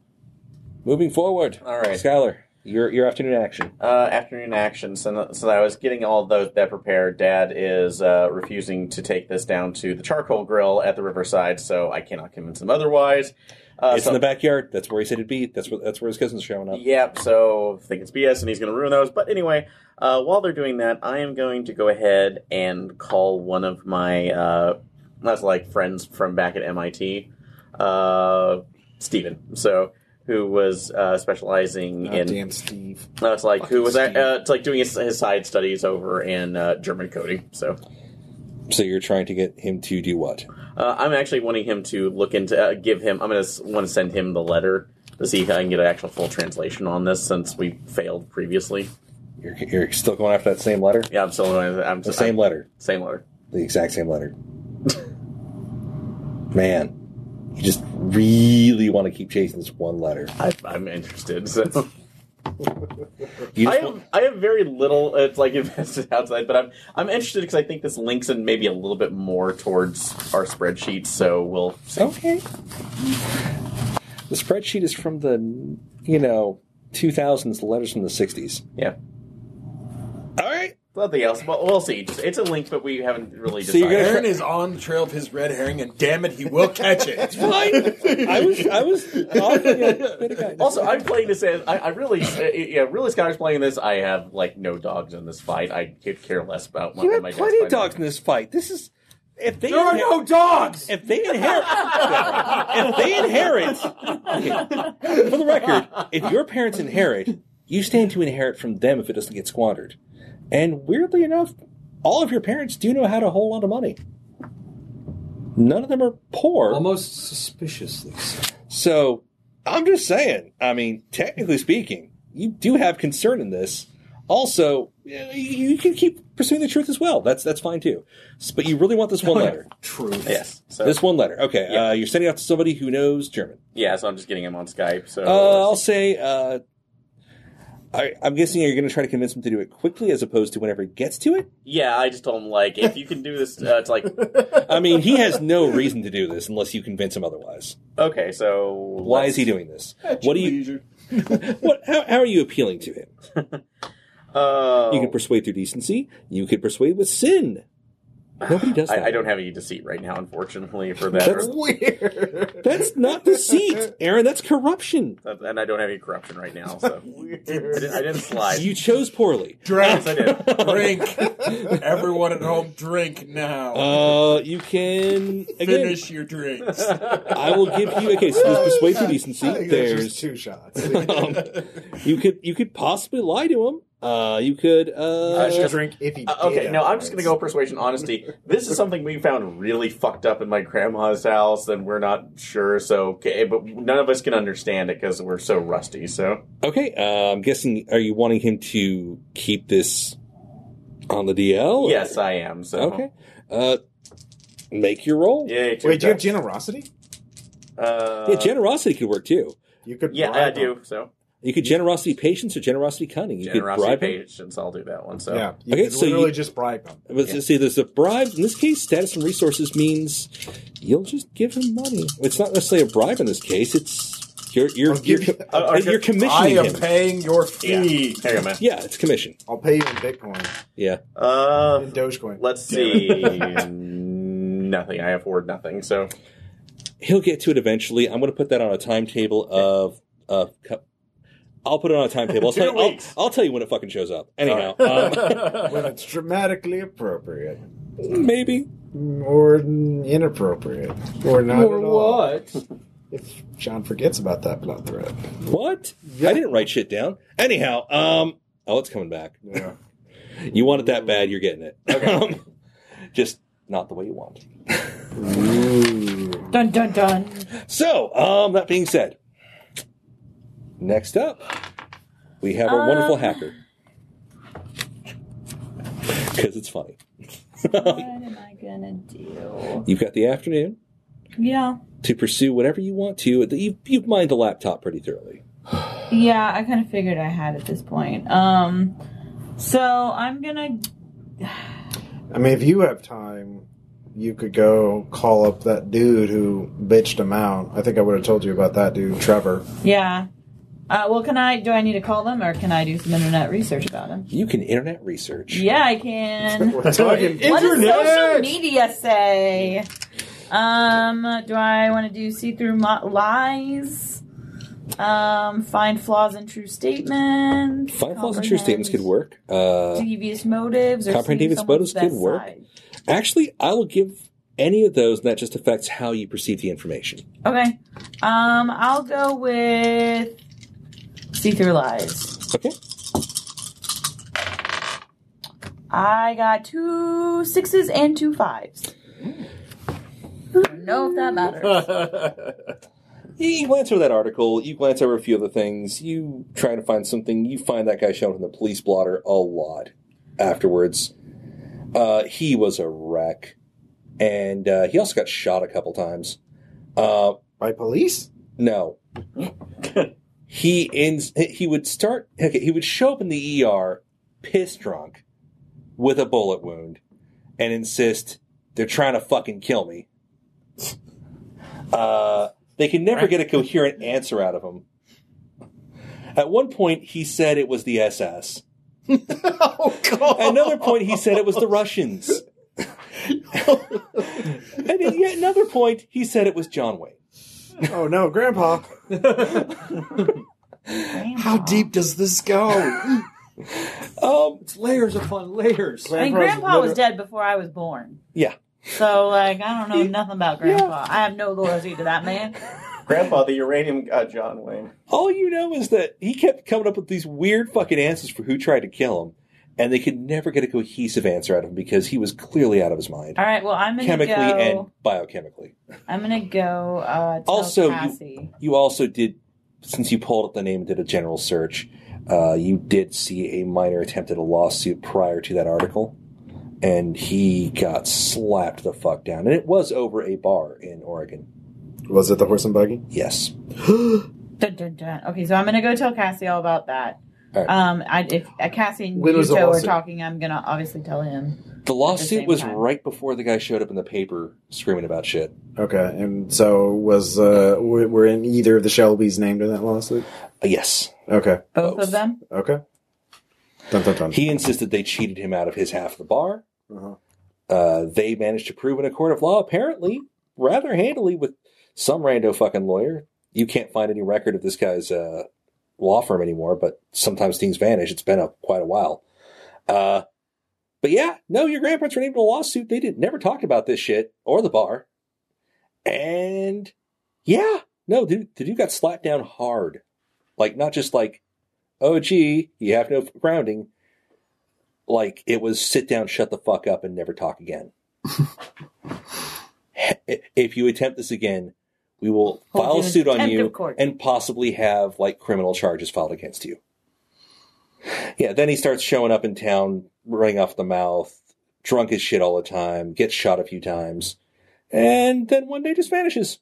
B: Moving forward.
E: All right.
B: Skylar, your your afternoon action.
E: Uh, afternoon action. So, so I was getting all those that prepared. Dad is uh, refusing to take this down to the charcoal grill at the riverside, so I cannot convince him otherwise. Uh,
B: it's
E: so-
B: in the backyard. That's where he said it'd be. That's where that's where his cousin's showing up.
E: Yep, so I think it's BS and he's going to ruin those. But anyway, uh, while they're doing that, I am going to go ahead and call one of my, uh, that's like friends from back at MIT, uh, Steven. So who was uh, specializing in
C: Ah, damn Steve.
E: No, it's like who was
C: Fucking
E: that? Uh, it's like doing his, his side studies over in uh, German coding. So
B: So you're trying to get him to do what?
E: uh, I'm actually wanting him to look into uh, give him. I'm going to want to send him the letter to see if I can get an actual full translation on this since we failed previously.
B: You're, you're still going after that same letter?
E: Yeah, I'm still. I'm
B: The same
E: I'm-
B: letter.
E: Same letter.
B: The exact same letter. Man, you just really want to keep chasing this one letter.
E: I, I'm interested. So.
B: You
E: I
B: just
E: have, I have very little. It's like invested outside, but I'm I'm interested because I think this links in maybe a little bit more towards our spreadsheet. So we'll see.
B: Okay. The spreadsheet is from the, you know, 2000s, the letters from the 60s.
E: Yeah.
B: All right.
E: Nothing else. Well, we'll see. Just- It's a link, but we haven't really
B: So you're
E: decided.
B: gonna
K: Aaron is on the trail of his red herring, and damn it, he will catch it.
B: Fine. I was, I was, offering a bit of guidance.
E: also, I'm playing this as I, I really, uh, yeah, really Skyler's playing this. I have like no dogs in this fight. I could care less about one
B: you
E: of
B: have
E: my guys
B: plenty of
E: fighting.
B: dogs in this fight. This is, if they
K: There are
B: inherit-
K: no dogs.
B: if they inherit, if they inherit, okay, for the record, if your parents inherit, you stand to inherit from them if it doesn't get squandered. And weirdly enough, all of your parents do know how to hold on to money. None of them are poor.
D: Almost suspiciously. so.
B: So I'm just saying, I mean, technically speaking, you do have concern in this. Also, eh, you can keep pursuing the truth as well. That's that's fine too. S- But you really want this
K: Oh,
B: one letter.
D: Truth.
E: Yes. So
B: This one letter. Okay,
E: Yeah.
B: uh, you're sending out to somebody who knows German.
E: yeah. So I'm just getting him on Skype. So
B: Uh, I'll say, uh, I, I'm guessing you're going to try to convince him to do it quickly as opposed to whenever he gets to it.
E: yeah, I just told him like if you can do this, uh, it's like
B: I mean, he has no reason to do this unless you convince him otherwise.
E: okay. So
B: Why is he doing this? What do you? What? How, how are you appealing to him?
E: Uh,
B: You can persuade through decency. You could persuade with sin. Nobody does that.
E: I, I don't have any deceit right now, unfortunately, for
B: That's
E: that.
C: Weird.
B: That's not deceit, Aaron. That's corruption.
E: and I don't have any corruption right now, so I didn't, I didn't slide.
B: You chose poorly.
E: Yes, I did.
K: Drink. Everyone at home, drink now.
B: Uh, you can again.
K: Finish your drinks.
B: I will give you okay. So
A: Uh,
B: there's persuade through
C: I
B: decency.
C: think there's just two
B: There's
C: shots.
B: um, you could you could possibly lie to him. Uh, you could
C: I
B: uh,
C: should drink if he
E: Uh, okay,
C: did
E: no, I'm just gonna go persuasion honesty. This is something we found really fucked up in my grandma's house, and we're not sure. So okay, but none of us can understand it because we're so rusty. So
B: okay. Uh, I'm guessing. Are you wanting him to keep this on the DL?
E: yes, I am. So
B: Okay. Uh, make your roll.
E: Yay, two
C: Wait, do you have
E: dice.
C: generosity?
E: Uh,
B: Yeah, generosity could work too.
C: You could.
E: yeah, I
C: bribe him.
E: do. So
B: You could generosity patience or generosity cunning. You
E: generosity
B: could bribe. Him.
E: patience. I'll do that one. So
C: Yeah, you
B: Okay,
C: could
B: so you-
C: literally just bribe him.
B: But see, there's a bribe. In this case, status and resources means you'll just give him money. It's not necessarily a bribe in this case. It's you're you're
C: I'll
B: you're,
C: give you-
B: uh,
E: I'll-
B: you're
K: I
B: commissioning
K: am
B: him.
K: paying your
E: yeah.
K: fee.
E: There you go, man.
B: yeah, it's commission.
C: I'll pay you in Bitcoin
B: Yeah.
E: Uh,
C: and Dogecoin.
E: let's see. nothing. I afford nothing. So
B: he'll get to it eventually. I'm going to put that on a timetable of of. cu- I'll put it on a timetable. I'll,
E: Two
B: tell you, I'll,
E: weeks.
B: I'll tell you when it fucking shows up. Anyhow, um,
C: when it's dramatically appropriate,
B: maybe
C: or inappropriate, or not
D: Or
C: at all.
D: what?
C: If John forgets about that blood threat,
B: what? I didn't write shit down. Anyhow, um, oh, it's coming back.
C: yeah,
B: You want it that bad, you're getting it. Um, just not the way you want.
F: Dun dun dun.
B: So, um, that being said, next up, we have our wonderful
F: Um.
B: hacker. Because it's funny.
F: what am I gonna do?
B: You've got the afternoon
F: Yeah.
B: to pursue whatever you want to. You've, you've mined the laptop pretty thoroughly.
F: Yeah, I kind of figured I had at this point. Um, so I'm gonna.
C: I mean, if you have time, you could go call up that dude who bitched him out. I think I would have told you about that dude, Trevor.
F: Yeah. Uh, well, can I? Do I need to call them, or can I do some internet research about them?
B: You can internet research.
F: Yeah, I can.
C: We're talking
F: What does social
C: internet.
F: media say? Um, do I want to do see through mo- lies? Um, find flaws in true statements.
B: Find flaws and true statements could
F: comprehend
B: work. Uh,
F: Devious motives or
B: Comprehend
F: seeing
B: devious motives
F: someone's
B: could
F: best
B: work.
F: side.
B: Actually, I will give any of those, and that just affects how you perceive the information.
F: Okay. Um, I'll go with see through lies.
B: Okay.
F: I got two sixes and two fives. I don't know if that matters.
B: You, you glance over that article, you glance over a few other things, you try to find something, you find that guy shown in the police blotter a lot afterwards. Uh, he was a wreck. And uh, he also got shot a couple times. Uh,
A: By police?
B: no. he in, he would start okay, he would show up in the ER piss drunk with a bullet wound and insist they're trying to fucking kill me. Uh, they can never get a coherent answer out of him. At one point he said it was the SS. At another point he said it was the Russians. and at yet another point he said it was John Wayne.
A: Oh no, Grandpa.
F: How
K: deep does this go?
B: Um,
D: It's layers upon layers.
F: I mean, Grandpa was dead before I was born.
B: Yeah.
F: So, like, I don't know nothing about Grandpa. I have no loyalty to that man.
E: Grandpa, the uranium uh, John Wayne.
B: all you know is that he kept coming up with these weird fucking answers for who tried to kill him, and they could never get a cohesive answer out of him because he was clearly out of his mind,
F: All right, well, I'm gonna
B: chemically
F: go.
B: and biochemically.
F: I'm gonna go. Uh, tell
B: Also, you-
F: Cassie.
B: You also did, since you pulled up the name and did a general search, uh, you did see a minor attempt at a lawsuit prior to that article, and he got slapped the fuck down, and it was over a bar in Oregon.
A: Was it the horse and buggy?
B: Yes.
F: Dun, dun, dun. Okay, so I'm gonna go tell Cassie all about that.
B: All right.
F: Um, I, if uh, Cassie and
C: When was the
F: Yuto are
C: lawsuit?
F: talking, I'm gonna obviously tell him.
B: The lawsuit
F: same
B: was
F: time.
B: right before the guy showed up in the paper screaming about shit.
A: Okay, and so was uh were were in either of the Shelby's named in that lawsuit?
B: Uh, yes.
A: Okay,
F: Both,
B: Both.
F: of them.
A: okay. Dun dun dun.
B: He insisted they cheated him out of his half of the bar.
A: Uh-huh.
B: Uh, they managed to prove in a court of law, apparently, rather handily with some rando fucking lawyer. You can't find any record of this guy's uh, law firm anymore, but sometimes things vanish. It's been up quite a while. Uh, but yeah, no, your grandparents were named in a lawsuit. They did never talked about this shit or the bar. And yeah, no, dude, the dude got slapped down hard. Like, not just like, oh, gee, you have no grounding like it was sit down, shut the fuck up, and never talk again. if you attempt this again, we will
F: Hold
B: file
F: you
B: a
F: in
B: suit on
F: contempt
B: you
F: of court.
B: and possibly have like criminal charges filed against you. Yeah, then he starts showing up in town, running off the mouth, drunk as shit all the time, gets shot a few times, and then one day just vanishes.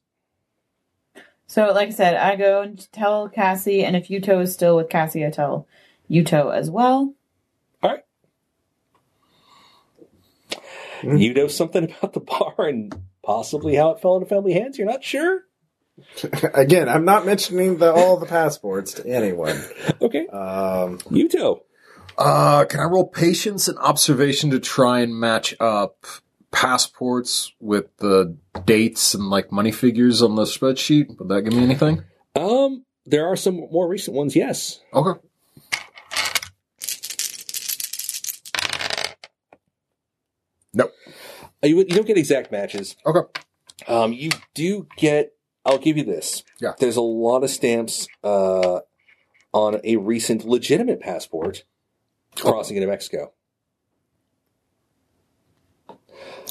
F: So, like I said, I go and tell Cassie, and if Yuto is still with Cassie, I tell Yuto as well.
B: All right.
G: Mm-hmm.
B: You know something about the bar and possibly how it fell into family hands. You're not sure.
A: Again, I'm not mentioning the, all the passports to anyone.
B: Okay.
A: Um,
B: You too.
G: Uh, can I roll patience and observation to try and match up passports with the dates and like money figures on the spreadsheet? Would that give me anything?
B: Um, there are some more recent ones. Yes.
G: Okay.
B: Uh, You, you don't get exact matches.
G: Okay.
B: Um, you do get. I'll give you this.
G: Yeah.
B: There's a lot of stamps. Uh, on a recent legitimate passport
G: Oh.
B: crossing into Mexico.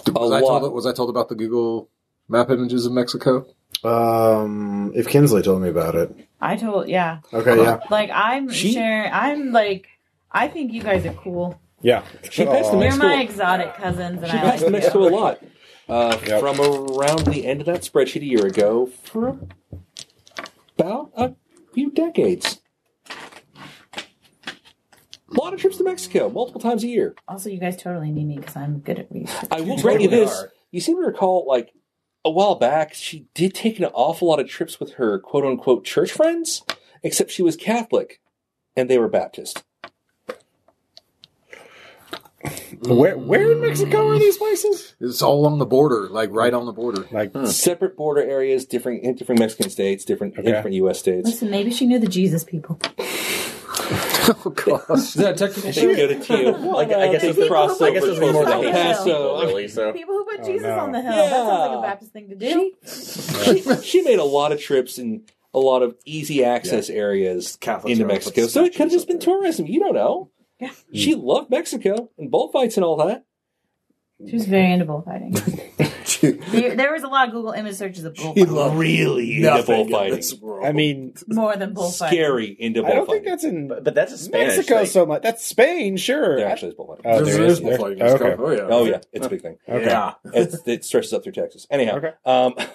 G: Was
B: A
G: I,
B: lot.
G: told, was I told about the Google map images of Mexico?
A: um, if Kinsley told me about it.
F: I told, yeah.
A: Okay, yeah,
F: Like I'm
B: She-
F: sharing. I'm like, I think you guys are cool.
A: yeah.
B: She passed the
G: Oh.
F: You're
A: Aw.
B: Mexico.
F: my exotic cousins, and
B: She
F: I
B: passed
F: like
B: to Mexico
F: you.
B: a lot. Uh,
A: Yep.
B: From around the end of that spreadsheet a year ago, for about a few decades. A lot of trips to Mexico, multiple times a year.
F: Also, you guys totally need me because I'm good at research.
B: I will grant you
D: Totally
B: this.
D: are.
B: You seem to recall, like, a while back, she did take an awful lot of trips with her quote unquote church friends, except she was Catholic and they were Baptist.
A: Where, where in Mexico are these places?
G: It's all along the border, like right on the border.
A: Like,
B: Hmm. Separate border areas, different in different Mexican states, different in
A: Okay.
B: different U.S. states.
F: Listen, maybe she knew the Jesus people.
G: oh gosh.
D: Is that a technical
B: They should
D: shoot?
B: go to TU.
E: Like, I guess it's the
F: People who
E: crossover
F: put
E: between
F: Jesus
E: El
F: on the
E: Paso.
F: hill.
E: Really, so
F: People who put
A: Oh,
F: Jesus
A: no.
F: on the hill. That sounds like
B: Yeah.
F: a Baptist thing to do.
B: she, she made a lot of trips in a lot of easy access areas
G: Catholics
B: into
G: are up with
B: Mexico. So it could have
G: statues
B: just
G: up
B: been
G: there.
B: tourism. You don't know.
F: Yeah.
B: She loved Mexico and bullfights and all that.
F: She was very into bullfighting.
G: She-
F: there there was a lot of Google image searches of
G: He
F: bullfighting.
G: loved
B: Really into
G: nothing in
B: bullfighting.
G: this world.
A: I mean,
F: More than bullfighting.
B: Scary into
A: I don't
B: bullfighting.
A: think that's in
E: But, but that's a Spanish
A: Mexico
E: thing.
A: so much. That's Spain, sure.
B: There actually is bullfighting.
A: oh,
G: There's-
A: there
G: there's
A: is. There-
G: bullfighting in this
A: okay.
G: country. Oh, yeah.
B: Oh yeah, it's a big thing.
A: Okay.
G: Yeah.
B: It's, it stretches up through Texas. Anyhow,
A: Okay.
B: um,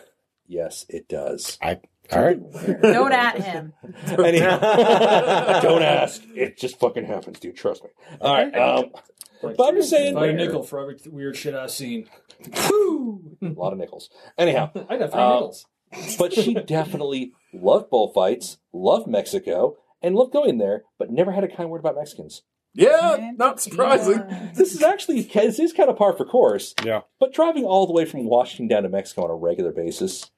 B: yes, it does.
A: All right.
F: Don't at him.
B: Anyhow, don't ask. It just fucking happens, dude. Trust me. All right. Um, but I'm just saying,
D: Buy a
B: a
D: nickel for every th- weird shit I've seen.
B: lot of nickels. Anyhow,
D: I'd have three
B: Um,
D: nickels.
B: but she definitely loved bullfights, loved Mexico, and loved going there, but never had a kind word about Mexicans.
G: Yeah, not
F: Uh,
G: surprising.
B: This is actually this is kind of par for course.
A: Yeah.
B: But driving all the way from Washington down to Mexico on a regular basis.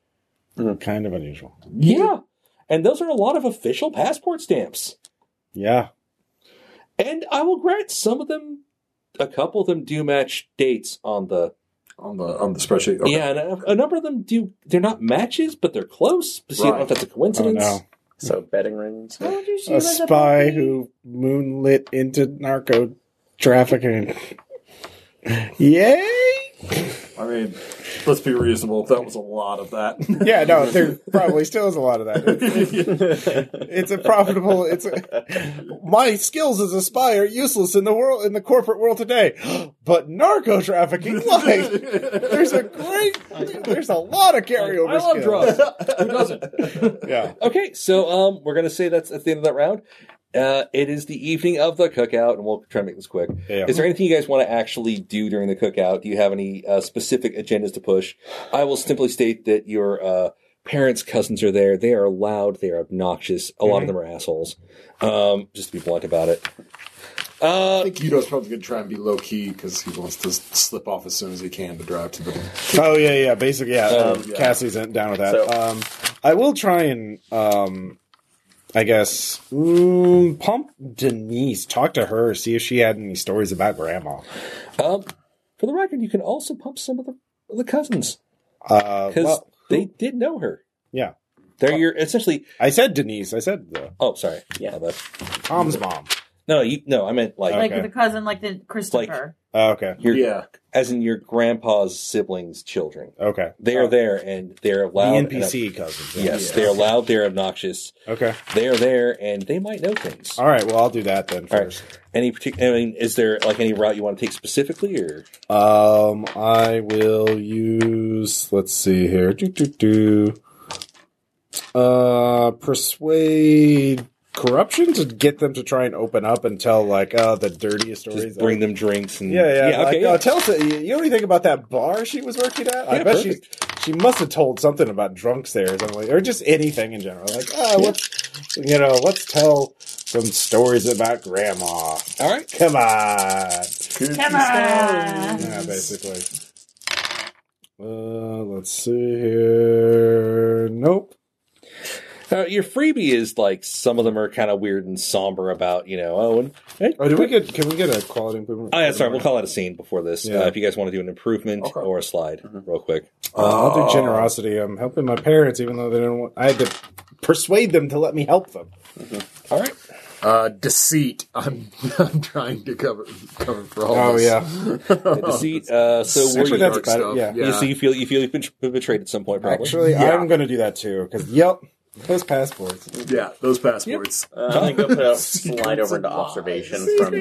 A: Kind of unusual.
B: Yeah. And those are a lot of official passport stamps.
A: Yeah.
B: And I will grant some of them, a couple of them do match dates on the.
G: On the on the spreadsheet. Okay.
B: Yeah, and a, a number of them do. They're not matches, but they're close. But see, I don't know if that's a
A: Oh,
B: coincidence.
A: no.
E: So betting rings.
F: Told you she
A: A
F: was
A: spy
F: puppy.
A: who moonlit into narco trafficking. Yay!
G: I mean, let's be reasonable. That was a lot of that.
A: Yeah, no, there probably still is a lot of that. It's a profitable. It's a, my skills as a spy are useless in the world in the corporate world today, but narco trafficking, like, there's a great, there's a lot
D: Like,
A: of carryover.
D: I love
A: skills.
D: drugs. Who doesn't?
A: Yeah,
B: Okay, so um, we're gonna say that's at the end of that round. Uh, it is the evening of the cookout, and we'll try to make this quick.
A: Yeah.
B: Is there anything you guys want to actually do during the cookout? Do you have any uh, specific agendas to push? I will simply state that your uh, parents' cousins are there. They are loud. They are obnoxious. A
A: Mm-hmm.
B: lot of them are assholes. Um, just to be blunt about it.
G: I
B: Uh,
G: think Guido's probably going to try and be low key because he wants to slip off as soon as he can to drive to the.
A: Oh yeah, yeah. Basically, yeah. um,
G: yeah.
A: Cassie's in- down with that.
E: So-
A: um, I will try and, um, I guess, mm, pump Denise. Talk to her. See if she had any stories about Grandma.
B: um, for the record, you can also pump some of the the cousins
A: Uh,
B: because
A: well,
B: they did know her.
A: Yeah.
B: They're your essentially.
A: I said Denise. I said the
B: Oh, sorry.
E: Yeah.
B: My bad.
A: Tom's mom.
B: No, you, no, I meant like
F: Like
A: Okay.
F: the cousin, like the Christopher.
A: Oh, okay.
B: your
G: Yeah.
B: as in your grandpa's siblings' children.
A: Okay. Uh,
B: They are there and they're
A: The
B: loud. and ob-
A: NPC cousins. Oh. yeah.
B: yes, they are loud. They're obnoxious.
A: Okay.
B: They are there and they might know things.
A: All right. Well, I'll do that then
B: All right.
A: first.
B: Any particular? I mean, is there like any route you want to take specifically, or
A: Um, I will use. Let's see here. Do do do. Uh, persuade corruption to get them to try and open up and tell like uh the dirtiest stories.
B: just bring them drinks and
A: Yeah, yeah.
B: yeah,
A: like,
B: okay,
A: uh,
B: yeah.
A: tell us. You, you know anything about that bar she was working at? I
B: Yeah,
A: bet she she must have told something about drunks there or something, like- or just anything in general. Like, ah, let's you know, let's tell some stories about grandma.
B: All right,
A: Come on.
F: Come on.
A: Yeah, basically. Uh, let's see here. Nope.
B: Uh, your freebie is like some of them are kind of weird and somber about you know. Oh, and hey,
A: Oh, did we get? Can we get a quality improvement?
B: oh yeah, sorry. We'll call it a scene before this.
A: Yeah.
B: Uh, if you guys want to do an improvement
G: Okay.
B: or a slide, real quick.
A: Uh, I'll do generosity. I'm helping my parents, even though they didn't. Want, I had to persuade them to let me help them.
B: All right.
G: Uh, deceit. I'm I'm trying to cover cover for all.
A: Oh
G: this.
A: yeah.
B: Deceit. Uh, so were
G: Actually,
A: Oh, Actually,
B: you?
A: that's
G: dark
A: better.
G: stuff.
A: Yeah.
G: Yeah.
B: You, so you feel you feel you've been betrayed at some point, probably.
A: Actually,
G: Yeah.
A: I'm going to do that too. Because yep, those passports.
G: Yeah, those passports.
E: Uh, I'm gonna go put a slide
G: Secrets
E: over into
G: and lies.
E: observation from.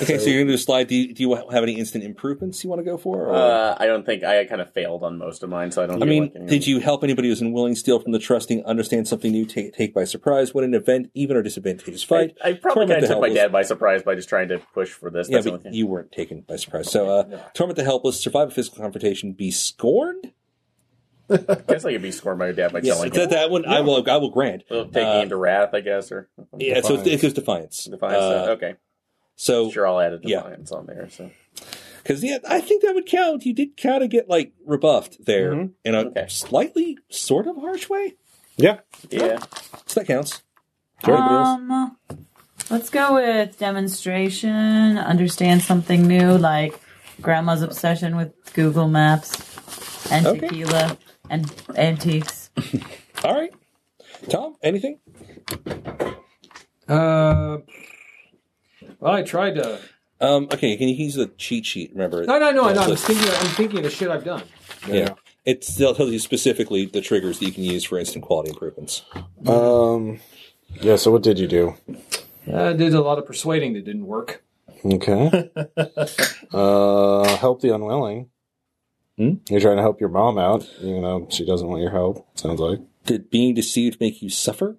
B: okay, so, you're going to slide. Do you, do you have any instant improvements you want to go for? Or?
E: Uh, I don't think I kind of failed on most of mine, so I don't.
B: I
E: feel
B: mean,
E: like any-
B: did you help anybody who's unwilling, steal from the trusting, understand something new, take, take by surprise, win an event, even a disadvantageous
E: I,
B: fight?
E: I probably
B: torment
E: kind
B: the
E: of took my
B: helpless.
E: dad by surprise by just trying to push for this.
B: Yeah,
E: That's the only
B: but
E: thing.
B: you weren't taken by surprise. So, uh, torment the helpless, survive a physical confrontation, be scorned.
E: I guess I could be scorned by my dad by
B: Yes,
E: telling
B: that,
E: him.
B: that one I will. I will grant.
E: Well, taking
B: Uh,
E: him to wrath, I guess, or
B: Yeah, so it's, it's just defiance.
E: defiance.
B: Uh,
E: okay,
B: So,
E: sure, I'll add a
B: yeah.
E: defiance on there. So
B: Because yeah, I think that would count. You did kind of get like rebuffed there
A: Mhm.
B: in a
E: Mm-hmm. Okay.
B: slightly sort of harsh way.
A: Yeah.
E: yeah,
F: Uh,
B: So that counts.
A: Sure,
F: um, Let's go with demonstration, understand something new, like grandma's obsession with Google Maps and
B: Okay.
F: tequila and antiques.
B: All right. Tom, anything?
D: Uh, well, I tried to.
B: Um, okay, can you use the cheat sheet? Remember?
D: No, no, no, I know. I'm
B: Yeah,
D: just thinking. I'm thinking of the shit I've done.
B: yeah. It still tells you specifically the triggers that you can use for instant quality improvements.
A: Um, yeah. So what did you do?
D: I Uh, did a lot of persuading that didn't work.
A: Okay. uh, help the unwilling.
B: Hmm?
A: You're trying to help your mom out, even though she doesn't want your help. Sounds like.
B: Did being deceived make you suffer?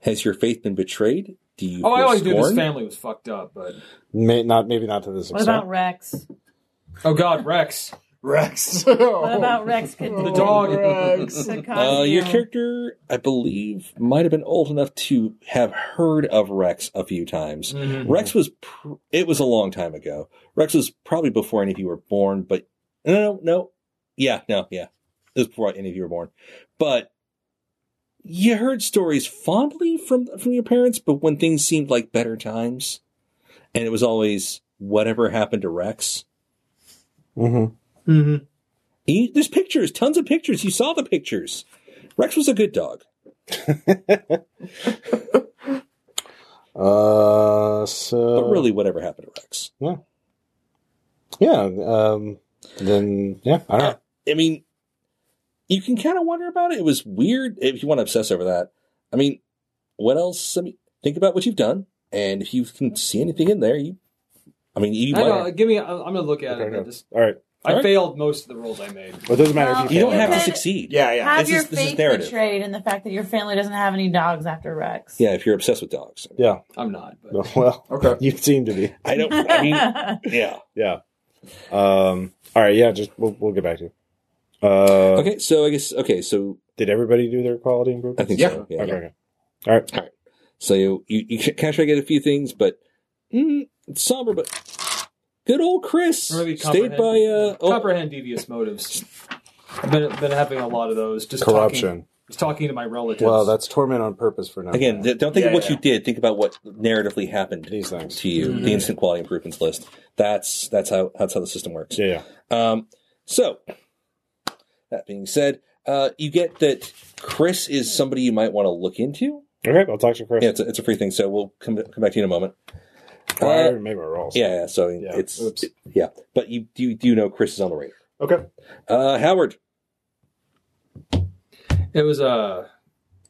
B: Has your faith been betrayed? Do you
D: Oh, I
B: feel
D: always knew this
B: scorned?
D: family was fucked up, but
A: May, not maybe not to this
F: What
A: extent.
F: about Rex?
D: oh god, Rex.
K: Rex.
F: What about Rex? Could
D: The dog.
B: Uh, your character, I believe, might have been old enough to have heard of Rex a few times.
D: Mhm.
B: Rex was, pr- it was a long time ago. Rex was probably before any of you were born, but no, no, no. Yeah, no, yeah. It was before any of you were born. But you heard stories fondly from, from your parents, but when things seemed like better times, and it was always whatever happened to Rex.
A: Mm-hmm.
D: Mm-hmm.
B: You, there's pictures, tons of pictures. You saw the pictures. Rex was a good dog.
A: Uh, so
B: but really whatever happened to Rex.
A: yeah. Um, then yeah, I don't know.
B: I mean, you can kind of wonder about it. It was weird if you want to obsess over that. I mean, what else? I mean, think about what you've done, and if you can see anything in there, you. I mean, you
D: I
B: might.
D: know, give me. I'm gonna look at
A: Okay,
D: it.
A: no.
D: I just-
A: All right.
D: I
B: Alright.
D: failed most of the rolls I made.
A: Well, it doesn't matter if
F: Well,
A: you.
B: you don't have to
F: Okay.
B: succeed.
K: yeah, yeah.
F: Have
B: this
F: your
B: is- this is
F: faith
B: narrative.
F: betrayed in the fact that your family doesn't have any dogs after Rex.
B: Yeah, if you're obsessed with dogs,
D: I'm not. But.
A: Well,
G: Okay.
A: you seem to be.
B: I don't. I mean, yeah.
A: Yeah. Um. All right. Yeah. Just we'll, we'll get back to you. Uh,
B: Okay, so I guess okay, so
A: Did everybody do their quality
B: I
A: improvement?
B: think
G: Yeah.
B: so. Yeah.
A: okay.
B: yeah.
A: okay. All right.
B: So you you, you can try to get a few things, but mm, it's somber. But good old Chris
D: Really
B: stayed
D: comprehend-
B: by uh, oh,
D: comprehend devious motives. I've been, been having a lot of those. Just Talking,
A: Corruption.
D: just talking to my relatives.
A: Well, that's torment on purpose for now.
B: Again, th- don't think
K: Yeah,
B: of what
K: yeah. Mm-hmm.
B: you did. Think about what narratively happened
A: These things.
B: to you. The instant quality improvements list. That's that's how that's how the system works.
A: Yeah. yeah.
B: Um, so that being said, uh, you get that Chris is somebody you might want to look into.
A: Okay. I'll talk to Chris.
B: Yeah, it's a, it's a free thing, so we'll come come back to you in a moment.
A: Well, I
B: Uh,
A: already made my rolls.
B: yeah, yeah, so
A: Yeah.
B: it's
A: Oops.
B: yeah, but you do do know Chris is on the radar.
A: Okay.
B: Uh, Howard,
D: it was Uh,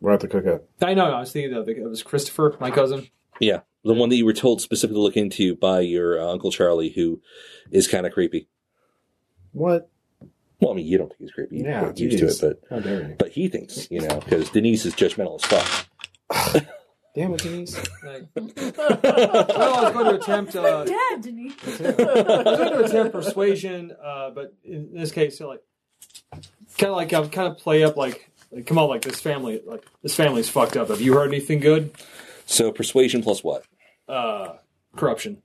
A: We're at the cookout.
D: I know. I was thinking of it was Christopher, my cousin.
B: the one that you were told specifically to look into by your uh, uncle Charlie, who is kind of creepy.
A: What?
B: Well, I mean, you don't think he's creepy.
A: Yeah,
B: You're used to it,
A: geez.
B: but
A: How dare you?
B: but he thinks, you know, because Denise is judgmental as fuck.
A: Damn it, Denise.
D: Like, well, I was going to attempt. Uh,
F: Dad, Denise.
D: I was going to attempt persuasion, uh, but in this case, so like, kind of like I'm kind of play up like, like, come on, like this family, like this family's fucked up. Have you heard anything good?
B: So persuasion plus what?
D: Uh, corruption.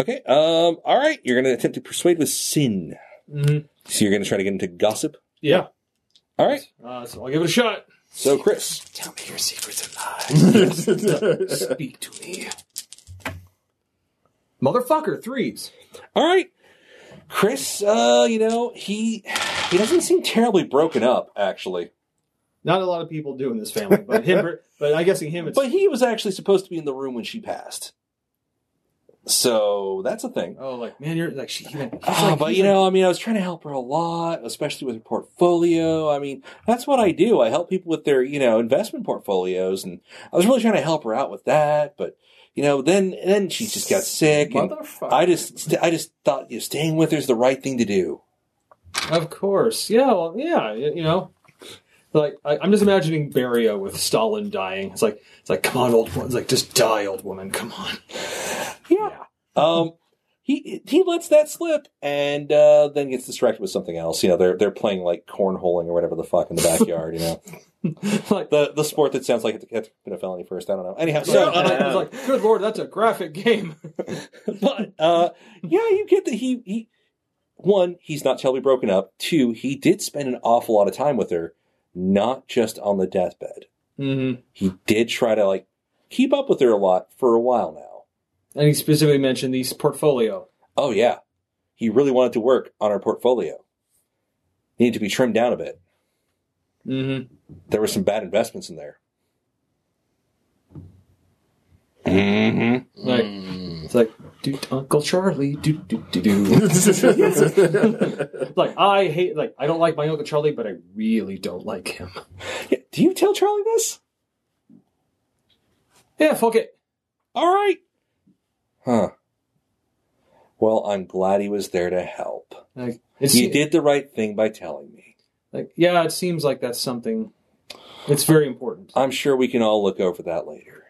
B: Okay. Um. All right. You're going to attempt to persuade with sin.
D: Mm-hmm.
B: So you're going to try to get him to gossip.
D: Yeah.
B: All right.
D: Uh, so I'll give it a shot.
B: So Chris,
D: Speak to me. Motherfucker, threes.
B: All right. Chris, uh, you know, he he doesn't seem terribly broken up, actually.
D: Not a lot of people do in this family, but him, but I guessing him, it's
B: But he was actually supposed to be in the room when she passed. So that's a thing.
D: oh, like man, you're like she. he- he's
B: Oh,
D: like-
B: but
D: he's
B: you
D: like-
B: know, I mean, I was trying to help her a lot, especially with her portfolio. I mean, that's what I do. I help people with their, you know, investment portfolios, and I was really trying to help her out with that. But you know, then then she just got sick, and
G: Motherfucker.
B: I just I just thought you know, staying with her is the right thing to do.
D: Of course. Yeah, well, yeah, y- you know. Like I, I'm just imagining Beria with Stalin dying. It's like it's like come on, old woman. It's like just die, old woman. Come on.
B: Yeah. Um, he he lets that slip and uh, then gets distracted with something else. You know, they're they're playing like cornholing or whatever the fuck in the backyard. You know,
D: like,
B: the the sport that sounds like it had to commit a felony first. I don't know. Anyhow,
D: so,
B: so. Uh,
D: I was like, good lord, that's a graphic game.
B: but uh, yeah, you get that he he one he's not terribly broken up. Two, he did spend an awful lot of time with her, not just on the deathbed.
D: Mm-hmm.
B: He did try to like keep up with her a lot for a while now.
D: And he specifically mentioned these portfolio.
B: Oh yeah, he really wanted to work on our portfolio. Needed to be trimmed down a bit.
D: Mm-hmm.
B: There were some bad investments in there. Mm-hmm.
D: Like, It's like, dude, Uncle Charlie, do do do do. like I hate, like I don't like my Uncle Charlie, but I really don't like him.
B: do you tell Charlie this?
D: Yeah, fuck it.
B: All right. Huh. Well, I'm glad he was there to help.
D: Like, it's,
B: He did the right thing by telling me.
D: Like, yeah, it seems like that's something. It's very important.
B: I'm sure we can all look over that later.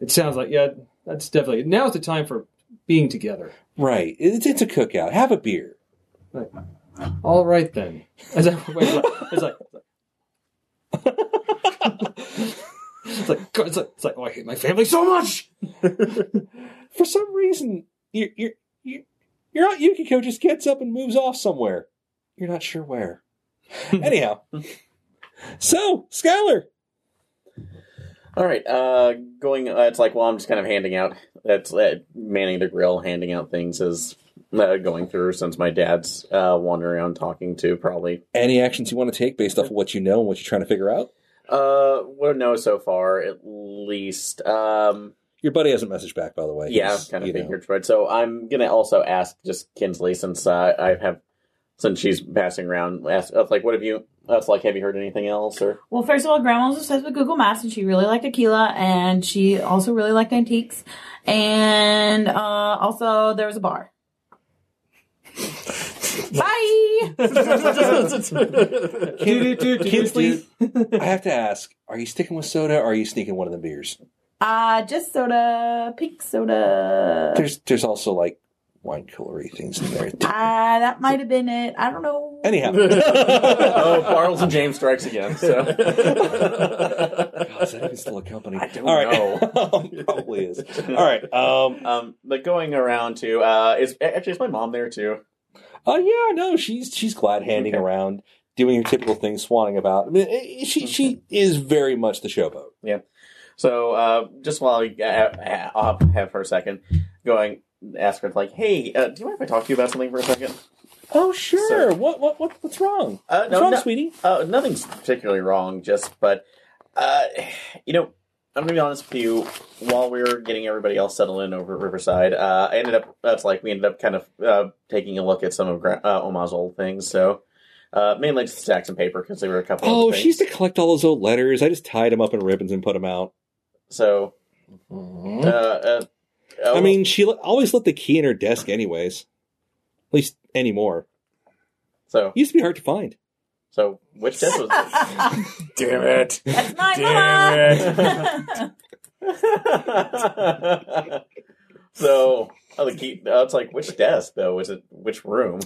D: It sounds like yeah, that's definitely now's the time for being together.
B: Right. It's, it's a cookout. Have a beer.
D: All right then. As I, wait, like, it's like. It's like, God, it's like, it's like, oh, I hate my family so much.
B: For some reason, your your your your aunt Yukiko just gets up and moves off somewhere. You're not sure where. Anyhow, so Skylar,
E: All right, uh, going. Uh, it's like, well, I'm just kind of handing out. That's uh, manning the grill, handing out things as uh, going through. Since my dad's uh, wandering around talking to probably.
B: any actions you want to take based off of what you know and what you're trying to figure out?
E: Uh, well, no, so far at least. Um,
B: Your buddy hasn't messaged back, by the way.
E: yeah,
B: He's,
E: kind of
B: you know.
E: figured. Right, so I'm gonna also ask just Kinsley since uh, I have since she's passing around. Ask uh, like, what have you? That's like, have you heard anything else or?
F: Well, first of all, Grandma was obsessed with Google Maps, and she really liked tequila, and she also really liked antiques, and uh, also there was a bar. Bye.
B: Kinsley, I have to ask: Are you sticking with soda? or Are you sneaking one of the beers?
F: Uh, just soda, pink soda.
B: There's there's also like wine coolery things in there. too.
F: Ah, that might have been it. I don't know.
B: Anyhow,
E: oh, Bartles and James strikes again. So.
B: Oh, God, is that even still a company? I
E: don't
B: know. Probably is. All right. Um.
E: Um, but going around to uh, is actually is my mom there too?
B: Oh yeah, no, she's she's glad handing
E: Okay.
B: around, doing her typical thing, swanning about. I mean, eh, she she is very much the showboat.
E: So uh, just while I- I- I'll have her a second, going ask her like, hey, uh, do you mind if I talk to you about something for a second?
B: Oh sure. What what what what's wrong?
E: Uh,
B: What's
E: no,
B: wrong,
E: no,
B: sweetie?
E: uh, nothing's particularly wrong. Just but uh, you know, I'm gonna be honest with you. While we were getting everybody else settled in over at Riverside, uh, I ended up that's like we ended up kind of uh, taking a look at some of Gra- uh, Oma's old things. So. Uh, mainly just stacks and paper because there were a couple. of
B: Oh,
E: things.
B: she used to collect all those old letters. I just tied them up in ribbons and put them out.
E: So, uh, uh, oh,
B: Mm-hmm. I mean, she le- always left the key in her desk, anyways. At least anymore.
E: so
B: Used to be hard to find.
E: so which desk was
I: Damn it.
F: That's my
I: Damn
F: mama.
E: it? so, oh, the key. Uh, it's like which desk though? Was it which room?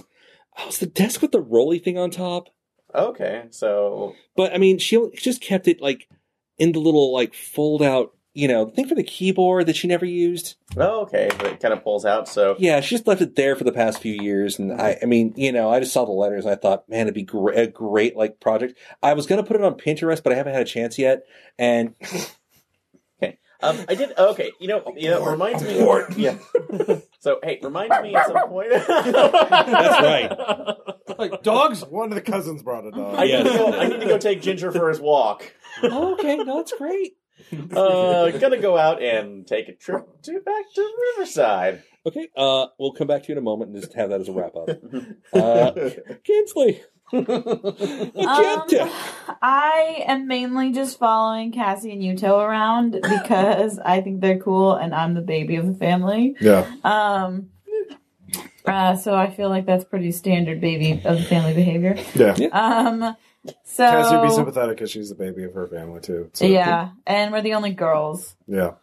B: Oh, it's the desk with the rolly thing on top.
E: Okay, so
B: But I mean, she she just kept it like in the little like fold out, you know, thing for the keyboard that she never used.
E: oh, okay, but it kind of pulls out. So,
B: Yeah, she just left it there for the past few years. And I, I mean, you know, I just saw the letters and I thought, man, it'd be gr- a great like project. I was gonna put it on Pinterest, but I haven't had a chance yet. And
E: um, I did. Okay, you know, you know, it reminds me. Yeah. So, hey, reminds me at some point.
B: that's right.
D: Like dogs.
C: One of the cousins brought a dog.
E: I need, to
B: Yes.
E: go, I need to go take Ginger for his walk.
B: Oh, okay, no, that's great.
E: Uh, gonna go out and take a trip to back to Riverside.
B: Okay, uh, we'll come back to you in a moment and just have that as a wrap up. Uh, Kinsley,
F: Um,
B: agenda.
F: I am mainly just following Cassie and Yuto around because I think they're cool and I'm the baby of the family.
C: Yeah.
F: Um, uh, so I feel like that's pretty standard baby of the family behavior.
C: Yeah.
F: Um, so
C: Cassie would be sympathetic because she's the baby of her family too. so-
F: yeah, and we're the only girls.
C: Yeah.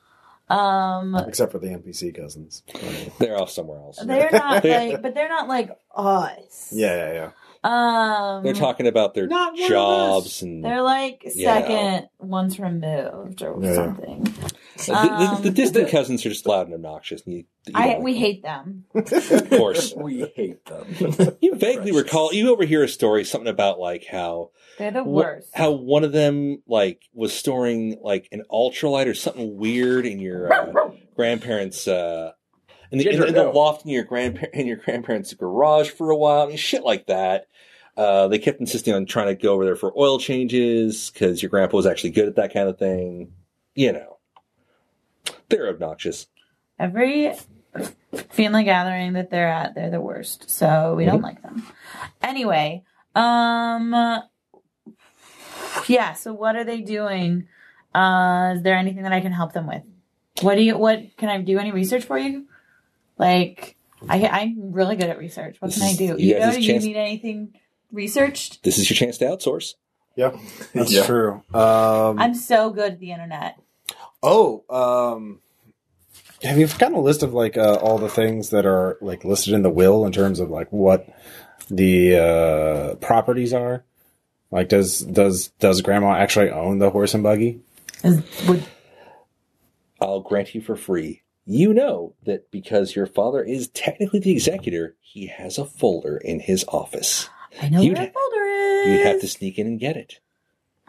F: Um,
C: Except for the NPC cousins.
B: They're off somewhere else.
F: they're not like, but they're not like us.
C: Yeah, yeah, yeah.
F: Um,
B: They're talking about their
F: Not one of
B: jobs and
F: They're like
B: Yeah.
F: second once removed or
A: Yeah.
F: something.
B: the,
F: Um,
B: the, the distant cousins are just loud and obnoxious. and You, you
F: I
B: don't-
F: we hate them.
B: of course.
G: We hate them.
B: You vaguely recall. You overhear a story, something about like how
F: They're the
B: wha-
F: worst.
B: how one of them like was storing like an ultralight or something weird in your uh, grandparents. Uh, in the, in,
G: Ginger,
B: in the
G: no.
B: loft in your grandpa- in your grandparents' garage for a while, and shit like that. Uh, they kept insisting on trying to go over there for oil changes because your grandpa was actually good at that kind of thing. You know, they're obnoxious.
F: Every family gathering that they're at, they're the worst. So we don't like them. Anyway, um yeah, so what are they doing? Uh is there anything that I can help them with? What do you what can I do any research for you? Like I I'm really good at research. What
B: This
F: can I
B: is-
F: do?
B: you
F: You
B: guys'
F: know, do you
B: chance-
F: need anything researched?
B: This is your chance to outsource.
A: Yeah, that's
G: Yeah.
A: true. Um,
F: I'm so good at the internet.
A: Oh, um, have you gotten a list of like uh, all the things that are like listed in the will in terms of like what the uh, properties are? Like, does does does Grandma actually own the horse and buggy?
F: Is- would-
B: I'll grant you for free. You know that because your father is technically the executor, he has a folder in his office.
F: I know
B: You'd
F: where
B: ha-
F: a folder is.
B: You'd have to sneak in and get it.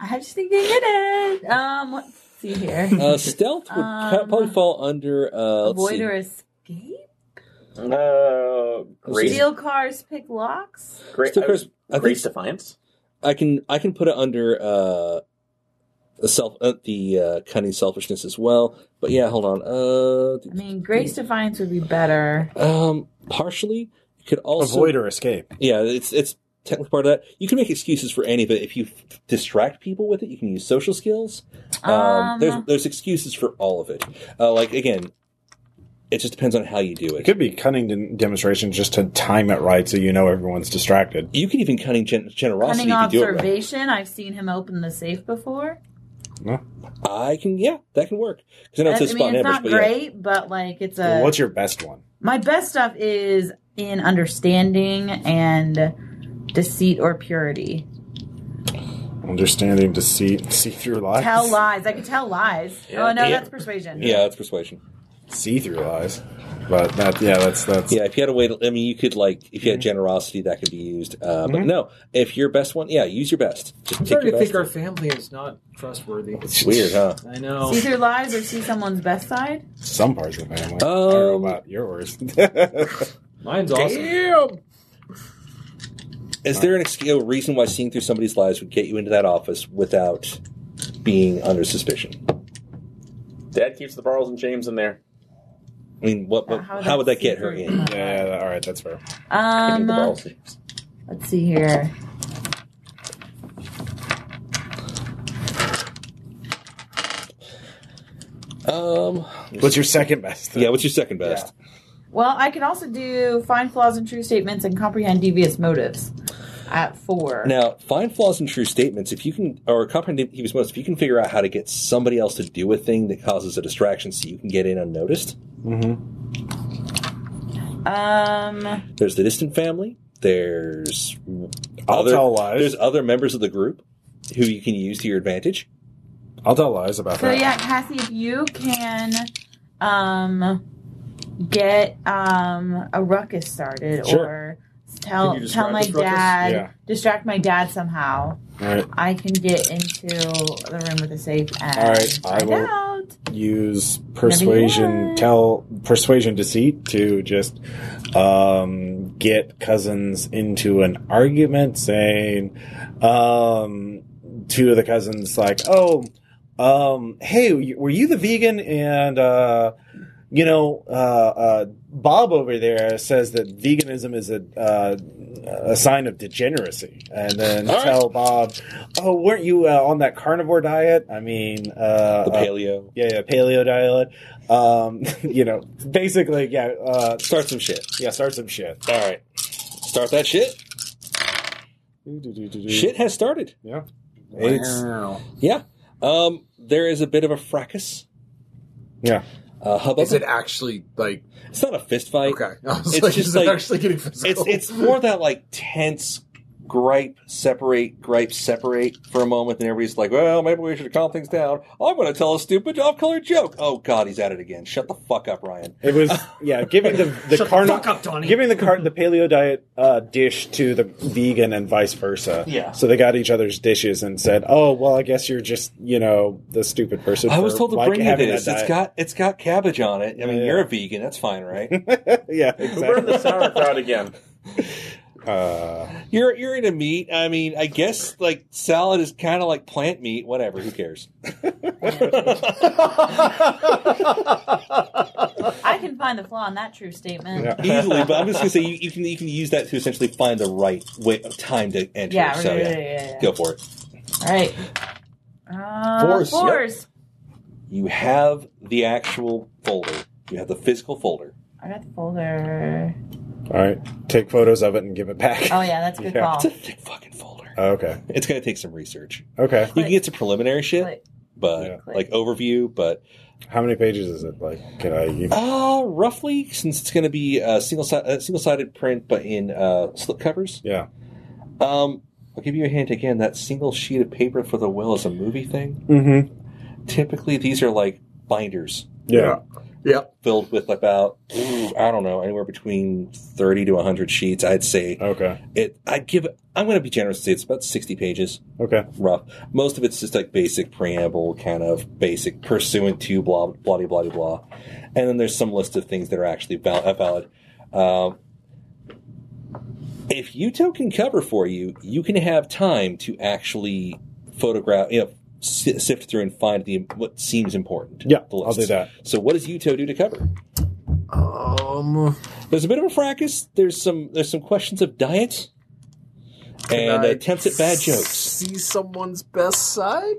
F: I just think they did it. Um, let's see here.
B: Uh, stealth would
F: Um,
B: probably fall under. Uh, let's
F: Avoid
B: see.
F: or escape?
E: Uh, grace,
F: Steal cars, pick locks?
E: Gra-
B: Still, Chris, I,
E: grace
B: think
E: defiance.
B: I can I can put it under uh, the self uh, the uh, cunning selfishness as well. But yeah, hold on. Uh,
F: I mean, Grace Defiance would be better.
B: um, partially you could also
A: Avoid or escape?
B: Yeah, it's it's technically part of that. You can make excuses for any of it. If you f- distract people with it, you can use social skills. Um,
F: Um,
B: there's there's excuses for all of it. Uh, like again, it just depends on how you do
A: It
B: it.
A: could be cunning de- demonstration just to time it right so you know everyone's distracted.
B: You can even cunning gen- generosity
F: Cunning
B: if you do it right.
F: observation. I've seen him open the safe before.
B: I can, yeah, that can work. Because I know it
F: I
B: says spot
F: mean,
B: and
F: it's
B: ambush,
F: not
B: but yeah.
F: great, but like it's a.
A: Well, what's your best one?
F: my best stuff is in understanding and deceit or purity.
A: Understanding to see see through lies.
F: Tell lies. I could tell lies. oh no,
B: yeah.
F: that's persuasion.
B: Yeah, that's persuasion.
A: See through lies. But that yeah, that's that's
B: Yeah, if you had a way to, I mean, you could like, if you
F: Mm-hmm.
B: had generosity, that could be used. Uh,
A: Mm-hmm.
B: But no, if your best one, yeah, use your best. Just
D: I'm
B: take
D: starting
B: your
D: to
B: best.
D: think our family is not trustworthy.
B: it's weird, huh?
D: I know.
F: See through lies or see someone's best side.
A: some parts of the family. I
B: Um,
A: don't know about yours.
D: Mine's awesome.
G: Damn!
B: Is there an excuse, a reason why seeing through somebody's lives would get you into that office without being under suspicion?
E: Dad keeps the Barles and James in there.
B: I mean, what? what how, would that get her in?
A: yeah, yeah, all right, that's fair.
E: I need
F: Um,
E: the Barles and James.
F: let's see here.
B: Um,
A: What's your second best?
B: yeah. What's your second best?
F: Well, I could also do find flaws in true statements and comprehend devious motives at four.
B: Now, find flaws in true statements. If you can, or comprehend he was most, if you can figure out how to get somebody else to do a thing that causes a distraction, so you can get in unnoticed.
F: Um,
B: There's the distant family. There's
A: I'll
B: other,
A: tell lies.
B: There's other members of the group who you can use to your advantage.
A: I'll tell lies about
F: so
A: that.
F: yeah, Cassie, if you can, um, get um a ruckus started
A: Sure.
F: or
D: Can
F: tell
D: you describe
F: tell my
D: this ruckus?
F: dad
A: Yeah.
F: distract my dad somehow,
A: All right,
F: I can get into the room with the safe and
A: All right, I
F: find
A: will-
F: out.
A: use
F: Never
A: persuasion,
F: heard.
A: tell persuasion deceit to just um, get cousins into an argument, saying um, two of the cousins like, "Oh, um, hey, were you the vegan?" And uh, you know, uh, uh, Bob over there says that veganism is a uh, a sign of degeneracy, and then
B: All right.
A: tell Bob, "Oh, weren't you uh, on that carnivore diet?" I mean, uh,
B: The
A: uh,
B: paleo.
A: yeah, yeah, paleo diet. Um, you know, basically, yeah, uh,
B: Start some shit.
A: yeah, start some shit.
B: All right. Start that shit.
A: Mm-hmm.
B: Shit has started.
A: Yeah. It's-
D: Wow.
B: Yeah. Um, there is a bit of a fracas.
A: Yeah.
B: Uh, hubbub.
G: Is it actually like
B: It's not a fist fight.
G: okay? I was
B: It's
G: like,
B: just
G: is it
B: like-
G: actually getting
B: It's
G: physical?
B: it's more that like tense gripe, separate, gripe, separate for a moment, and everybody's like, well, maybe we should calm things down. I'm going to tell a stupid off color joke. Oh, God, he's at it again. Shut the fuck up, Ryan.
A: It was yeah, giving the the
D: Shut the
A: carno-
D: fuck up, Donnie.
A: giving the car- the paleo diet uh, dish to the vegan and vice versa.
D: Yeah.
A: So they got each other's dishes and said, "Oh, well, I guess you're just you know the stupid person."
B: I
A: for,
B: was told to
A: like,
B: bring you
A: having
B: this.
A: that
B: It's
A: diet."
B: got it's got cabbage on it. I mean,
A: Yeah.
B: you're a vegan. That's fine, right?
A: yeah,
E: Burn
A: exactly.
E: the sauerkraut again.
A: Uh,
B: You're you're into meat. I mean, I guess like salad is kind of like plant meat. Whatever. Who cares?
F: I can find the flaw in that true statement.
A: Yeah.
B: Easily, but I'm just gonna say you, you can you can use that to essentially find the right way, time to enter.
F: Yeah,
B: so
F: yeah,
B: yeah.
F: yeah, yeah, yeah.
B: go for it.
F: All right. Uh,
G: Fours, yep.
F: Fours.
B: You have the actual folder. You have the physical folder.
F: I got the folder.
A: all right, take photos of it and give it back.
F: Oh yeah, that's a good
A: Yeah.
F: call.
B: It's a thick fucking folder.
A: Okay.
B: It's gonna take some research.
A: Okay.
B: You can get some preliminary shit,
F: Click.
B: but
A: Yeah.
B: like overview, but
A: How many pages is it? Like, can I? You,
B: Uh, roughly, since it's going to be a single si- uh, single sided print, but in uh, slip covers.
A: yeah.
B: Um, I'll give you a hint again. That single sheet of paper for the will is a movie thing.
A: Mm-hmm.
B: Typically, these are like binders
A: Yeah.
B: filled with about ooh, I don't know anywhere between thirty to hundred sheets. I'd say
A: Okay.
B: it. I'd give. it- I'm going to be generous. and Say it's about sixty pages,
A: Okay.
B: rough. Most of it's just like basic preamble, kind of basic pursuant to blah blah blah blah blah, and then there's some list of things that are actually val- uh, valid. Um, if Uto can cover for you, you can have time to actually photograph, you know, si- sift through and find the what seems important.
A: Yeah.
B: the
A: I'll do
B: lists.
A: that.
B: So, what does Uto do to cover?
G: Um,
B: There's a bit of a fracas. There's some there's some questions of diet
G: can
B: and uh,
G: I
B: attempts at bad jokes.
G: See someone's best side.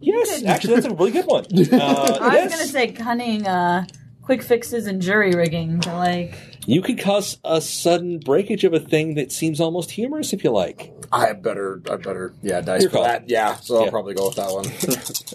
B: Yes, actually, that's a really good one. Uh,
F: I
B: yes.
F: was gonna say cunning, uh, quick fixes, and jury rigging to like.
B: you could cause a sudden breakage of a thing that seems almost humorous if you like.
G: I have better. I better. Yeah, dice
B: Your
G: for
B: call.
G: that. Yeah, so
B: Yeah.
G: I'll probably go with that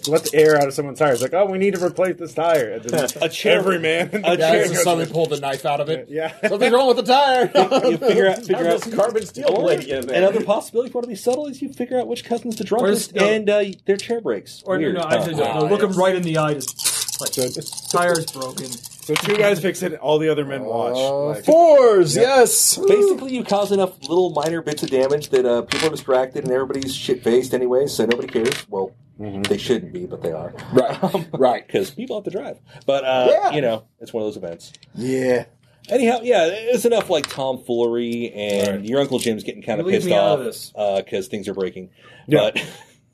G: one.
A: Let's air out of someone's tire. It's like, oh, we need to replace this tire. And then
B: A chair,
A: every man.
B: a
G: yeah,
B: chair
G: it's just suddenly pulled the knife out of it.
A: Yeah.
G: Something's wrong with the tire.
B: You figure out,
E: Have
B: figure
E: this
B: out.
E: carbon steel
B: Or
E: plate in there.
B: another possibility, if you want to be subtle, is you figure out which cousin's the drunkest
D: no-
B: and uh, their chair breaks.
D: Or
B: Weird.
D: no, I
B: Uh,
D: just, no, look him right in the eye. Just like
A: So,
D: tire's broken.
A: so two guys fix it. All the other men watch.
G: Uh,
A: Like-
G: fours. Yes.
B: Basically, you cause enough little minor bits of damage that uh, people are distracted and everybody's shit faced anyway, so nobody cares. Well,
A: Mm-hmm.
B: they shouldn't be, but they are.
G: Right. Right.
B: Because people have to drive. But, uh,
G: Yeah.
B: you know, it's one of those events.
G: Yeah.
B: Anyhow, yeah, it's enough like tomfoolery and your uncle Jim's getting kind of
D: Leave
B: pissed
D: me
B: off
D: out of this.
B: because things are breaking.
A: Yeah.
B: But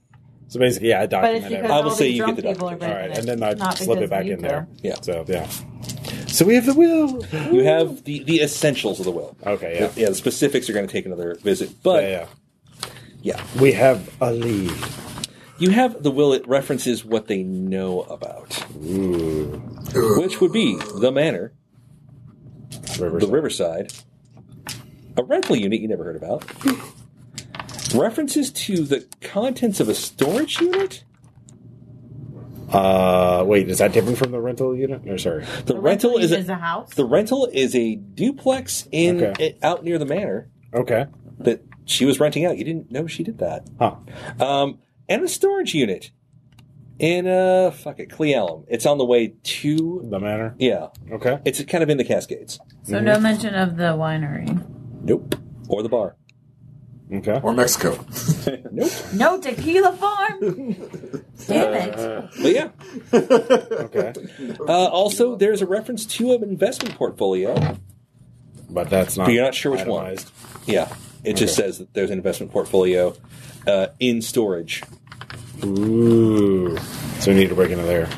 A: So basically, yeah, I
F: But it's
A: document
F: because
A: everything.
B: I will
F: all
B: say
F: these
B: you
F: drunk
B: get the
F: people are
A: All
F: breaking
A: right,
F: it,
A: and then I
F: not
A: slip
F: because
A: it back
F: you
A: in
F: do.
A: there.
B: Yeah.
A: So yeah. So we have the wheel.
B: you have the, the essentials of the will.
A: Okay. Yeah.
B: The, yeah, the specifics are going to take another visit, but
A: yeah. Yeah.
B: yeah,
A: We have a lead.
B: you have the will. It references what they know about,
A: Ooh.
B: which would be the manor, the
A: Riverside.
B: Riverside, a rental unit you never heard about, references to the contents of a storage unit.
A: Uh, wait, is that different from the rental unit? No, sorry.
B: The, rental, is a,
F: is a house.
B: The rental is a duplex in
A: Okay.
B: it, out near the manor
A: Okay.
B: that she was renting out. You didn't know she did that.
A: Huh.
B: Um, and a storage unit in uh fuck it, Clealum. It's on the way to
A: The manor.
B: yeah.
A: Okay.
B: It's kind of in the Cascades.
F: so no mention of the winery.
B: Nope. Or the bar.
A: Okay.
G: Or Mexico.
B: Nope.
F: No tequila farm. Damn it!
B: But yeah.
A: Okay.
B: Uh, also, there's a reference to an investment portfolio.
A: But that's not.
B: But you're not sure which
A: itemized.
B: Yeah. It just says that there's an investment portfolio uh, in storage,
A: Ooh. So we need to break into there.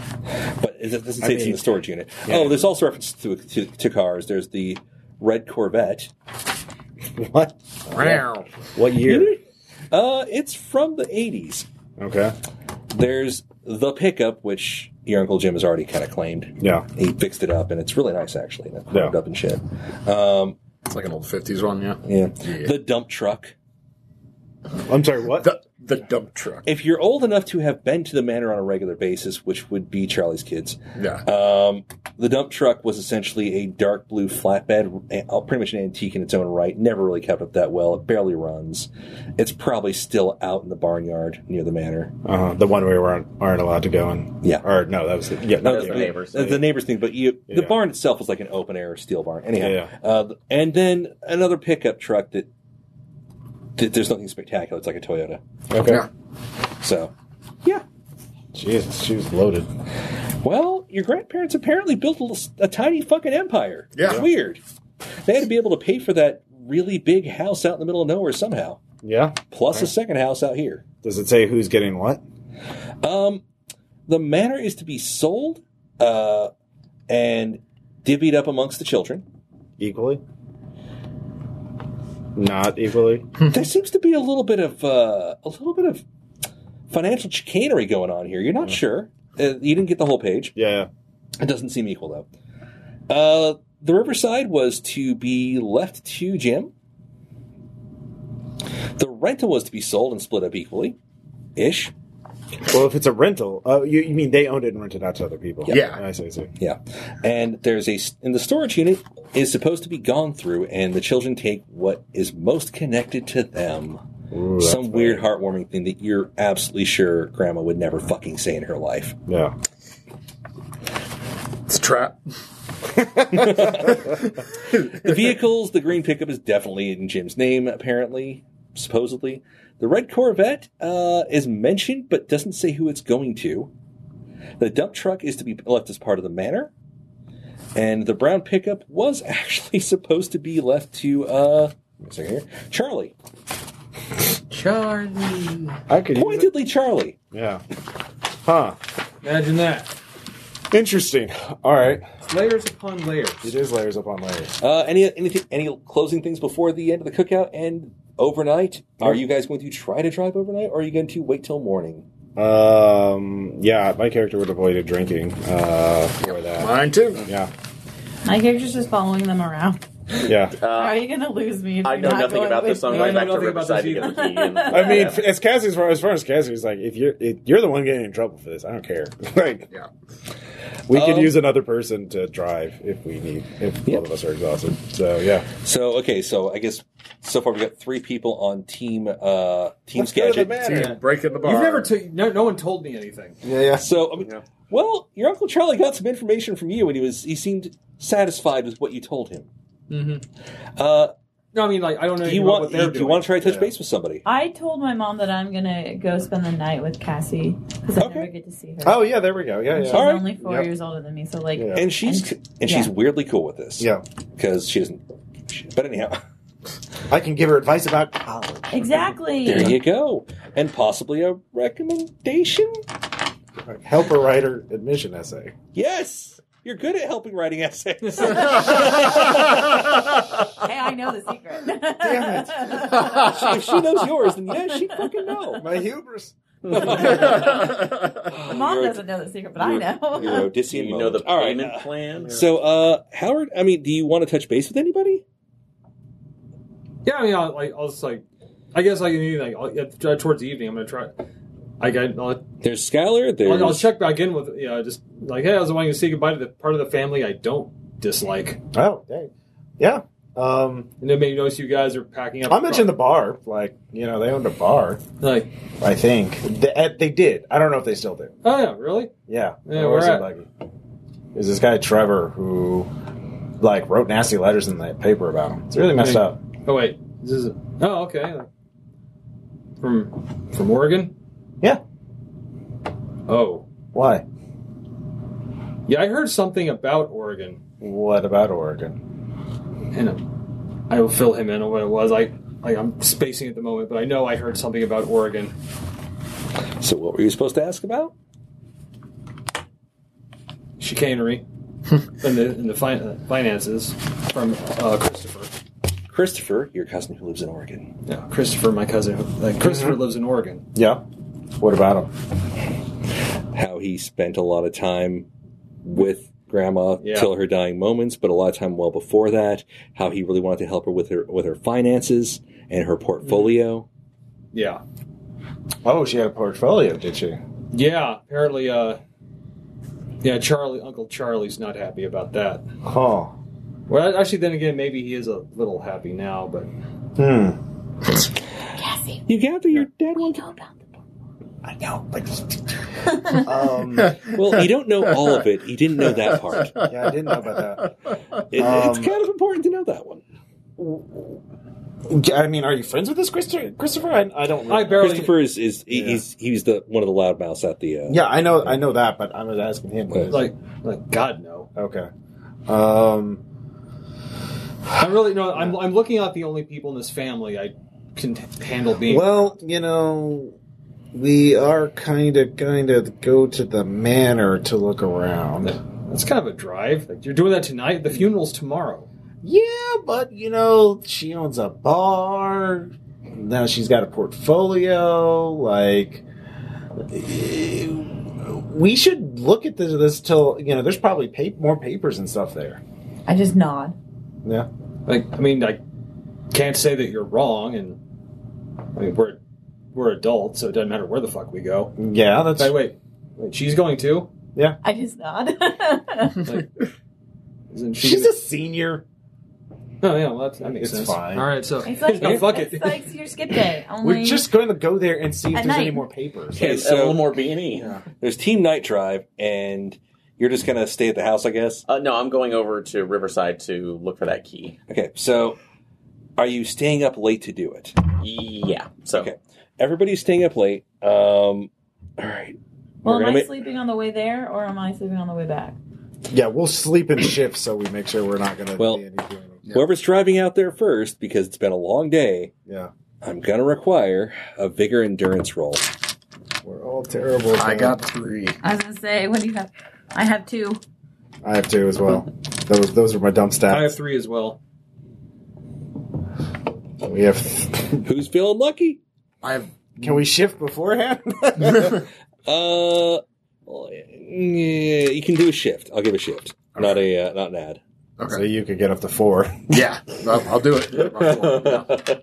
B: but it doesn't say
A: I
B: it's in
A: mean-
B: the storage unit.
A: Yeah.
B: Oh, there's also reference to, to, to cars. There's the red Corvette,
A: What? What year?
B: Uh, it's from the 80s.
A: Okay.
B: There's the pickup, which your Uncle Jim has already kind of claimed.
A: Yeah.
B: He fixed it up, and it's really nice, actually. and It's
A: Yeah.
B: carved up and shit. Um,
G: It's like an old fifties one. Yeah.
B: yeah.
G: Yeah.
B: The dump truck.
A: I'm sorry. What?
G: The the dump truck.
B: If you're old enough to have been to the manor on a regular basis, which would be Charlie's kids,
G: Yeah.
B: um, The dump truck was essentially a dark blue flatbed, a- uh, pretty much an antique in its own right. Never really kept up that well. It barely runs. It's probably still out in the barnyard near the manor.
A: Uh, the one we weren't aren't allowed to go in.
B: Yeah.
A: Or no, that was the, yeah. No,
E: was
A: yeah.
E: the neighbors.
B: The, the neighbors thing, but you, the
A: Yeah.
B: barn itself was like an open air steel barn. Anyhow,
A: Yeah,
B: Uh, and then another pickup truck that, that there's nothing spectacular. It's like a Toyota.
A: Okay.
G: Yeah.
B: So,
A: Jesus, she was loaded.
B: well, your grandparents apparently built a, little- a tiny fucking empire.
G: Yeah.
B: it's weird. They had to be able to pay for that really big house out in the middle of nowhere somehow,
A: Yeah.
B: plus a second house out here.
A: Does it say who's getting what?
B: Um, the manor is to be sold, uh, and divvied up amongst the children.
A: Equally. Not equally.
B: there seems to be a little bit of uh, a little bit of financial chicanery going on here. You're not sure. Uh, you didn't get the whole page.
A: Yeah.
B: It doesn't seem equal though. Uh, the Riverside was to be left to Jim. The rental was to be sold and split up equally, ish.
A: Well, if it's a rental, oh, you, you mean they owned it and rented out to other people?
G: Yeah.
A: I see. I see.
B: Yeah, and there's a and the storage unit is supposed to be gone through, and the children take what is most connected to them.
A: Ooh, that's
B: Some weird, heartwarming thing that you're absolutely sure Grandma would never fucking say in her life.
A: bad. Yeah.
G: It's a trap.
B: the vehicles, the green pickup is definitely in Jim's name, apparently, supposedly. The red Corvette uh, is mentioned, but doesn't say who it's going to. The dump truck is to be left as part of the manor. And the brown pickup was actually supposed to be left to, uh, wait a second here, Charlie.
D: Charlie.
A: I could. Use it.
B: Pointedly Charlie.
A: Yeah. Huh.
D: Imagine that.
A: Interesting. All right.
D: It's layers upon layers.
A: It is layers upon layers.
B: Uh, any, anything, any closing things before the end of the cookout and overnight? Are you guys going to try to drive overnight or are you going to wait till morning?
A: Um. Yeah. My character would have avoided drinking. Uh. For that.
G: Mine too.
A: Yeah.
F: My character's just following them around.
A: Yeah.
E: Uh,
F: Are you gonna lose me? If
E: I
F: you're
E: know
F: not
E: nothing
F: going
E: about
F: with
E: this. so I'm
F: me?
E: going
D: I
E: back
D: know nothing
E: to
D: about
E: Riverside to
D: this
E: get the key. And,
A: I mean,
E: Yeah.
A: f- as Cassie's far as far as Cassie's like, if you're if you're the one getting in trouble for this, I don't care. like,
G: Yeah.
A: we could
B: Um,
A: use another person to drive if we need. If both of us are exhausted, so yeah.
B: So okay, so I guess so far we got three people on team uh team
A: Let's go to the
B: Skagit.
A: manor.
D: Yeah.
G: Break in the bar.
D: You've never took. No, no one told me anything.
C: Yeah, yeah.
B: So I mean,
E: Yeah.
B: well, your uncle Charlie got some information from you, and he was he seemed satisfied with what you told him.
D: Mm-hmm.
B: Uh,
D: No, I mean, like, I don't
B: do
D: know. anything
B: you
D: about
B: want
D: what they're
B: do you
D: doing.
B: want to try to touch
G: Yeah.
B: base with somebody?
F: I told my mom that I'm gonna go spend the night with Cassie because I
B: Okay.
F: never get to see her.
A: Oh yeah, there we go. Yeah,
F: And
A: yeah.
F: she's
B: All right.
F: only four
A: Yep.
F: years older than me, so like,
A: Yeah.
B: And she's and, she's weirdly cool with this.
A: Yeah.
B: because she doesn't. But anyhow,
C: I can give her advice about college.
F: exactly.
B: there you go, and possibly a recommendation.
A: Help her write her admission essay.
B: Yes, you're good at helping writing essays.
F: Hey, I know the secret.
B: if she knows yours, then yeah, she fucking know.
A: My hubris.
F: Mom
B: You're-
F: doesn't know the secret, but I
B: you're- Your
F: know.
E: Do
B: Odyssean
E: you know the
B: moment. All right,
E: payment
B: uh,
E: plan?
B: So, uh, Howard, I mean, do you want to touch base with anybody?
D: Yeah, I mean, I'll, like, I'll just like, I guess like anything. I'll, yeah, towards the evening, I'm gonna try. I got. I'll,
B: There's Skylar. There's
D: I'll, I'll check back in with you know, just like, hey, I was wanting to say goodbye to the part of the family I don't dislike,
A: Oh, dang. Yeah. Um,
D: and then maybe notice you guys are packing up.
A: I mentioned the bar. Like, you know, they owned a bar.
D: like,
A: I think they, eh, they did. I don't know if they still do.
D: oh yeah, really?
A: Yeah.
D: Yeah,
A: Or
D: where
A: was it
D: at?
A: Buggy? There's this guy Trevor who, like, wrote nasty letters in that paper about him. It's really messed
D: Hey.
A: up.
D: Oh wait, this is. Oh okay. From from Oregon.
A: Yeah.
D: Oh
A: Why?
D: yeah, I heard something about Oregon.
A: What about Oregon?
D: and um, I will fill him in on what it was. I, like I'm spacing at the moment, but I know I heard something about Oregon.
B: so, what were you supposed to ask about?
D: Chicanery and the, and the fin- uh, finances from uh, Christopher.
B: Christopher, your cousin who lives in Oregon.
D: Yeah, Christopher, my cousin. Like, Christopher lives in Oregon.
A: Yeah. What about him?
B: How he spent a lot of time with grandma
D: Yeah.
B: till her dying moments, but a lot of time well before that. How he really wanted to help her with her with her finances and her portfolio.
D: Yeah.
A: Oh, she had a portfolio, did she?
D: Yeah, apparently, uh, Yeah, Charlie, Uncle Charlie's not happy about that.
C: Huh.
D: Well, actually, then again, maybe he is a little happy now, but
C: Hmm.
B: You gather your dead one.
C: I know, but um,
B: Well, you don't know all of it. You didn't know that part.
C: yeah, I didn't know about
B: It, it's
C: Um,
B: kind of important to know that one.
C: that. I mean, are you friends with this Christopher? Christopher, I, I don't.
D: I barely.
B: Christopher is, is he- he's he was the one of the loudmouths at the. Uh,
C: Yeah, I know, I know that, but I was asking him. what is it?
D: Like, like God no.
C: okay. Um,
D: I'm really no. I'm I'm looking at the only people in this family I can t- handle being.
C: well, you know, we are kind of going to go to the manor to look around.
D: That's kind of a drive. Like, you're doing that tonight. The funeral's tomorrow.
C: Yeah, but you know, she owns a bar. Now she's got a portfolio. Like, eh, we should look at this, this till you know. There's probably pa- more papers and stuff there.
F: I just nod.
C: Yeah.
D: Like, I mean, I can't say that you're wrong, and I mean, we're we're adults, so it doesn't matter where the fuck we go.
C: Yeah, that's
D: Wait, wait, wait she's going too.
F: I just nod.
D: Isn't she?
C: she's a senior.
D: oh yeah, well, that, that makes
C: It's
D: sense.
C: fine.
D: All right, so
F: it's like
D: Oh,
F: it's,
D: fuck
F: it's
D: it.
F: like your skip day. Only
C: We're just going to go there and see if
F: At
C: there's any
F: night.
C: more papers.
B: Okay,
E: a little
B: so
E: more E. beanie.
B: there's Team Night Drive, and you're just gonna stay at the house, I guess.
E: Uh, no, I'm going over to Riverside to look for that key.
B: Okay, so are you staying up late to do it?
E: Yeah. So
B: Okay. Everybody's staying up late. Um, all right.
F: well, am I
B: make-
F: sleeping on the way there or am I sleeping on the way back?
C: Yeah, we'll sleep in shifts so we make sure we're not going to
B: Well-
C: be anything.
B: Whoever's driving out there first, because it's been a long day,
C: Yeah,
B: I'm going to require a vigor endurance roll.
C: we're all terrible.
H: I
C: man.
H: got three.
F: I was gonna say, what do you have? I have two.
C: I have two as well. Those those are my dump
D: I have
C: stats.
D: three as well.
C: we have.
B: Who's feeling lucky?
H: I have.
C: Can we shift beforehand?
B: Uh, well, yeah, you can do a shift. I'll give a shift. Not a uh, not an ad.
C: So you could get up to four.
H: Yeah, I'll, I'll do it.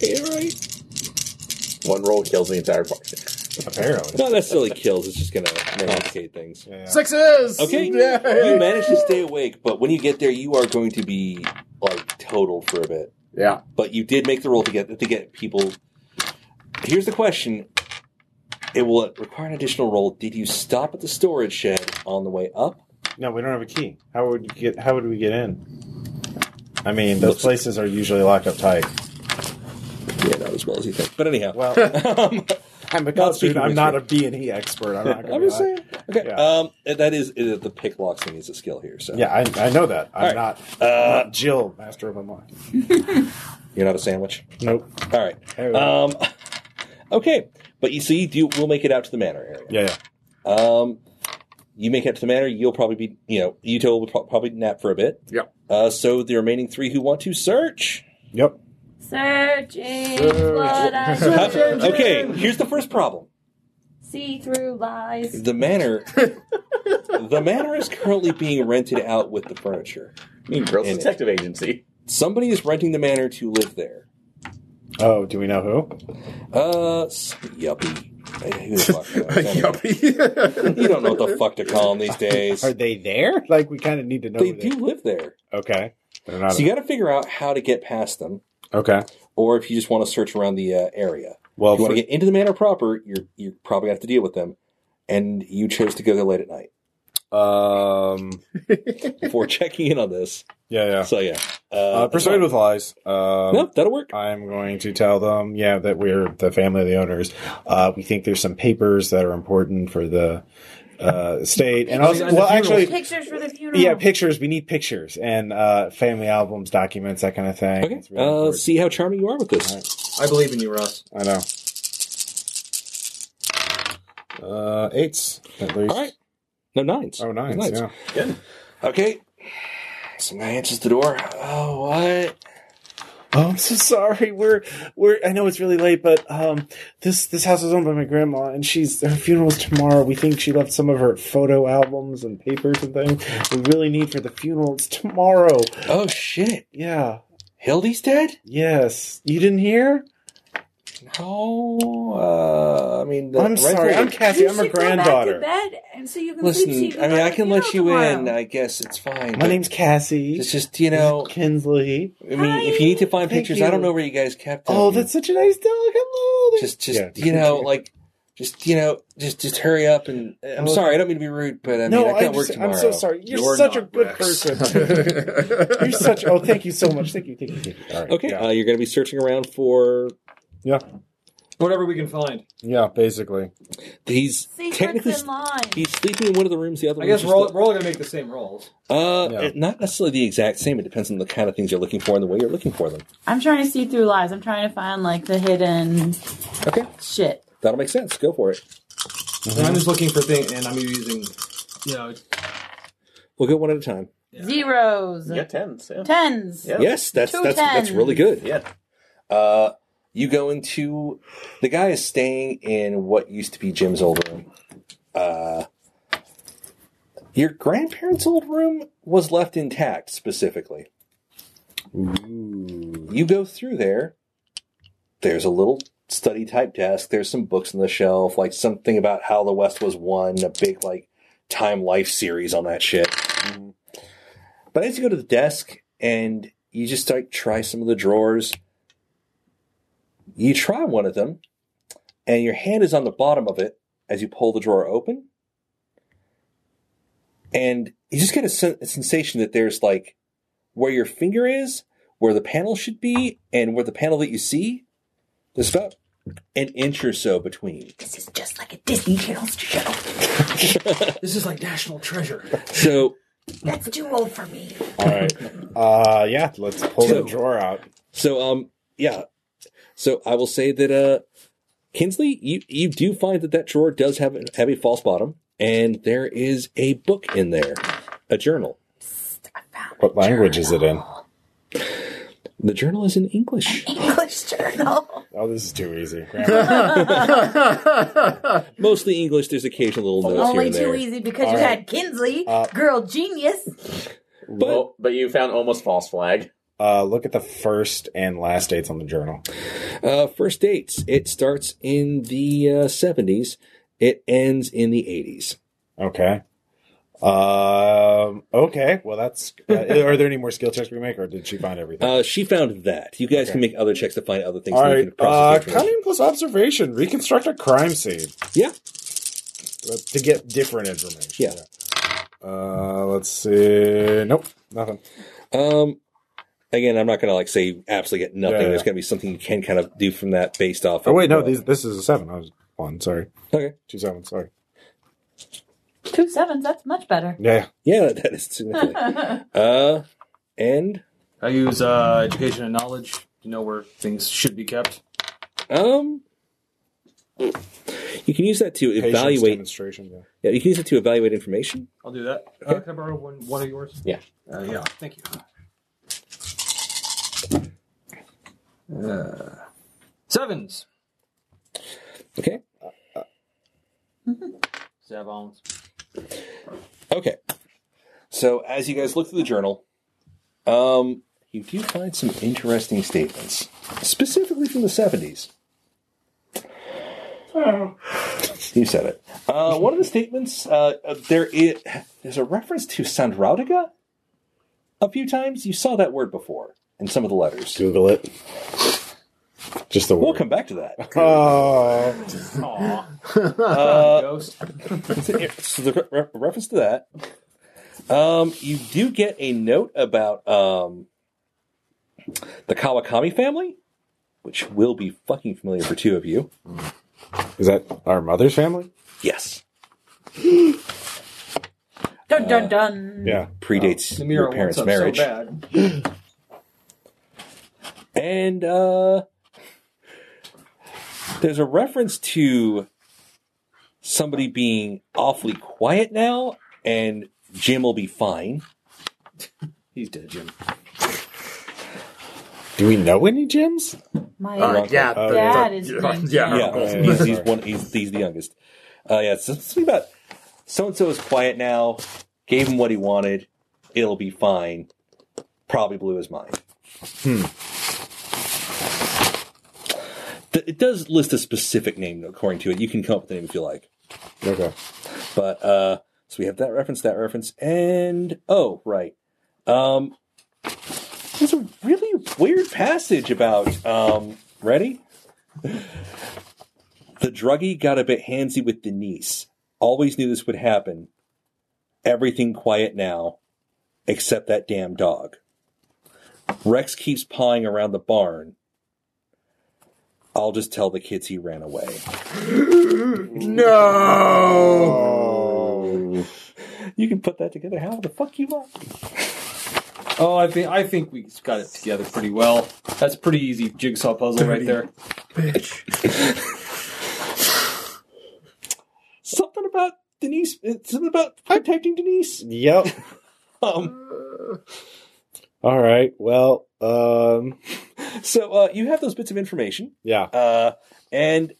B: Yeah, right.
E: one roll kills the entire party.
C: Apparently.
B: Not necessarily kills. It's just going to complicate things.
H: Sixes.
B: Okay,
H: Yay!
B: you manage to stay awake, but when you get there, you are going to be like totaled for a bit.
H: Yeah.
B: but you did make the roll to get to get people. Here's the question: It will require an additional roll. Did you stop at the storage shed on the way up?
A: No, we don't have a key. How would you get? How would we get in? I mean, those
B: Looks-
A: places are usually locked up tight.
B: Yeah, not as well as you think. But anyhow,
A: Well,
B: um,
A: I'm a
B: Not
A: college
B: speaking
A: student. Oh, I'm
B: with
A: not
B: you.
A: a B and E expert. I'm not. Gonna
B: I'm
A: be
B: just
A: like-
B: saying. Okay,
A: Yeah.
B: um, that is uh, the pick lock thing is a skill here. So
A: Yeah, I, I know that. I'm
B: All right.
A: not,
B: Uh,
A: not Jill, master of my mind.
B: you're not a sandwich.
A: Nope. Uh,
B: All right.
A: Hey,
B: Um, okay, but you see, you will make it out to the manor area.
A: yeah, yeah.
B: Um, you make it to the manor. You'll probably be, you know, Yuto will pro- probably nap for a bit.
H: Yep.
B: Uh, so the remaining three who want to search.
A: Yep.
F: Searching what I
B: Huh?
F: should
B: okay, here's the first problem.
F: see through lies.
B: The manor, the manor is currently being rented out with the furniture.
E: Mean Girls
B: In it.
E: Detective Agency.
B: Somebody is renting the manor to live there.
A: Oh, do we know who?
B: Uh, s- yuppie. Who the fuck knows? I mean,
H: Yuppie.
B: You don't know what the fuck to call them these days.
A: Are they there? Like, we kind of need to know.
B: They
A: who they-
B: do live there,
A: Okay. They're not
B: so you got to figure out how to get past them,
A: okay.
B: or if you just want to search around the uh, area.
A: Well,
B: if you want
A: for-
B: to get into the manor proper, you're you're probably gonna have to deal with them, and you chose to go there late at night
A: um,
B: before checking in on this.
A: yeah, yeah.
B: So yeah, uh,
A: Uh,
B: that's
A: persuade
B: fine.
A: with lies. Um,
B: no, that'll work.
A: I'm going to tell them, yeah, that we're the family of the owners. Uh, we think there's some papers that are important for the uh, estate, and also, well, actually,
F: Pictures for the funeral.
A: yeah, pictures. We need pictures and uh, family albums, documents, that kind of thing.
B: Okay,
A: It's really
B: uh,
A: important.
B: see how charming you are with this.
D: I believe in you, Russ.
A: I know. Uh, eights at least.
B: All right, no nines.
A: Oh, nines.
B: Nines.
A: Yeah.
B: Okay, some guy answers the door. Oh, what?
A: Oh, I'm so sorry. We're we're. I know it's really late, but um, this this house is owned by my grandma, and she's her funeral's tomorrow. We think she left some of her photo albums and papers and things we really need for the funeral. It's tomorrow.
B: Oh shit!
A: Yeah.
B: Hildy's dead.
A: Yes. You didn't hear?
B: No, uh, I mean, the
A: I'm
B: rental-
A: sorry, I'm Cassie.
L: You
A: I'm a
L: should go back to
A: granddaughter.
L: bed, and so you can
B: Listen,
L: sleep. so you
B: I mean,
L: go
B: I
L: to
B: can
L: the
B: let
L: funeral
B: you in.
L: tomorrow.
B: I guess it's fine.
A: My
B: but
A: name's Cassie.
B: It's just you know.
A: Kinsley.
B: I mean, if you need to find
A: Thank
B: pictures,
A: you.
B: I don't know where you guys kept them.
A: Oh, that's such a nice dog. Hello.
B: just, just
A: Yeah.
B: you know, like, just you know, just just hurry up and. I'm
A: Well-
B: sorry, I don't mean to be rude, but I mean,
A: no,
B: I got
A: I'm,
B: work
A: just-
B: tomorrow.
A: I'm so sorry. You're,
K: You're
A: such a
K: not
A: good
K: Rex.
A: person. You're such. Oh, thank you so much. Thank you. Thank you. Thank you. All right.
B: Okay,
A: Yeah.
B: uh, you're going to be searching around for.
C: Yeah.
D: Whatever we can find.
C: Yeah, basically.
B: He's
L: See
B: technically
L: what's in line.
B: he's sleeping in one of the rooms. The other,
D: I
B: room's
D: guess
B: just
D: we're all,
B: the-
D: we're all gonna make the same rolls.
B: Uh,
C: Yeah.
B: it- not necessarily the exact same. It depends on the kind of things you're looking for and the way you're looking for them.
F: I'm trying to see through lies. I'm trying to find like the hidden
B: Okay,
F: shit.
B: that'll make sense. Go for it.
D: And I'm just looking for things, and I'm using, you know,
B: We'll go one at a time.
D: Yeah.
F: Zeros.
E: Yeah, tens. Yeah.
F: Tens.
E: Yeah.
B: Yes, that's
F: Two
B: that's that's
F: tens.
B: really good.
E: yeah.
B: Uh, you go into the guy is staying in what used to be Jim's old room. Uh, your grandparents' old room was left intact specifically. You go through there. There's a little study type desk. There's some books on the shelf, like something about how the West was won, a big like time life series on that shit. But as you go to the desk and you just like try some of the drawers, you try one of them, and your hand is on the bottom of it as you pull the drawer open. And you just get a, sen- a sensation that there's like where your finger is, where the panel should be, and where the panel that you see. There's about an inch or so between.
L: This is just like a Disney Channel show.
D: this is like national treasure.
B: So
L: That's too old for me.
A: All right. Uh, yeah. Let's pull
B: So-
A: that drawer out.
B: So um yeah. So I will say that uh Kinsley, you you do find that that drawer does have a- have a false bottom and there is a book in there, a journal.
L: I found
A: What language is it in?
B: The journal is in English.
L: English journal.
A: Oh, this is too easy. Grandma.
B: Mostly English, there's occasional little notes here
L: Only
B: and there.
L: too easy because you had Kinsley, girl genius.
B: But
E: Well, but you found almost false flag.
A: uh, look at the first and last dates on the journal.
B: uh first dates, it starts in the uh, 70s, it ends in the 80s.
A: Okay. Um. Okay. Well, that's. Uh, are there any more skill checks we make, or did she find everything?
B: Uh she found that. You guys
A: Okay.
B: can make other checks to find other things
A: All
B: that you can
A: right. Uh,
B: process the information.
A: cunning plus observation. Reconstruct a crime scene.
B: Yeah.
A: Uh, To get different information.
B: Yeah.
A: Uh, let's see. Nope. Nothing.
B: Um, again, I'm not going to like say absolutely get nothing.
A: Yeah, yeah.
B: There's going to be something you can kind of do from that based off.
A: Oh
B: of,
A: wait, no.
B: uh,
A: These, this is a seven. I was one. Sorry.
B: Okay,
A: Two seven. Sorry.
F: Two sevens. That's much better.
A: Yeah.
B: yeah, that, that is significant. uh, and
D: I use uh, education and knowledge to know where things should be kept.
B: um, you can use that to
A: Patience
B: evaluate.
A: demonstration. Yeah.
B: Yeah, you can use it to evaluate information.
D: I'll do that. Uh, can I borrow one, one of yours?
E: Yeah.
D: Uh, yeah. Thank you. Uh, sevens.
B: Okay,
D: Sevens.
B: okay. So as you guys look through the journal, um, you do find some interesting statements, specifically from the 70s. You said it. Uh, one of the statements uh, there is there's a reference to Sandrautica. A few times you saw that word before in some of the letters.
A: Google it. Just the word.
B: We'll come back to that.
A: Oh.
B: Uh,
D: Ghost.
B: so the re- re- reference to that, um, you do get a note about um, the Kawakami family, which will be fucking familiar for two of you.
A: Is that our mother's family?
B: Yes,
F: Dun dun dun.
A: Yeah.
B: predates
D: The mirror
B: your
D: Oh,
B: parents'
D: wants up
B: marriage.
D: so bad.
B: And uh, there's a reference to somebody being awfully quiet now, and Jim will be fine.
D: He's dead, Jim.
A: Do we know any Jims?
F: My
H: Uh, yeah,
A: Oh,
H: the-
F: dad
H: the-
F: is
H: yeah,
F: named
H: yeah,
B: yeah,
H: yeah.
A: yeah,
B: he's, he's
A: sorry.
B: one. He's, he's the youngest. Uh, yeah, so something about so and so is quiet now. Gave him what he wanted. It'll be fine. Probably blew his mind. Hmm. d- it does list a specific name according to it. You can come up with a name if you like.
A: Okay.
B: But uh, so we have that reference, that reference, and oh right, um, there's a really weird passage about um, ready. the druggie got a bit handsy with Denise. Always knew this would happen. Everything quiet now, except that damn dog. Rex keeps pawing around the barn. I'll just tell the kids he ran away. Oh.
A: No.
B: You can put that together. How the fuck you want?
D: Oh, I think I think we got it together pretty well. That's pretty easy jigsaw puzzle right there.
B: Something about Denise. it's Something about protecting Denise.
A: Yep.
B: Um,
A: All right. Well, um,
B: so uh, you have those bits of information,
A: yeah,
B: uh, and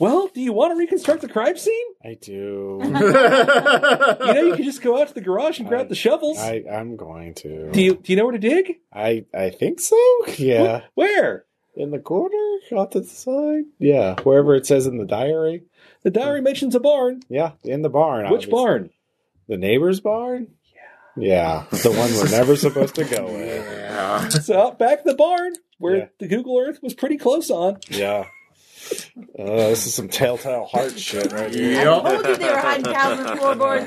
B: well, do you want to reconstruct the crime scene?
A: I do.
B: You know, you can just go out to the garage and grab the shovels.
A: I, I'm going to.
B: do you do you know where to dig?
A: I I think so. Yeah.
B: Where?
A: In the corner, off to the side. Yeah, wherever it says in the diary.
B: The diary mentions a barn.
A: Yeah, in the barn.
B: Which
A: obviously.
B: barn?
A: The neighbor's barn. Yeah. Yeah, the one we're never supposed to go in.
B: So out back of the barn where
A: Yeah.
B: the Google Earth was pretty close on.
A: Yeah. Uh, this is some telltale heart shit right here.
L: I told you they were hiding cows in the floorboards.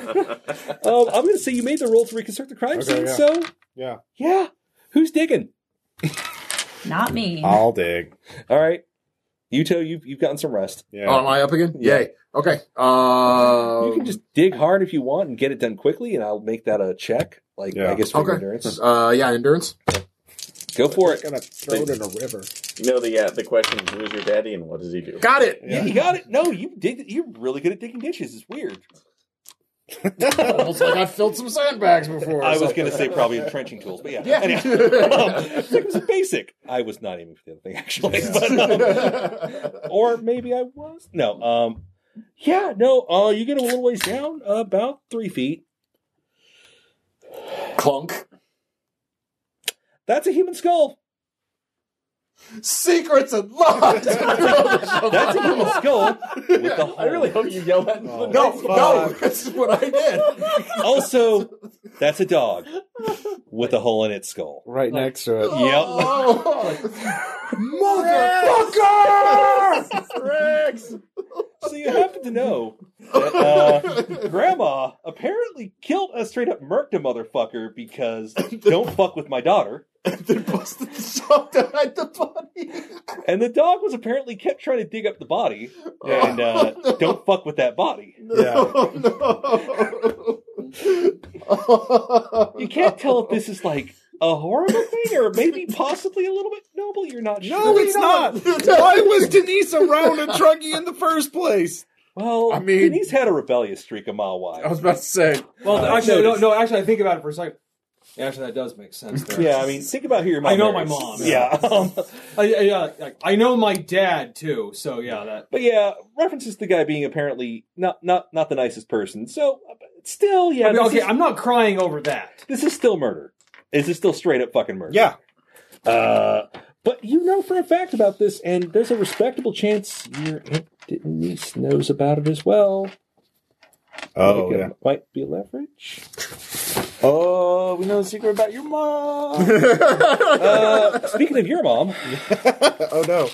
B: Um, I'm going to say you made the roll to reconstruct the crime
A: Okay,
B: scene.
A: yeah.
B: So
A: Yeah.
B: yeah, who's digging?
F: Not me.
A: I'll dig.
B: All right, Yuto, you've you've gotten some rest.
A: Yeah.
G: Oh, am I up again? Yay. Okay. Uh,
E: Um,
B: you can just dig hard if you want and get it done quickly, and I'll make that a check. Like
A: Yeah.
B: I guess for your
G: okay.
B: endurance.
G: Uh, yeah, endurance.
B: Go for it.
A: gonna throw it in a river.
E: You know the uh, the question: is, Who is your daddy, and what does he do?
G: Got it.
B: Yeah, you got it. No, you dig. You're really good at digging ditches. It's weird.
G: Almost like I filled some sandbags before.
B: I was going to say probably trenching tools, but yeah.
G: Yeah.
B: Anyhow, um, it was basic. I was not aiming for the other thing actually, but, um, or maybe I was. No. Um. Yeah. No. Uh. You get a little ways down, about three feet.
G: Clunk.
B: That's a human skull.
G: Secrets and lies.
B: That's a human skull with the hole.
E: I really hope you yell that. into the
G: no,
E: next
G: no. This is what I did.
B: Also, that's a dog with a hole in its skull.
A: Right next to it.
B: Yep.
G: Oh, motherfucker!
B: So you happen to know that uh, Grandma apparently killed a straight up murked a motherfucker because don't fuck with my daughter.
G: they busted the shot to hide the body.
B: And the dog was apparently kept trying to dig up the body and uh, don't fuck with that body.
G: Oh, no.
B: You can't tell if this is like a horrible thing or maybe possibly a little bit noble. You're not sure.
A: No, it's not. Why was Denise around a druggie in the first place?
B: Well, I
G: I
B: mean,
G: mean-
B: Denise had a rebellious streak a mile wide.
G: I was about to say.
D: Well,
B: Uh,
D: actually, no,
B: notice.
D: no. Actually, I think about it for a second. Actually, that does make sense. There.
B: Yeah, I mean, think about who your mom
D: I know my
B: is.
D: mom,
B: Yeah.
D: yeah.
B: Um,
D: I, I, yeah, like, I know my dad too. So yeah, that
B: but yeah, references the guy being apparently not not not the nicest person. So uh, but still, yeah,
D: I mean,
B: this,
D: okay,
B: is,
D: I'm not crying over that.
B: this is still murder. This is still straight up fucking murder.
A: Yeah.
B: Uh, but you know for a fact about this, and there's a respectable chance your aunt Denise knows about it as well.
A: Oh
B: Like, it
A: yeah.
B: might be leverage.
A: Oh, we know the secret about your mom.
B: Uh, speaking of your mom,
A: oh no.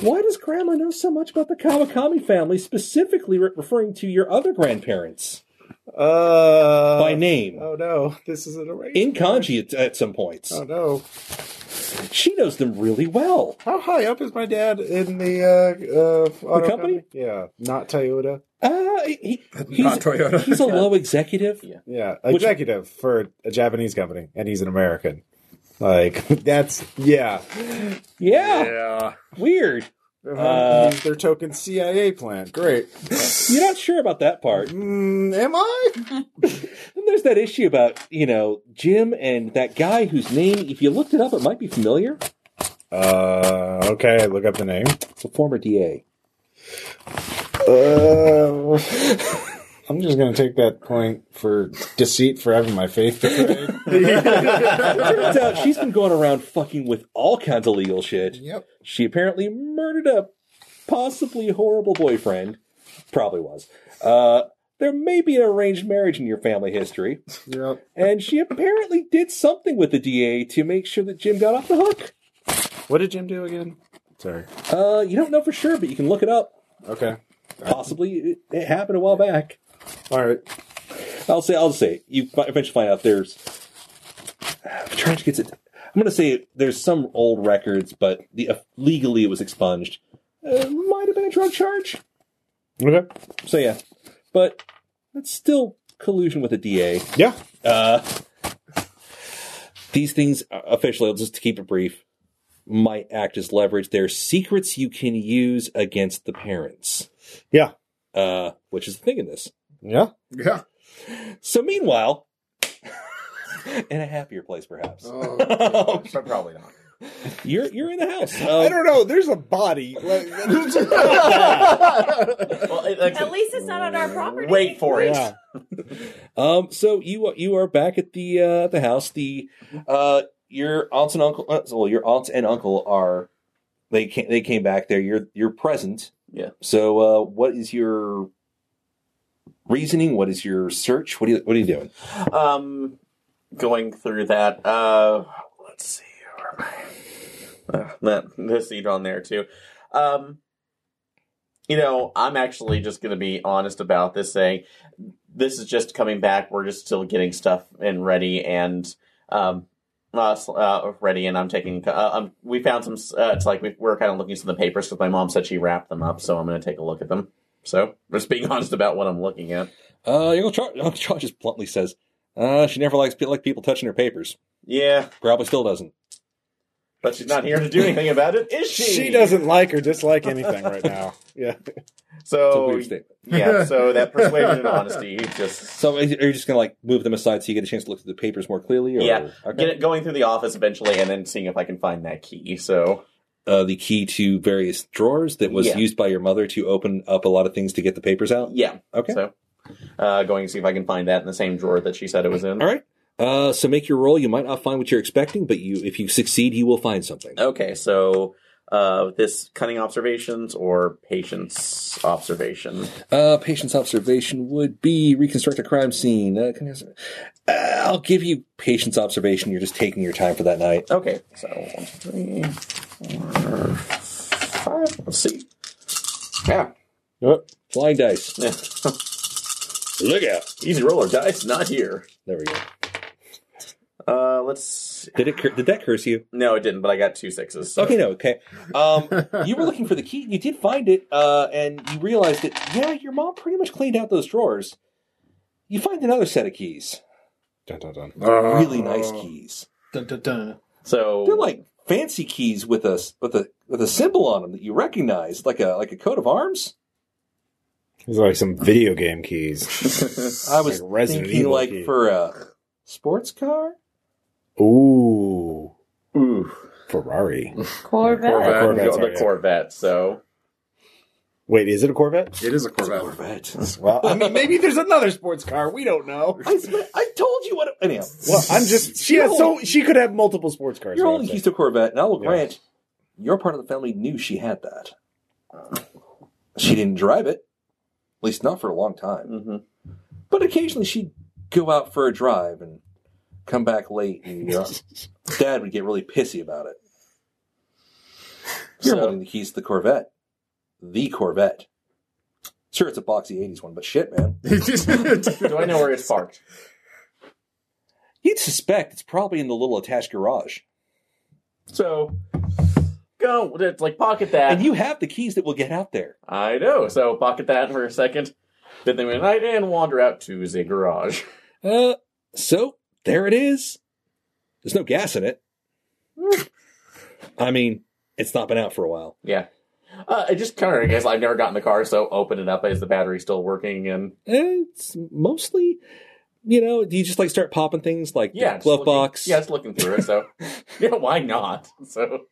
B: why does Grandma know so much about the Kawakami family, specifically re- referring to your other grandparents
A: Uh.
B: by name?
A: Oh no. This is an arrangement.
B: in kanji at, at some points.
A: Oh no.
B: She knows them really well.
A: How high up is my dad in the uh, uh auto
B: company?
A: Yeah, not Toyota.
B: Uh, he, he's,
G: Not Toyota.
B: he's a low executive.
A: Yeah,
B: Which-
A: executive for a Japanese company, and he's an American. Like that's yeah.
B: Yeah,
G: Yeah.
B: weird. Uh,
A: Uh, he's their token CIA plant. Great.
B: You're not sure about that part.
A: Mm, am I?
B: And there's that issue about you know Jim and that guy whose name, if you looked it up, it might be familiar.
A: Uh, okay. I Look up the name.
B: It's a former DA.
A: Uh, I'm just going to take that point for deceit for having my faith betrayed.
B: Turns out she's been going around fucking with all kinds of legal shit.
A: Yep.
B: She apparently murdered a possibly horrible boyfriend. Probably was. Uh, there may be an arranged marriage in your family history.
A: Yep.
B: And she apparently did something with the DA to make sure that Jim got off the hook.
A: What did Jim do again? Sorry.
B: Uh, you don't know for sure, but you can look it up.
A: Okay.
B: Possibly it, it happened a while back.
A: All right.
B: I'll say. I'll say. You fi- eventually find out. There's. I'm trying to get it. I'm going to say there's some old records, but the uh, legally it was expunged. Uh, might have been a drug charge.
A: Okay.
B: So yeah, but that's still collusion with a DA.
A: Yeah.
B: Uh, these things uh, officially, just to keep it brief, might act as leverage. They're secrets you can use against the parents.
A: Yeah.
B: Uh, which is the thing in this.
A: Yeah.
H: Yeah.
B: So meanwhile, in a happier place, perhaps Um,
G: Oh, probably not.
B: you're you're in the house.
A: I don't know. There's a body. Like,
L: At least it's not on our property.
E: Wait for it.
A: Yeah.
B: Um, so you you are back at the uh, at the house. The uh, your aunts and uncle, uh, well, your aunts and uncle are they came they came back there. You're you're present.
E: Yeah.
B: So uh, what is your reasoning? What is your search? What do you what are you doing?
E: Um, going through that. Uh, let's see. Where am I? Uh, that the seed on there too. Um, you know, I'm actually just going to be honest about this, saying this is just coming back. We're just still getting stuff and ready and um. Uh, s- uh, ready, and I'm taking. Uh, um, we found some. s- Uh, it's like we, we're kind of looking through the papers because my mom said she wrapped them up, so I'm going to take a look at them. So, just being honest about what I'm looking at.
B: Uh, your uncle Char- Uncle Charles just bluntly says, uh, she never likes pe- like people touching her papers.
E: Yeah,
B: Probably still doesn't.
E: but she's not here to do anything about it, is she?
A: she doesn't like or dislike anything right now. Yeah.
B: It's a
E: So
B: weird statement.
E: yeah, so that persuasion and honesty, just
B: So are you are you just gonna like move them aside so you get a chance to look through the papers more clearly? Or,
E: yeah,
B: Okay.
E: get it going through the office eventually, and then seeing if I can find that key. So
B: uh, the key to various drawers that was
E: Yeah.
B: used by your mother to open up a lot of things to get the papers out.
E: yeah,
B: Okay.
E: so uh, going to see if I can find that in the same drawer that she said it was in.
B: All right. Uh, so make your roll. You might not find what you're expecting, but you, if you succeed, you will find something.
E: Okay, so uh, this cunning observations or patience observation.
B: Uh, patient's observation would be reconstruct a crime scene. Uh, can I- uh, I'll give you patient's observation. You're just taking your time for that night.
E: Okay, so one, two, three, four, five. Let's see. Yeah,
A: Yep.
B: Flying dice. Look out!
E: easy roller dice, not here.
B: There we go.
E: Uh, let's.
B: Did it? Cur- did that curse you?
E: No, it didn't, but I got two sixes. so-
B: Okay, no, okay. Um, you were looking for the key. You did find it, uh, and you realized that yeah, your mom pretty much cleaned out those drawers. You find another set of keys,
A: Dun, dun, dun.
B: really
A: Uh-huh.
B: nice
G: Oh.
B: keys.
D: Dun, dun, dun.
E: So
B: They're like fancy keys with a with a with a symbol on them that you recognize, like a like a coat of arms.
A: It's like some video game keys.
B: I was
A: Like Resident
B: thinking
A: Evil
B: like
A: key.
B: for a sports car.
A: Ooh.
E: ooh,
A: Ferrari.
F: Corvette.
A: Corvette. Corvette,
E: Corvette,
A: sorry,
E: the
A: yeah.
E: Corvette. So
A: Wait, is it a Corvette?
H: It is a Corvette.
B: Corvette.
A: Well, I mean, maybe there's another sports car. We don't know.
B: I, sp- I told you what. It, anyhow,
A: Well, I'm just she has so she could have multiple sports cars.
B: you're
A: is what I'm
B: holding
A: saying.
B: keys to a Corvette, and I will
A: Yeah.
B: grant your part of the family knew she had that. She didn't drive it, at least not for a long time.
E: mhm.
B: But occasionally she'd go out for a drive and come back late, and your dad would get really pissy about it. You're
E: So-
B: holding the keys to the Corvette, the Corvette. Sure, it's a boxy '80s one, but shit, man,
E: do I know where it's parked?
B: you'd suspect it's probably in the little attached garage,
E: So go it's like pocket that.
B: and you have the keys that will get out there.
E: I know. So pocket that for a second. Then they went night and wander out to the garage.
B: Uh, so there it is. There's no gas in it. mm. I mean, it's not been out for a while.
E: Yeah. Uh, I just kind of guess I've never gotten the car, so open it up. Is the battery still working? And
B: It's mostly, you know, do you just like start popping things like the
E: yeah, just
B: glove
E: looking-
B: box?
E: Yeah, it's looking through it. So yeah, why not? So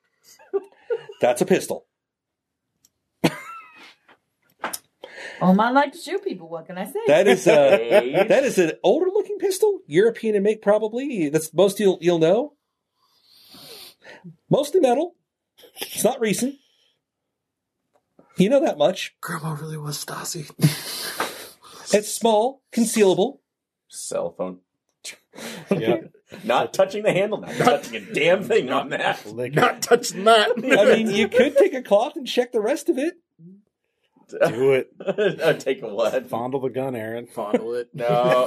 B: That's a pistol.
F: Oh, I like to shoot people. What can I say?
B: That is a that is an older looking pistol, European in make probably. That's the most you'll you'll know. Mostly metal. It's not recent. You know that much.
G: Grandma really was Stasi.
B: It's small, concealable.
E: Cell phone.
A: Yeah.
E: not touching the handle, not touching a damn thing on that.
H: Not touching that.
B: I mean, you could take a cloth and check the rest of it.
A: Do it.
E: Take a what?
A: Fondle the gun, Aaron.
H: Fondle it. No. no.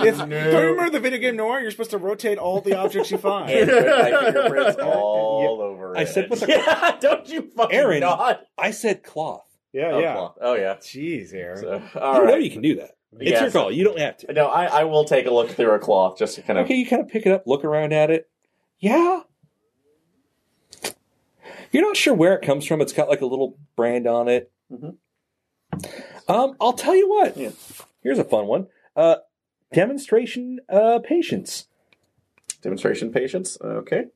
A: It's, do you remember the video game Noir? You're supposed to rotate all the objects you find.
E: And put my fingerprints all over
B: I
E: it.
B: said with a-
E: yeah, don't you fucking
B: Aaron.
E: nod.
B: I said cloth.
A: Yeah,
E: Oh,
A: yeah.
E: cloth. oh yeah.
A: Jeez, Aaron.
E: So,
B: I
E: all
B: you know
E: right.
B: you can do that. It's
E: Yeah,
B: your
E: so-
B: call. You don't have to.
E: No, I, I will take a look through a cloth just to kind of.
B: Okay, you kind of pick it up, look around at it. Yeah. You're not sure where it comes from. It's got like a little brand on it.
E: Mhm.
B: Um, I'll tell you what.
E: Yeah.
B: Here's a fun one. Uh, demonstration uh, patience.
E: Demonstration patience. Okay.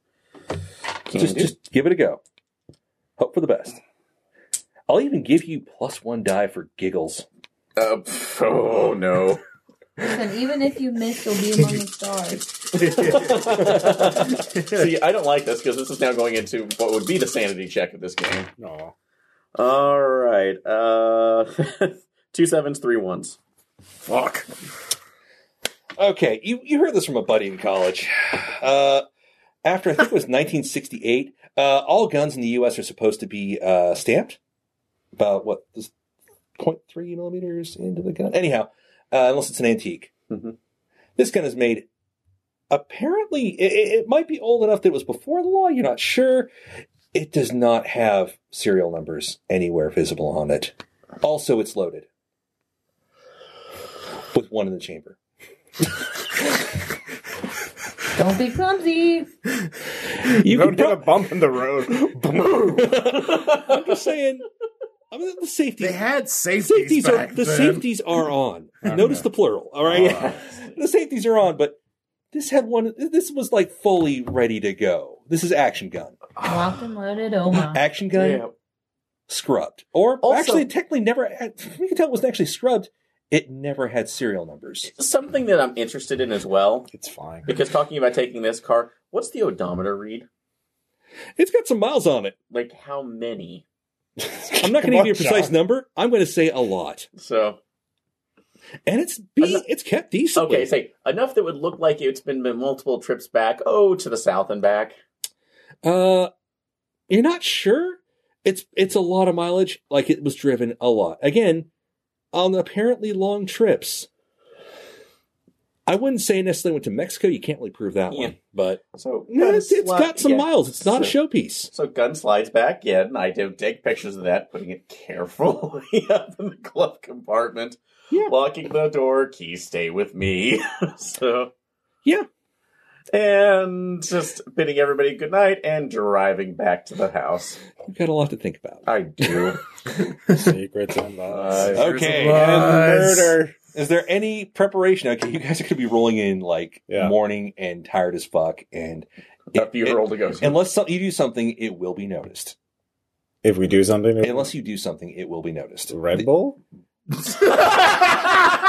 E: Can
B: Just,
E: do.
B: just give it a go. Hope for the best. I'll even give you plus one die for giggles.
E: Uh, pff, oh no.
F: Listen, even if you miss, you'll be among the stars.
E: See, I don't like this because this is now going into what would be the sanity check of this game.
A: No.
E: All right. Uh, two sevens, three ones.
H: Fuck.
B: Okay, you, you heard this from a buddy in college. Uh, after I think it was 1968, uh, all guns in the U.S. are supposed to be uh, stamped. About what this 0.3 millimeters into the gun, anyhow, uh, unless it's an antique.
E: Mhm.
B: This gun is made. Apparently, it- it, it might be old enough that it was before the law. You're not sure. It does not have serial numbers anywhere visible on it. Also, it's loaded with one in the chamber.
F: Don't be clumsy.
B: You
A: Don't
B: could
A: hit
B: prob-
A: a bump in the road.
B: I'm just saying. I mean, the safety.
H: They had safeties,
B: safeties are
H: back
B: the
H: then.
B: safeties are on. Notice the plural. All right, the safeties are on, but this had one. This was like fully ready to go. This is action gun.
F: Locked and loaded. Oh my.
B: Action gun scrubbed, or
E: Also-
B: actually, technically never. Had, you can tell it wasn't actually scrubbed. It never had serial numbers.
E: Something that I'm interested in as well,
A: It's fine.
E: because talking about taking this car, what's the odometer read?
B: It's got some miles on it.
E: Like how many?
B: I'm not going to
A: Come
B: give you a
A: on,
B: precise
A: John.
B: number. I'm going to say a lot,
E: So
B: and it's be,
E: I'm not-
B: it's kept decently.
E: okay, say enough that would look like it's been multiple trips back. Oh, to the south and back.
B: Uh, you're not sure. It's it's a lot of mileage. Like it was driven a lot again on apparently long trips. I wouldn't say necessarily went to Mexico. You can't really prove that
E: Yeah.
B: one, but
E: So
B: no,
E: gun
B: it's, it's
E: sli-
B: got some
E: yeah.
B: miles. It's not
E: So-
B: a showpiece.
E: So gun slides back in. I do take pictures of that, putting it carefully up in the glove compartment,
B: Yeah.
E: locking the door. Keys stay with me. so
B: Yeah.
E: and just bidding everybody good night and driving back to the house.
B: You've got a lot to think about.
E: I do.
A: Secrets and lies.
E: Uh,
B: Okay,
H: Lies.
B: Is there any preparation? Okay, you guys are going to be rolling in like
A: Yeah.
B: morning and tired as fuck, and
E: Up
B: it-
E: your roll to go.
B: unless some, you do something, it will be noticed.
A: If we do something, it-
B: Unless you do something, it will be noticed.
A: Red Bull?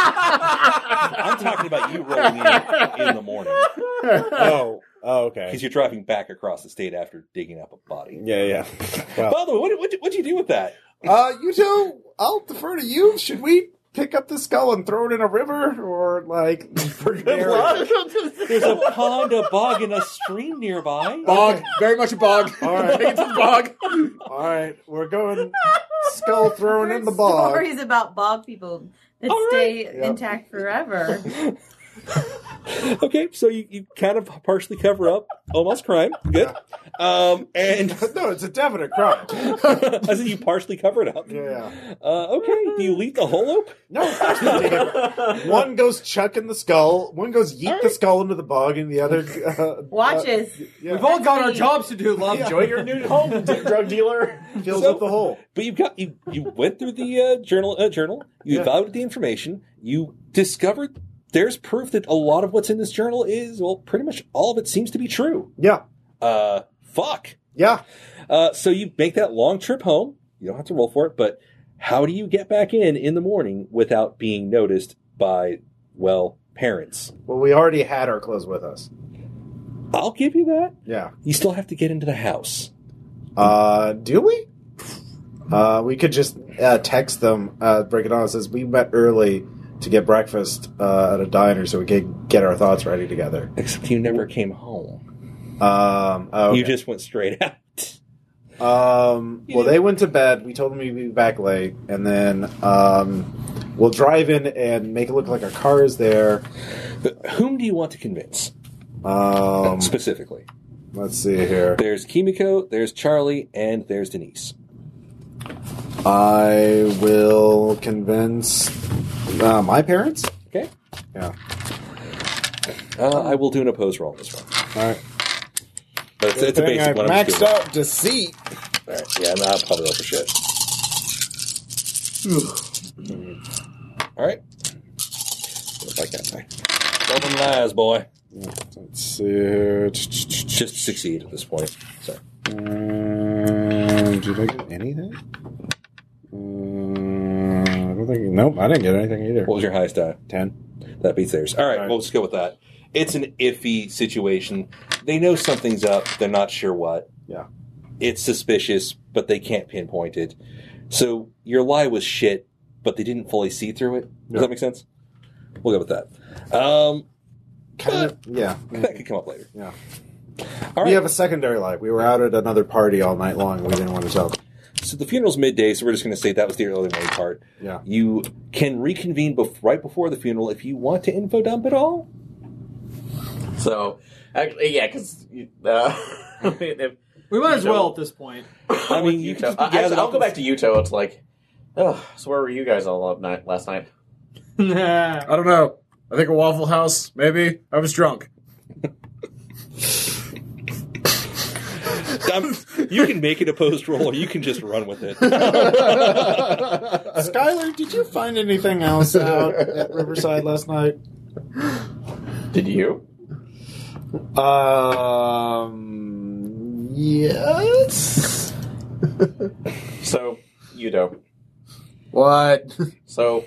B: I'm talking about you rolling in, in the morning
A: oh. Oh, okay.
B: because you're driving back across the state after digging up a body.
A: Yeah, yeah. Well,
B: By the way, what what what'd you do with that?
C: Uh, you two, I'll defer to you. Should we pick up the skull and throw it in a river, or like for good luck?
B: There's a pond, a bog, and a stream nearby.
G: Bog. Very much a bog.
C: All right.
G: It's a bog.
C: All right, we're going skull thrown in the bog.
F: Stories about bog people that
B: All
F: stay
C: Yep.
F: intact forever.
B: Okay, so you, you kind of partially cover up almost crime. Good. Um, and
C: No, it's a definite crime.
B: I said you partially cover it up.
C: Yeah.
B: Uh, okay, do you leave the hole open?
C: No, of course we did it. one goes chucking the skull, one goes yeet the skull into the bog, and the other uh,
F: Watches.
C: yeah,
D: We've all got our jobs to do, love.
E: Enjoy your new home, d- drug dealer.
C: fills
B: So-
C: up the hole.
B: But you've got you you went through the uh, journal uh, journal. You
C: Yeah.
B: evaluated the information. You discovered there's proof that a lot of what's in this journal is well, pretty much all of it seems to be true.
C: Yeah,
B: Uh, fuck.
C: yeah.
B: Uh, so you make that long trip home. You don't have to roll for it, but How do you get back in in the morning without being noticed by, well, parents?
C: Well, we already had our clothes with us.
B: I'll give you that.
C: Yeah.
B: You still have to get into the house.
C: Uh, do we? Uh, we could just uh, text them. Uh, break it on. It says we met early to get breakfast uh, at a diner, so we could get our thoughts ready together.
B: Except you never came home.
C: Um, oh, okay.
B: You just went straight out.
C: Um, well, they went to bed. We told them we'd be back late, and then um, we'll drive in and make it look like our car is there.
B: But whom do you want to convince?
C: Um,
B: Specifically.
C: let's see here.
B: There's Kimiko, there's Charlie, and there's Denise.
C: I will convince uh, my parents.
B: Okay?
C: Yeah.
B: Uh, I will do an opposed roll on this one.
C: All right.
B: But it's, it's a
C: Good thing
B: basic
C: I
B: one. I'm just
C: maxed
B: doing
C: out deceit.
B: it. All right. Yeah, I'm not probably up for shit. All right. Look like that guy. Tell them lies, boy.
C: Let's see. here.
B: Just succeed at this point. So
C: Um, did I get anything? Um, I don't think. Nope, I didn't get anything either.
B: What was your highest die?
C: Ten.
B: That beats theirs. All right, we'll just go with that. It's an iffy situation. They know something's up. They're not sure what.
C: Yeah.
B: It's suspicious, but they can't pinpoint it. So your lie was shit, but they didn't fully see through it. Does
C: Yeah.
B: that make sense? We'll go with that. Um,
C: Kind of. Yeah.
B: that could come up later.
C: Yeah.
B: All
C: We
B: right.
C: have a secondary life. We were out at another party all night long. We didn't want to tell. them.
B: so the funeral's midday, so we're just going to say that was the early morning part.
C: Yeah.
B: You can reconvene bef- right before the funeral if you want to info dump at all.
E: So, actually, yeah, because uh, if,
D: We might as
E: So-
D: well at this point.
B: I mean, you
E: Utah,
B: can
E: uh,
B: gather
E: actually, I'll
B: up
E: go
B: and-
E: back to Utah. It's like, oh, so where were you guys all up night last night?
D: Nah.
H: I don't know. I think a Waffle House, maybe. I was drunk.
B: I'm- you can make it a post roll, or you can just run with it.
C: Skylar, did you find anything else out at Riverside last night?
E: Did you?
C: Um. Yes.
E: So, Udo.
G: What?
E: So,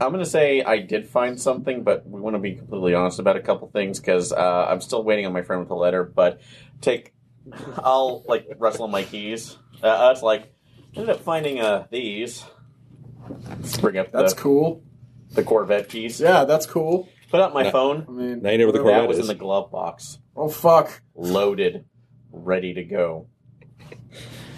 E: I'm going to say I did find something, but we want to be completely honest about a couple things because uh, I'm still waiting on my friend with the letter. But take, I'll like rustle my keys. Uh, Uh, it's like ended up finding uh, these. Bring up
G: That's
E: the,
G: cool.
E: the Corvette keys.
G: Yeah, that's cool.
E: Put out my
B: No.
E: phone.
G: I mean,
B: Now you know where the
E: That
B: Corvette
E: was
B: is.
E: in the glove box,
G: oh fuck.
E: loaded, ready to go.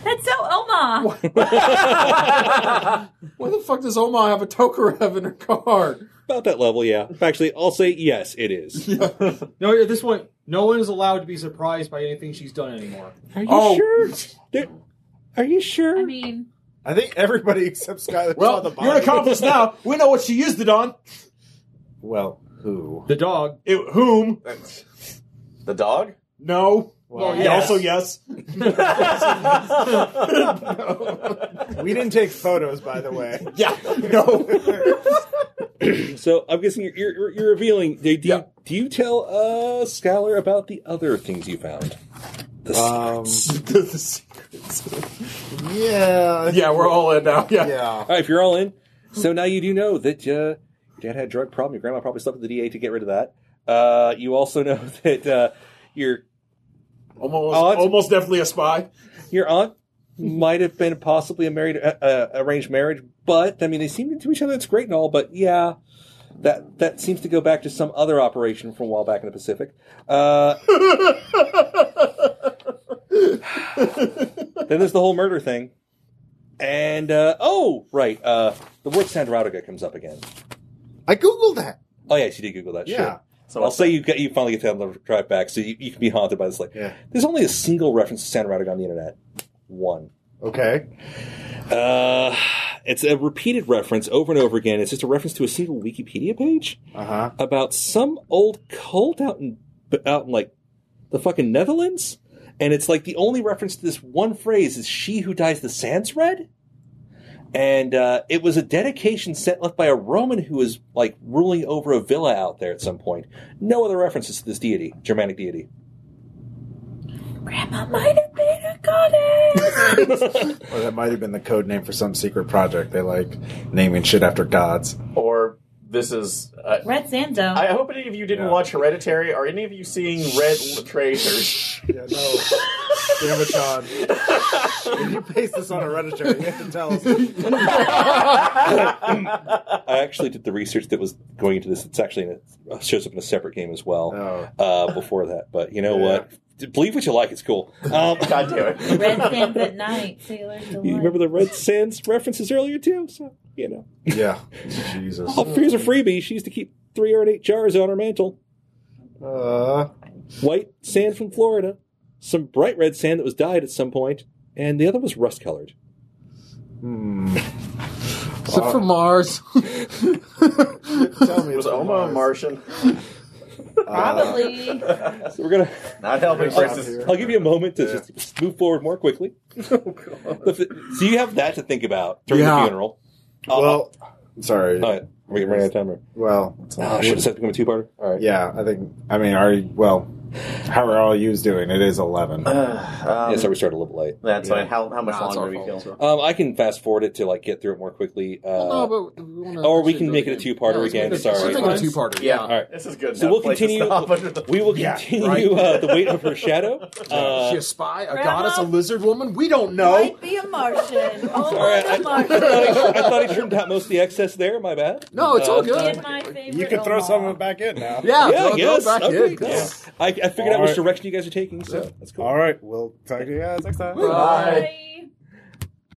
L: That's so Oma.
G: Why the fuck does Omaha have a Tokarev in her car?
B: About that level, yeah. Actually, I'll say yes, it is.
D: No, at this point, no one is allowed to be surprised by anything she's done anymore.
B: Are you
G: Oh.
B: sure? There- Are you sure?
F: I mean,
C: I think everybody except Skylar saw
A: Oh,
G: Well,
C: the body.
G: you're an accomplice now. We know what she used it on.
C: Well, who?
D: The dog.
G: It, whom?
E: The dog?
G: No.
C: Well,
G: Yeah, Also, yes.
C: we didn't take photos, by the way.
G: Yeah. No.
B: So I'm guessing you're, you're, you're revealing. Do you,
G: Yeah.
B: do you tell uh, Scholar about the other things you found? The
C: Um.
G: The- the secrets.
C: Yeah.
G: yeah, we're all in now. Yeah.
C: Yeah.
B: All right, if you're all in, so now you do know that uh, your dad had a drug problem. Your grandma probably slept with the DA to get rid of that. Uh, you also know that uh, your
G: Almost,
B: Oh, that's-
G: almost definitely a spy.
B: your aunt might have been possibly a married uh, uh, arranged marriage, but I mean they seem to each other. It's great and all, but yeah, that that seems to go back to some other operation from a while back in the Pacific. Uh, then there's the whole murder thing, and uh, oh right, uh, the word Sandrautica comes up again.
C: I googled that.
B: Oh yes, you did Google that.
C: Yeah.
B: Sure. So I'll say you get, you finally get to have the drive back, so you, you can be haunted by this. Like,
C: Yeah.
B: there's only a single reference to Santa Radog on the internet. One.
C: Okay.
B: Uh, it's a repeated reference over and over again. It's just a reference to a single Wikipedia page
C: Uh huh.
B: about some old cult out in out in like the fucking Netherlands, and it's like the only reference to this one phrase is "She who dyes the sands red," and uh, it was a dedication sent left by a Roman who was like ruling over a villa out there at some point. No other references to this deity, Germanic deity.
L: Grandma might have been a
F: goddess.
C: Or that might have been the code name for some secret project. They like naming shit after gods.
E: Or this is. Uh,
F: Red Sando.
E: I hope any of you didn't watch Hereditary. Are any of you seeing Red Traitors?
C: Yeah, no. Damn it, Todd. if you base this on hereditary, you have to tell us.
B: I actually did the research that was going into this. It's actually in a, shows up in a separate game as well
C: Oh,
B: uh, before that. But you know what? Believe what you like. It's cool. Um,
E: God damn it!
F: Red Sands at night, sailors delight.
B: You remember the Red Sands references earlier too? So you know,
C: Yeah. Jesus.
B: oh, here's a freebie. She used to keep three or eight jars on her mantle.
C: Uh,
B: White sand from Florida, some bright red sand that was dyed at some point, and the other was rust colored.
C: hmm.
G: Except
B: Uh,
G: for Mars.
C: Tell me, it's
E: Was Oma a Martian?
F: Probably.
B: So we're gonna.
E: Not helping versus.
B: I'll give you a moment to just move forward more quickly. The fi- so you have that to think about during the
G: Yeah.
B: funeral.
C: Well, sorry.
B: All right, we can run out of time. Here.
C: Well, it's
B: Oh,
C: not-
B: shit, does that become a two-parter? All right.
C: yeah, I think. I mean, are you, well, how are all yous doing? It is 11.
B: Uh,
E: Um,
B: yeah, so we started a little bit late.
E: That's fine. How, how much longer do we kill?
B: Um, I can fast forward it to like get through it more quickly. Uh,
G: Oh, no, but we wanna
B: or we
G: actually
B: can
G: do
B: make it a
G: again.
B: two-parter
G: let's
B: again,
G: make it-
B: sorry.
G: Let's make it a two-parter.
E: Yeah.
G: Yeah.
B: right.
E: This is good.
B: So
E: enough
B: we'll
E: place to
B: continue-
E: stop under the-
B: we will
C: Yeah,
B: continue
G: right.
B: uh, the weight of her shadow.
G: Is she
B: Uh,
G: a spy, a
L: Grandma?
G: goddess, a lizard woman? We don't know.
L: Might be a Martian. Oh,
B: all right, I, I
L: a
B: thought
L: Martian.
B: I, I thought I trimmed out most of the excess there. My bad.
G: No, it's all good.
L: And my favorite
A: You can throw
L: Omar.
A: some of it back in now.
G: Yeah,
B: Uh, Yeah, I
G: throw- throw
B: guess.
G: it back
B: Okay.
G: in.
B: Yeah.
G: Yes.
B: I, I figured out
A: All
B: which
A: right.
B: direction you guys are taking, so that's cool.
A: All right, we'll talk to you guys next time.
G: Bye.
L: Bye.